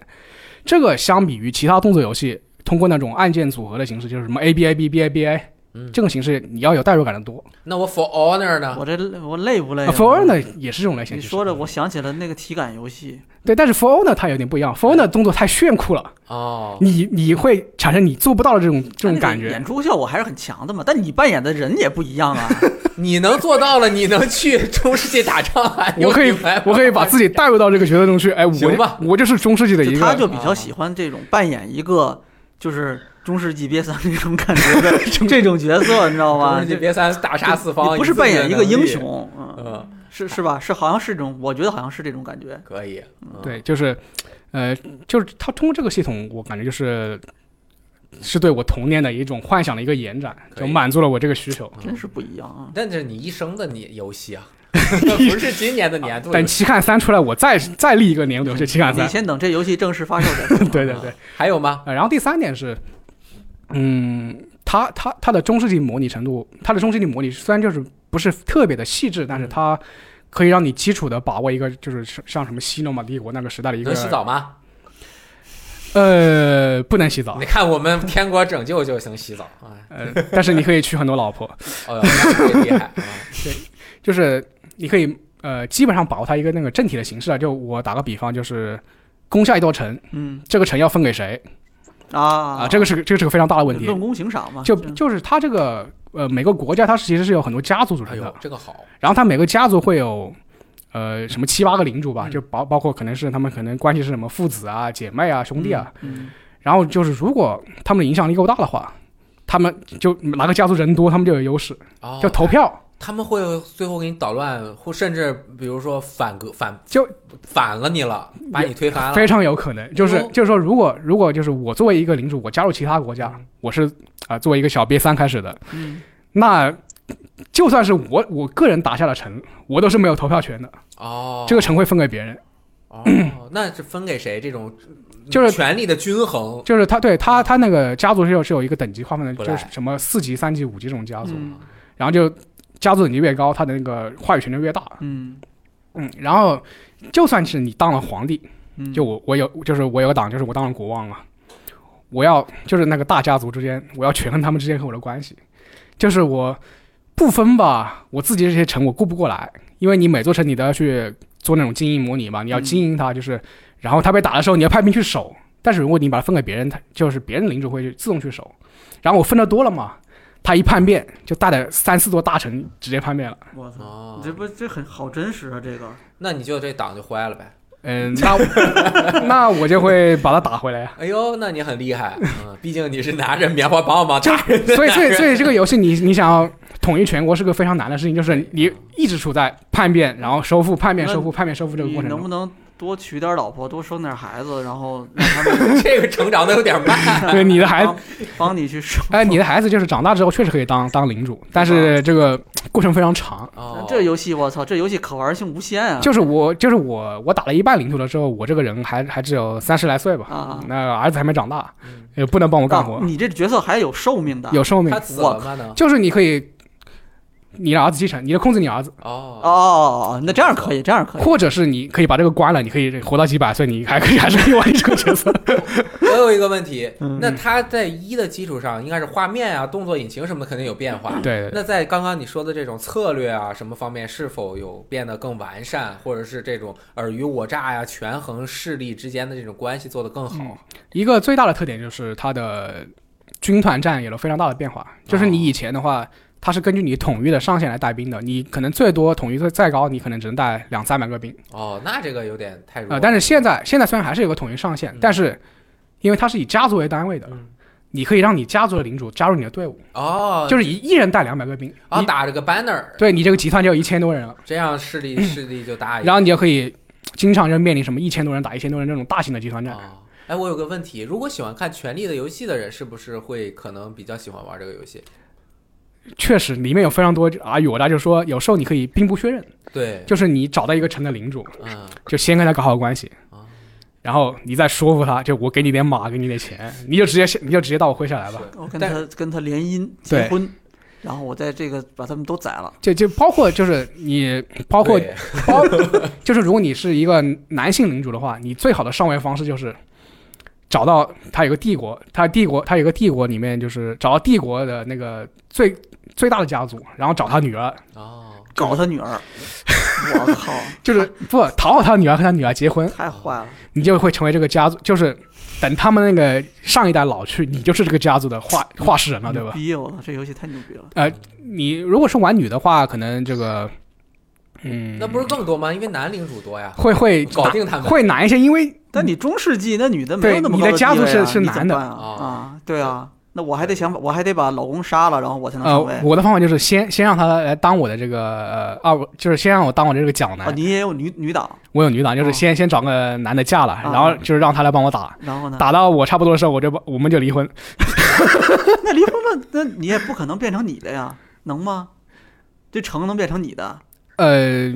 这个相比于其他动作游戏，通过那种按键组合的形式，就是什么 A B A B B A B A，嗯这种形式你要有代入感的多。那我 For Honor 呢？我这我累不哎累啊啊 For Honor 也是这种类型。你其实说的，我想起了那个体感游戏，对，但是 For Honor 它有点不一样，For Honor 动作太炫酷了，哦，你你会产生你做不到的这种这啊它那种个感觉。演出效果还是很强的嘛。但你扮演的人也不一样啊， 你能做到了，你能去中世纪打仗啊？ 我可以用你来，我可以把自己带入到这个角色中去。哎，行我吧我就是中世纪的一就他个，就比较喜欢这种扮演一个就是中世纪瘪三这种感觉 的这种角色，你知道中吗？世纪就别三大杀四你方，不是扮演一个英，雄，嗯，嗯，是是吧？是好像是这种，我觉得好像是这种感觉。可以，嗯，对，就是，呃，就是他通过这个系统，我感觉就是是对我童年的一种幻想的一个延展，可以就满足了我这个需求。真是不一样啊！但是你一生的你游戏 啊，不是今年的年度游戏，等《期刊三》出来，我再再立一个年度游戏《期刊三。你》。先等这游戏正式发售再说 对对对，嗯还有吗？呃，然后第三点是，嗯，它它它的中世纪模拟程度，它的中世纪模拟虽然就是不是特别的细致，嗯但是它可以让你基础的把握一个，就是像什么西罗马帝国那个时代的一个能洗澡吗？呃，不能 洗澡你，看我们天国拯救就能洗澡啊！呃，但是你可以娶很多老婆，哦，那这厉害 啊！就是你可以呃，基本上把握它一个那个政体的形式啊。就我打个比方，就是攻下一座城，嗯这个城要分给谁啊啊？这个是个这个是个非常大的问题。论功行赏嘛，就嗯就是它这个呃，每个国家它其实是有很多家族组哎成的呦，，这个好，然后它每个家族会有。呃，什么七八个领主吧，嗯就包包括可能是他们可能关系是什么父子啊、姐妹啊、兄弟啊，嗯然后就是，如果他们的影响力够大的话，他们就哪个家族人多，他们就有优势，哦就投票， 他们会最后给你捣乱，或甚至比如说反革反就反了你了，把你推翻了。非常有可能。就是哦就是说，如果如果就是我作为一个领主，我加入其他国家，我是啊、作为一个小瘪三开始的，嗯，那就算是我我个人打下了城，我都是没有投票权的，哦，这个城会分给别人。哦，那是分给谁？这种就是权力的均衡。就是他对他他那个家族是有是有一个等级划分的，不就赖是什么四级、三级、五级这种家族，嗯然后就家族等级越高，他的那个话语权就越大。嗯嗯，然后就算是你当了皇帝，嗯，就我我有就是我有个党，就是我当了国王嘛，我要就是那个大家族之间，我要权衡他们之间和我的关系，就是我不分吧，我自己这些城我顾不过来，因为你每座城你都要去做那种经营模拟嘛，你要嗯经营它，就是、然后他被打的时候你要派兵去守，但是如果你把它分给别人，他就是别人领主会去自动去守，然后我分的多了嘛。他一叛变，就带着三四座大城直接叛变了。 我操，哦你，这不这很好真实啊，这个那你就这党就坏了呗。 嗯，那那我就会把他打回来啊呀、哎呦，那你很厉害，嗯，毕竟你是拿着棉花棒棒打人的所以，所以，男所人以这个游戏你你想要统一全国是个非常难的事情，就是你一直处在叛变，然后收复叛变，那收复叛变，收复这个你过程能不中。能多娶点老婆，多生点孩子，然 后让他们这个成长的有点慢。对你的孩子帮，帮你去生活？哎，你的孩子就是长大之后确实可以当当领主，但是这个过程非常啊长。哦，这游戏我操，这游戏可玩性无限啊！就是我，就是我，我打了一半领主了之后，我这个人还还只有三十来岁吧，啊那儿子还没长大嗯，也不能帮我干啊活，，你这角色还有寿命的。有寿命他，死了吗？能就是你可以，你让儿子继承，你就控制你儿子，哦哦哦哦，那这样可以，这样可以。或者是你可以把这个关了，你可以活到几百岁，你还可以还是可以玩这个角色。我有一个问题，嗯那它在一的基础上，应该是画面啊、动作引擎什么的肯定有变化。对对对。那在刚刚你说的这种策略啊什么方面，是否有变得更完善，或者是这种尔虞我诈呀、权衡势力之间的这种关系做得更好？嗯一个最大的特点就是它的军团战有了非常大的变哦化，就是你以前的话，它是根据你统一的上限来带兵的，你可能最多统一最再高，你可能只能带两三百个兵哦，那这个有点太弱了。啊、呃但是现在现在虽然还是有个统一上限嗯，但是因为它是以家族为单位的嗯，你可以让你家族的领主加入你的队伍，哦，就是一一人带两百个兵，啊，你打着个 banner，对你这个集团就有一千多人了，这样势力势力就大一点。然后你就可以经常就面临什么一千多人打一千多人这种大型的集团战。啊，哎，我有个问题，如果喜欢看《权力的游戏》的人，是不是会可能比较喜欢玩这个游戏？确实，里面有非常多啊，有的就说有时候你可以兵不血刃，对，就是你找到一个城的领主，嗯，就先跟他搞好关系啊，然后你再说服他，就我给你点马，给你点钱，你就直接你就直接到我麾下来吧。我跟但他跟他联姻对结婚，然后我在这个把他们都宰了，就就包括就是你包括对包就是如果你是一个男性领主的话，你最好的上位方式就是找到他有个帝国，他帝国他有个帝国里面就是找到帝国的那个最最大的家族，然后找他女儿，哦，搞他女 儿，我靠，就是不讨好他女儿和他女儿结婚，太坏了！你就会成为这个家族，就是等他们那个上一代老去，你就是这个家族的化化石人了，对牛吧？逼！我操，这游戏太牛逼了！呃你如果是玩女的话，可能这个嗯，那不是更多吗？因为男领主多呀，会会搞定他们。会难一些，因为但你中世纪那女的没有那么对高你的家地族位是啊是你怎男的么办啊哦啊，对啊，那我还得想，我还得把老公杀了，然后我才能呃成为，。我的方法就是先先让他来当我的这个呃二，就是先让我当我的这个角啊，男。你也有女女党，我有女党，就是哦先先找个男的嫁了，啊嗯然后就是让他来帮我打，然后呢？打到我差不多的时候，我就把我们就离婚。那离婚了，那你也不可能变成你的呀，能吗？这城能变成你的，呃，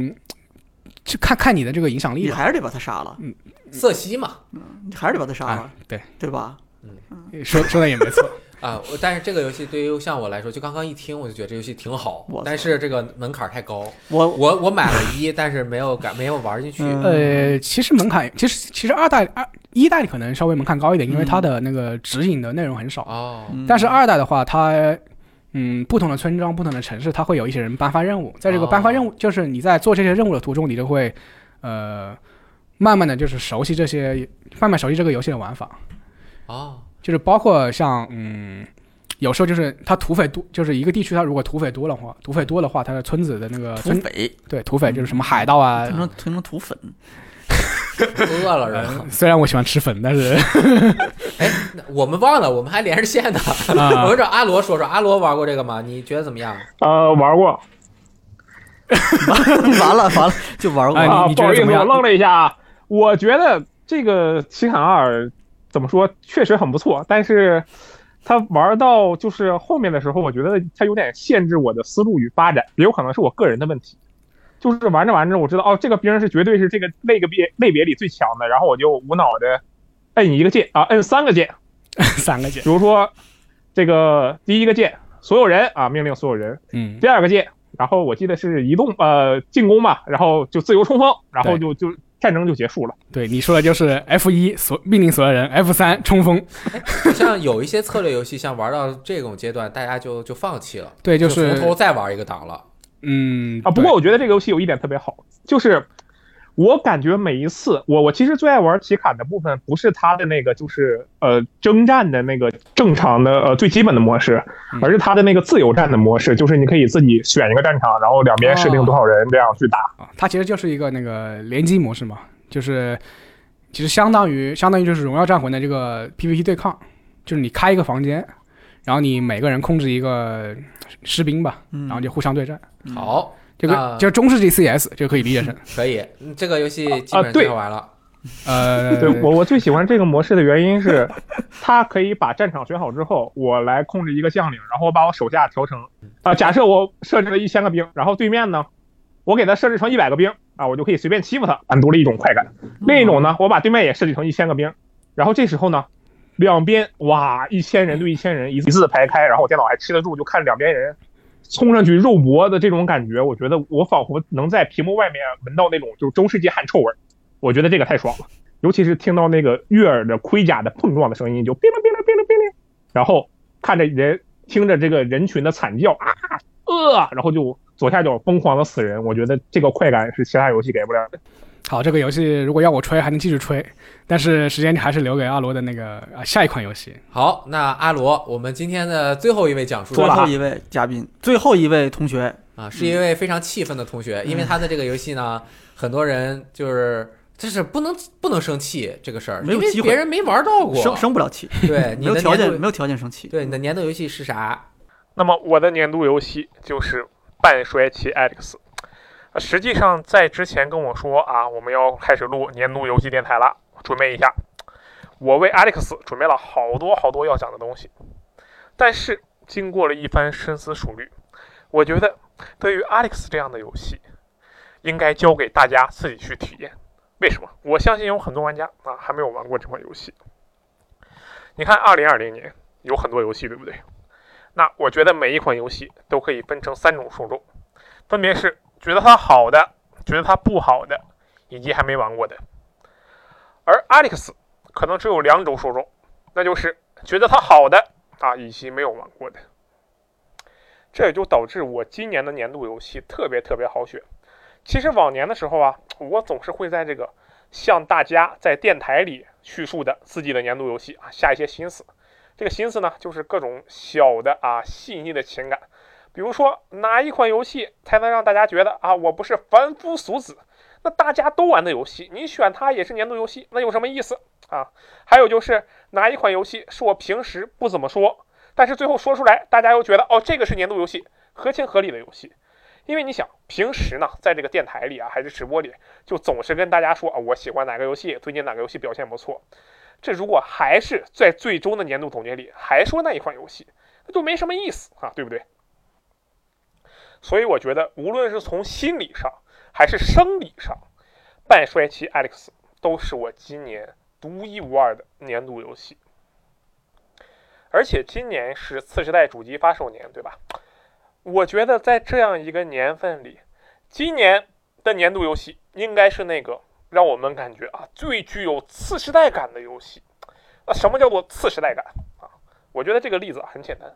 就看看你的这个影响力你吧。嗯还是得把他杀了，瑟西嘛，你还是得把他杀了啊，对对吧？嗯说说的也没错，啊，我但是这个游戏对于像我来说，就刚刚一听我就觉得这游戏挺好我，操但是这个门槛太高，我我我买了一，但是没有敢没有玩进去。啊嗯呃，其实门槛，其实其实二代二一代可能稍微门槛高一点，因为嗯它的那个指引的内容很少。哦，嗯但是二代的话，它嗯，不同的村庄、不同的城市，它会有一些人颁发任务。在这个哦颁发任务，就是你在做这些任务的途中，你就会呃，慢慢的就是熟悉这些，慢慢熟悉这个游戏的玩法。哦，就是包括像嗯，有时候就是它土匪多，就是一个地区它如果土匪多的话，土匪多的话，它的村子的那个土村匪，对土匪就是什么海盗啊。变成变成土粉， 饿了然后， 虽然我喜欢吃粉，但是哎，那我们忘了，我们还连着线呢。啊我们找阿罗说说，阿罗玩过这个吗？你觉得怎么样？ 呃，玩过 完了完了就玩过哎啊，你不觉得好意思，怎么样我愣了一下啊。我觉得这个《奇坎二》怎么说，确实很不错，但是它玩到就是后面的时候，我觉得它有点限制我的思路与发展，也有可能是我个人的问题。就是玩着玩着，我知道哦，这个兵是绝对是这个类个别类别里最强的，然后我就无脑的摁一个键啊，摁三个键， 三个键，比如说这个第一个键，所有人啊，命令所有人，嗯，第二个键，然后我记得是移动呃进攻嘛，然后就自由冲锋，然后就就战争就结束了。对，你说的就是 F 一所命令所有人，F 三冲锋，好像有一些策略游戏，像玩到这种阶段，大家就就放弃了，对，就从头是再玩一个档了。嗯啊，不过我觉得这个游戏有一点特别好，就是我感觉每一次我我其实最爱玩奇坎的部分，不是它的那个就是呃征战的那个正常的呃最基本的模式，嗯而是它的那个自由战的模式，就是你可以自己选一个战场，然后两边哦设定多少人这样去打。啊，它其实就是一个那个联机模式嘛，就是其实相当于相当于就是《荣耀战魂》的这个 PVP 对抗，就是你开一个房间，然后你每个人控制一个士兵吧，嗯然后就互相对战，嗯好，这个那就是中世纪 CS 就可以理解成，啊 可以，嗯这个游戏基本上啊对介绍完了。呃，对 我我最喜欢这个模式的原因是， 它可以把战场选好之后，我来控制一个将领，然后我把我手下调成啊、假设我设置了一千个兵，然后对面呢，我给他设置成一百个兵啊，我就可以随便欺负他，满足了一种快感。另一种呢，我把对面也设计成一千个兵，然后这时候呢，两边哇一千人对一千人一字排开，然后我电脑还吃得住，就看两边人。冲上去肉搏的这种感觉，我觉得我仿佛能在屏幕外面闻到那种就是中世纪汗臭味儿，我觉得这个太爽了。尤其是听到那个悦耳的盔甲的碰撞的声音，就哔哩哔哩哔哩哔哩，然后看着人听着这个人群的惨叫啊呃，然后就左下角疯狂的死人，我觉得这个快感是其他游戏给不了的。好，这个游戏如果要我吹还能继续吹，但是时间还是留给阿罗的那个啊下一款游戏，好，那阿罗，我们今天的最后一位讲述啊最者后啊一位嘉宾，最后一位同学，嗯啊，是一位非常气愤的同学，因为他的这个游戏呢，很多人就是就是不能不能生气这个事儿，嗯没有因为机会别人没玩到过，生生不了 气， 对没你有的条件，年没度有条件生气。对你的年度游戏是啥？那么我的年度游戏就是《半衰期 X》。呃实际上，在之前跟我说啊，我们要开始录年度游戏电台了，准备一下。我为 Alex 准备了好多好多要讲的东西，但是经过了一番深思熟虑，我觉得对于 Alex 这样的游戏，应该交给大家自己去体验。为什么？我相信有很多玩家啊还没有玩过这款游戏。你看，二零二零年有很多游戏，对不对？那我觉得每一款游戏都可以分成三种受众，分别是觉得它好的、觉得它不好的，以及还没玩过的。而 Alex 可能只有两种受众，那就是觉得它好的啊，以及没有玩过的。这也就导致我今年的年度游戏特别特别好选。其实往年的时候啊，我总是会在这个向大家在电台里叙述的自己的年度游戏啊下一些心思。这个心思呢，就是各种小的啊细腻的情感，比如说哪一款游戏才能让大家觉得啊我不是凡夫俗子？那大家都玩的游戏，你选它也是年度游戏，那有什么意思啊？还有就是哪一款游戏是我平时不怎么说，但是最后说出来，大家又觉得哦这个是年度游戏，合情合理的游戏。因为你想，平时呢，在这个电台里啊，还是直播里，就总是跟大家说啊，我喜欢哪个游戏，最近哪个游戏表现不错。这如果还是在最终的年度总结里还说那一款游戏，那就没什么意思啊，对不对？所以我觉得，无论是从心理上还是生理上，《半衰期 Alex》都是我今年独一无二的年度游戏。而且今年是次世代主机发售年，对吧？我觉得在这样一个年份里，今年的年度游戏应该是那个让我们感觉啊最具有次时代感的游戏。那什么叫做次时代感啊？我觉得这个例子很简单，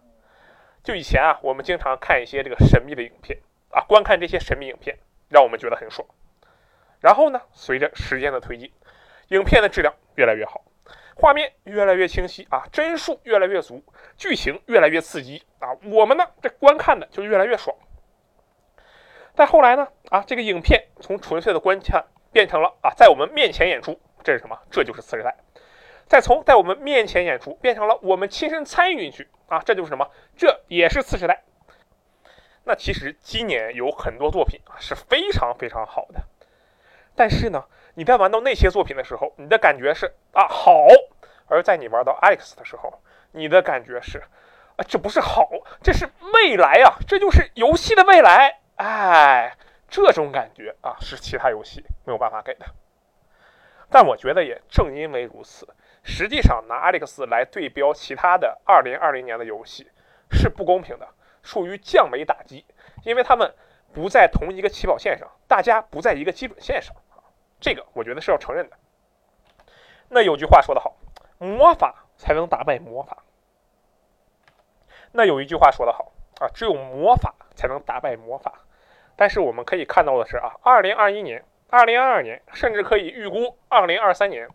就以前啊，我们经常看一些这个神秘的影片啊，观看这些神秘影片，让我们觉得很爽。然后呢，随着时间的推进，影片的质量越来越好，画面越来越清晰啊，帧数越来越足，剧情越来越刺激啊，我们呢这观看的就越来越爽。但后来呢啊，这个影片从纯粹的观看变成了啊，在我们面前演出，这是什么？这就是次时代。再从在我们面前演出变成了我们亲身参与进去啊，这就是什么？这也是次时代。那其实今年有很多作品啊是非常非常好的，但是呢，你在玩到那些作品的时候，你的感觉是啊好，而在你玩到 Alex 的时候，你的感觉是啊这不是好，这是未来啊，这就是游戏的未来，哎，这种感觉啊，是其他游戏没有办法给的。但我觉得也正因为如此，实际上拿 Alex 来对标其他的2020年的游戏是不公平的，属于降维打击，因为他们不在同一个起跑线上，大家不在一个基准线上，这个我觉得是要承认的。那有句话说得好，魔法才能打败魔法。那有一句话说得好啊，只有魔法才能打败魔法。但是我们可以看到的是啊，二零二一年、二零二二年，甚至可以预估二零二三年，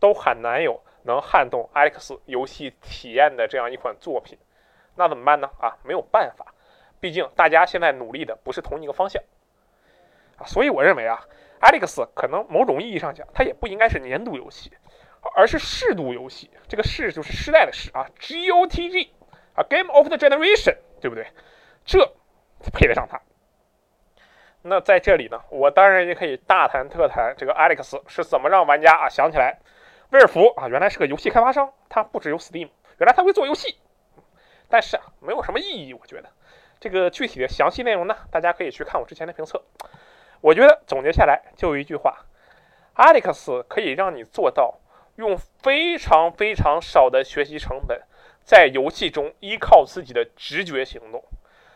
都很难有能撼动 Alex 游戏体验的这样一款作品。那怎么办呢？啊，没有办法，毕竟大家现在努力的不是同一个方向啊。所以我认为啊，Alex 可能某种意义上讲，它也不应该是年度游戏，而是适度游戏。这个“适”就是世代的“适”啊，GOTG 啊，Game of the Generation，对不对？这配得上它。那在这里呢，我当然也可以大谈特谈这个 Alex 是怎么让玩家啊想起来，威尔福啊原来是个游戏开发商，他不只有 Steam，原来他会做游戏。但是啊，没有什么意义，我觉得。这个具体的详细内容呢，大家可以去看我之前的评测。我觉得总结下来就一句话：Alex 可以让你做到用非常非常少的学习成本，在游戏中依靠自己的直觉行动。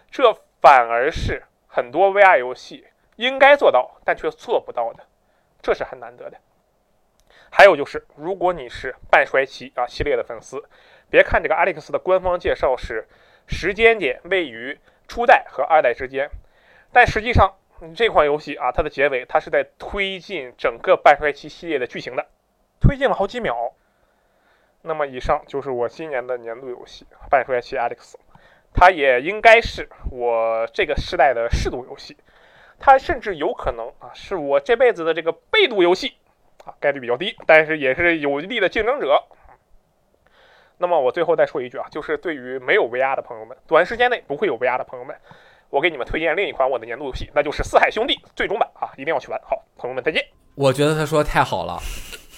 这反而是很多 VR 游戏应该做到但却做不到的，这是很难得的。还有就是，如果你是半衰期啊系列的粉丝，别看这个 Alex 的官方介绍是时间点位于初代和二代之间，但实际上嗯这款游戏啊，它的结尾它是在推进整个半衰期系列的剧情的，推进了好几秒。那么以上就是我今年的年度游戏《半衰期 Alex》。它也应该是我这个时代的适度游戏，它甚至有可能啊是我这辈子的这个备度游戏概率比较低，但是也是有力的竞争者。那么我最后再说一句啊，就是对于没有 VR 的朋友们，短时间内不会有 VR 的朋友们，我给你们推荐另一款我的年度游戏，那就是《四海兄弟》最终版啊，一定要去玩。好，朋友们再见。我觉得他说的太好了，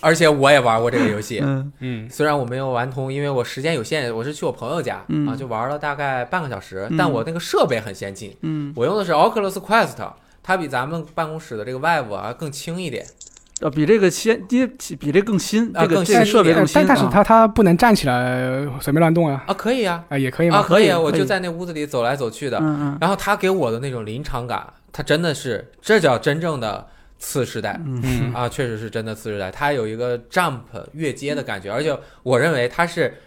而且我也玩过这个游戏，嗯嗯，虽然我没有玩通，因为我时间有限，我是去我朋友家、嗯啊，就玩了大概半个小时，嗯但我那个设备很先进，嗯，我用的是 Oculus Quest，它比咱们办公室的这个 Vive 啊更轻一点，呃，比这个先，因为比这更新，啊这个更这个新设备一点更新啊，但但是它它不能站起来随便乱动呀，啊，可以啊，啊也可以啊吗？可以啊，可以我可就以在那屋子里走来走去的，嗯然后他给我的那种临场感，他真的是这叫真正的次世代。嗯嗯嗯啊，确实是真的次世代，它有一个 jump 越阶的感觉，而且我认为它是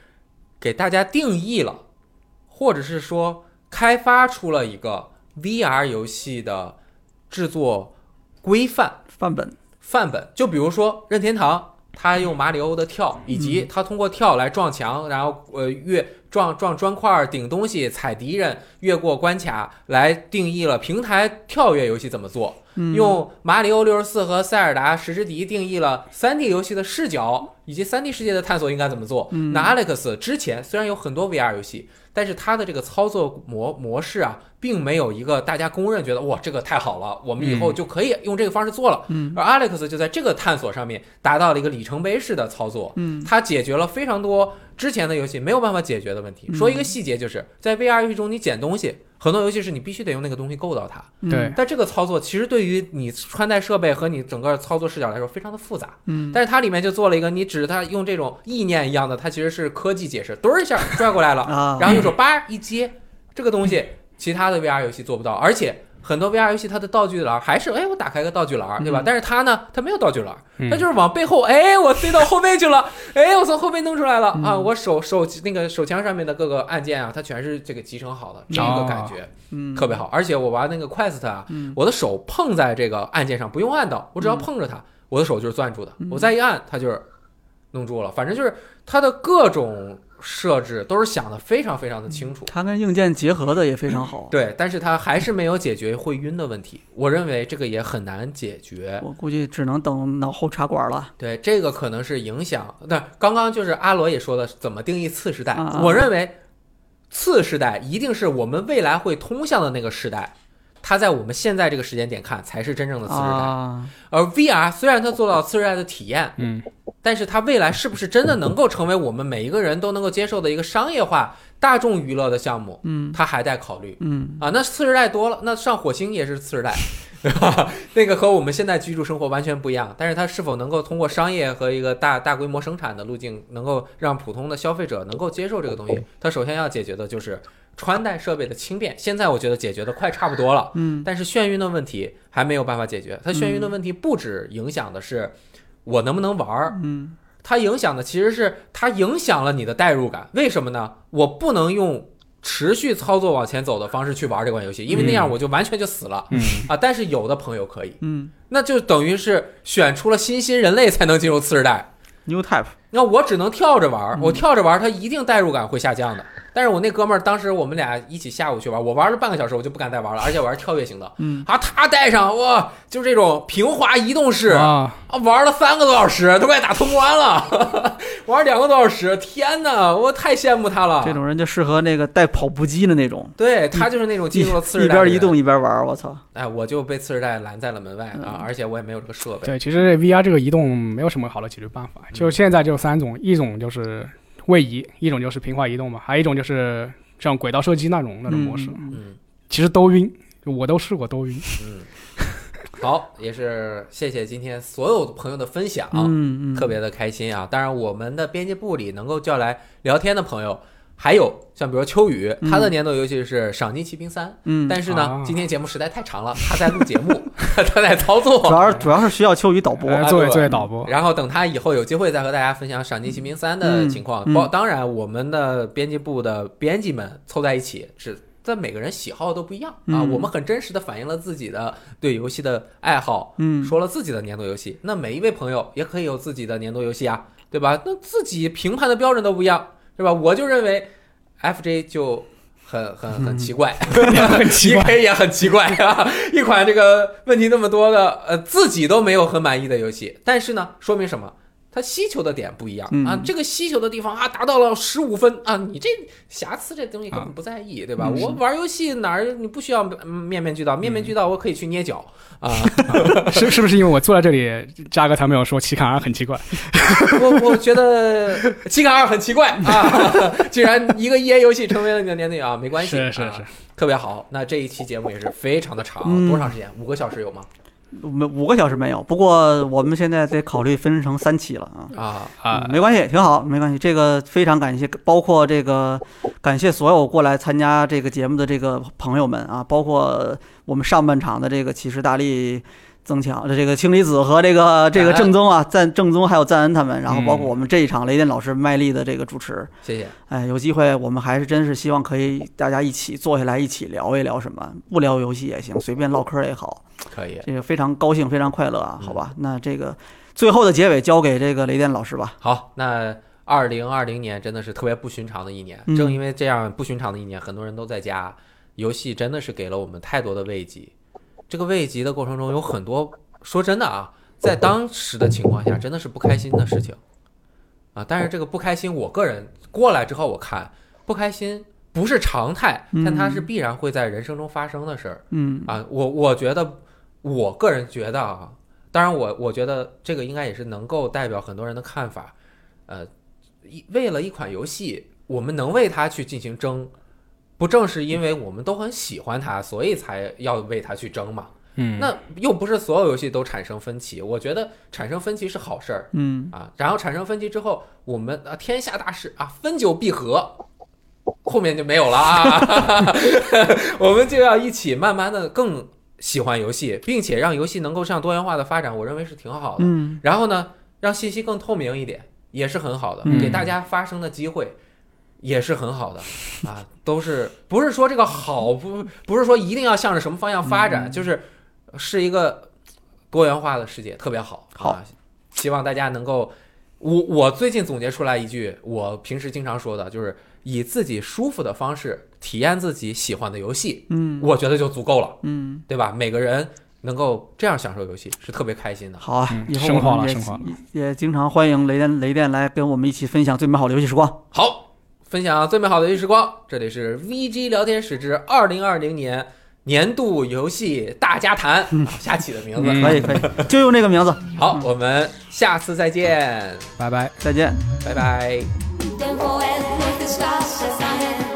给大家定义了，或者是说开发出了一个 VR 游戏的制作规范范本，范本。就比如说任天堂，它用马里欧的跳，嗯以及它通过跳来撞墙，然后呃越撞撞砖块、顶东西、踩敌人、越过关卡，来定义了平台跳跃游戏怎么做。嗯用《马里奥六十四》和《塞尔达石之笛》定义了 3D 游戏的视角以及 3D 世界的探索应该怎么做。嗯那 Alex 之前虽然有很多 VR 游戏，但是它的这个操作模模式啊，并没有一个大家公认觉得哇这个太好了，我们以后就可以用这个方式做了。嗯而 Alex 就在这个探索上面达到了一个里程碑式的操作。嗯它解决了非常多之前的游戏没有办法解决的问题。嗯说一个细节，就是在 VR 游戏中，你捡东西，很多游戏是你必须得用那个东西够到它，嗯对但这个操作其实对于你穿戴设备和你整个操作视角来说非常的复杂。嗯，但是它里面就做了一个，你指着它用这种意念一样的，它其实是科技解释，墩儿一下拽过来 了，啊，然后右手叭一接，这个东西其他的 VR 游戏做不到，而且。很多 VR 游戏它的道具栏还是哎，我打开个道具栏，对吧？嗯但是它呢，它没有道具栏，嗯它就是往背后，哎，我塞到后背去了，哎，我从后背弄出来了嗯啊！我手手那个手枪上面的各个按键啊，它全是这个集成好的，这个感觉嗯特别，好。而且我玩那个 Quest 啊，嗯我的手碰在这个按键上，不用按到，我只要碰着它，我的手就是攥住的嗯。我再一按，它就是弄住了。反正就是它的各种设置都是想的非常非常的清楚。它跟硬件结合的也非常好，对，但是它还是没有解决会晕的问题。我认为这个也很难解决。我估计只能等脑后插管 了。对，这个可能是影响。那刚刚就是阿罗也说的，怎么定义次时代啊啊？我认为次时代一定是我们未来会通向的那个时代，它在我们现在这个时间点看才是真正的次时代。啊，而 VR 虽然它做到次世代的体验，嗯，但是它未来是不是真的能够成为我们每一个人都能够接受的一个商业化、大众娱乐的项目，嗯它还在考虑嗯啊。那次世代多了，那上火星也是次世代，对吧？ 那个和我们现在居住生活完全不一样。但是它是否能够通过商业和一个大大规模生产的路径，能够让普通的消费者能够接受这个东哦西？它首先要解决的就是穿戴设备的轻便。现在我觉得解决的快差不多了。嗯但是眩晕的问题还没有办法解决。它眩晕的问题不只影响的是我能不能玩儿，嗯它影响的其实是它影响了你的代入感。为什么呢？我不能用持续操作往前走的方式去玩这款游戏，因为那样我就完全就死了、嗯啊！但是有的朋友可以，嗯那就等于是选出了新兴人类才能进入次世代。 ，New Type，那我只能跳着玩儿嗯，我跳着玩儿，它一定代入感会下降的。但是我那哥们儿当时我们俩一起下午去玩，我玩了半个小时，我就不敢再玩了，而且我还是跳跃型的。嗯啊，他带上哇，就这种平滑移动式啊，啊，玩了三个多小时，都快打通关了， 玩两个多小时，天哪，我太羡慕他了这。种人就适合那个带跑步机的那种，啊对 他就是那种进入了次一世代的边人移，动一边玩儿，我操，哎，我就被次世代拦在了门外啊嗯，而且我也没有这个设备。对，其实 VR 这个移动没有什么好的解决办法，嗯就现在就三种，一种就是位移，一种就是平滑移动嘛，还有一种就是像轨道射击那种那种模式，嗯嗯其实都晕，我都试过都晕。嗯，好，也是谢谢今天所有朋友的分享。嗯嗯，特别的开心啊！当然，我们的编辑部里能够叫来聊天的朋友，还有像比如秋雨，嗯他的年度游戏是《赏金骑兵三》，嗯，但是呢啊，今天节目实在太长了，他在录节目，他在操主作。要是主要是需要秋雨导播，来啊哎作为对作为导播，然后等他以后有机会再和大家分享《赏金骑兵三》的情况。嗯嗯包当然，我们的编辑部的编辑们凑在一起，只但每个人喜好都不一样啊。嗯我们很真实的反映了自己的对游戏的爱好，嗯，说了自己的年度游戏，那每一位朋友也可以有自己的年度游戏啊，对吧？那自己评判的标准都不一样，对吧？我就认为 FJ 就很很很奇怪，嗯 很奇怪 EK 也很奇怪啊！一款这个问题那么多的，呃，自己都没有很满意的游戏，但是呢，说明什么？它需求的点不一样啊嗯，这个需求的地方啊，达到了十五分啊，你这瑕疵这东西根本不在意，对吧？我玩游戏哪儿你不需要嗯面面俱到，面面俱到我可以去捏脚 啊， 是是不是因为我坐在这里，扎哥他没有说奇卡尔很奇怪？我我觉得《七卡二》很奇怪啊， 居然一个 EA 游戏成为了你的年内啊，没关系，是是啊是，特别好。那这一期节目也是非常的长，嗯多长时间？五个小时有吗？没五个小时没有，不过我们现在得考虑分成三期了啊。啊，啊嗯，没关系，挺好，没关系。这个非常感谢，包括这个感谢所有过来参加这个节目的这个朋友们啊，包括我们上半场的这个骑士大力、增强这个氢离子和这个这个正宗啊，赞正宗还有赞恩他们，然后包括我们这一场雷电老师卖力的这个主持，嗯谢谢。哎，有机会我们还是真是希望可以大家一起坐下来一起聊一聊什么，不聊游戏也行，随便唠嗑也好，可以。这个非常高兴，非常快乐啊，好吧？那这个最后的结尾交给这个雷电老师吧。好，那二零二零年真的是特别不寻常的一年，嗯正因为这样不寻常的一年，很多人都在家，游戏真的是给了我们太多的慰藉。这个慰藉的过程中，有很多说真的啊，在当时的情况下，真的是不开心的事情啊。但是这个不开心，我个人过来之后，我看不开心不是常态，但它是必然会在人生中发生的事儿。嗯啊，我我觉得，我个人觉得啊，当然我我觉得这个应该也是能够代表很多人的看法，呃，一为了一款游戏，我们能为它去进行争，不正是因为我们都很喜欢它，所以才要为它去争嘛？嗯，那又不是所有游戏都产生分歧，我觉得产生分歧是好事儿，嗯啊，然后产生分歧之后，我们啊天下大事啊，分久必合，后面就没有了啊。 我们就要一起慢慢的更喜欢游戏，并且让游戏能够向多元化的发展，我认为是挺好的。嗯然后呢，让信息更透明一点也是很好的，嗯给大家发声的机会也是很好的啊，都是不是说这个好不不是说一定要向着什么方向发嗯展，就是是一个多元化的世界，特别好。好啊，希望大家能够。我我最近总结出来一句，我平时经常说的，就是以自己舒服的方式体验自己喜欢的游戏，嗯我觉得就足够了，嗯，对吧？每个人能够这样享受游戏是特别开心的。好啊嗯，以后升华我们了也升华了也经常欢迎雷电雷电来跟我们一起分享最美好的游戏时光。好，分享最美好的游戏时光，这里是 VG 聊天室之二零二零年年度游戏大家 谈，啊瞎起的名字。嗯可以可以，就用这个名字。好，我们下次再见，拜拜。再见。拜拜。 Then forever with the stars as I had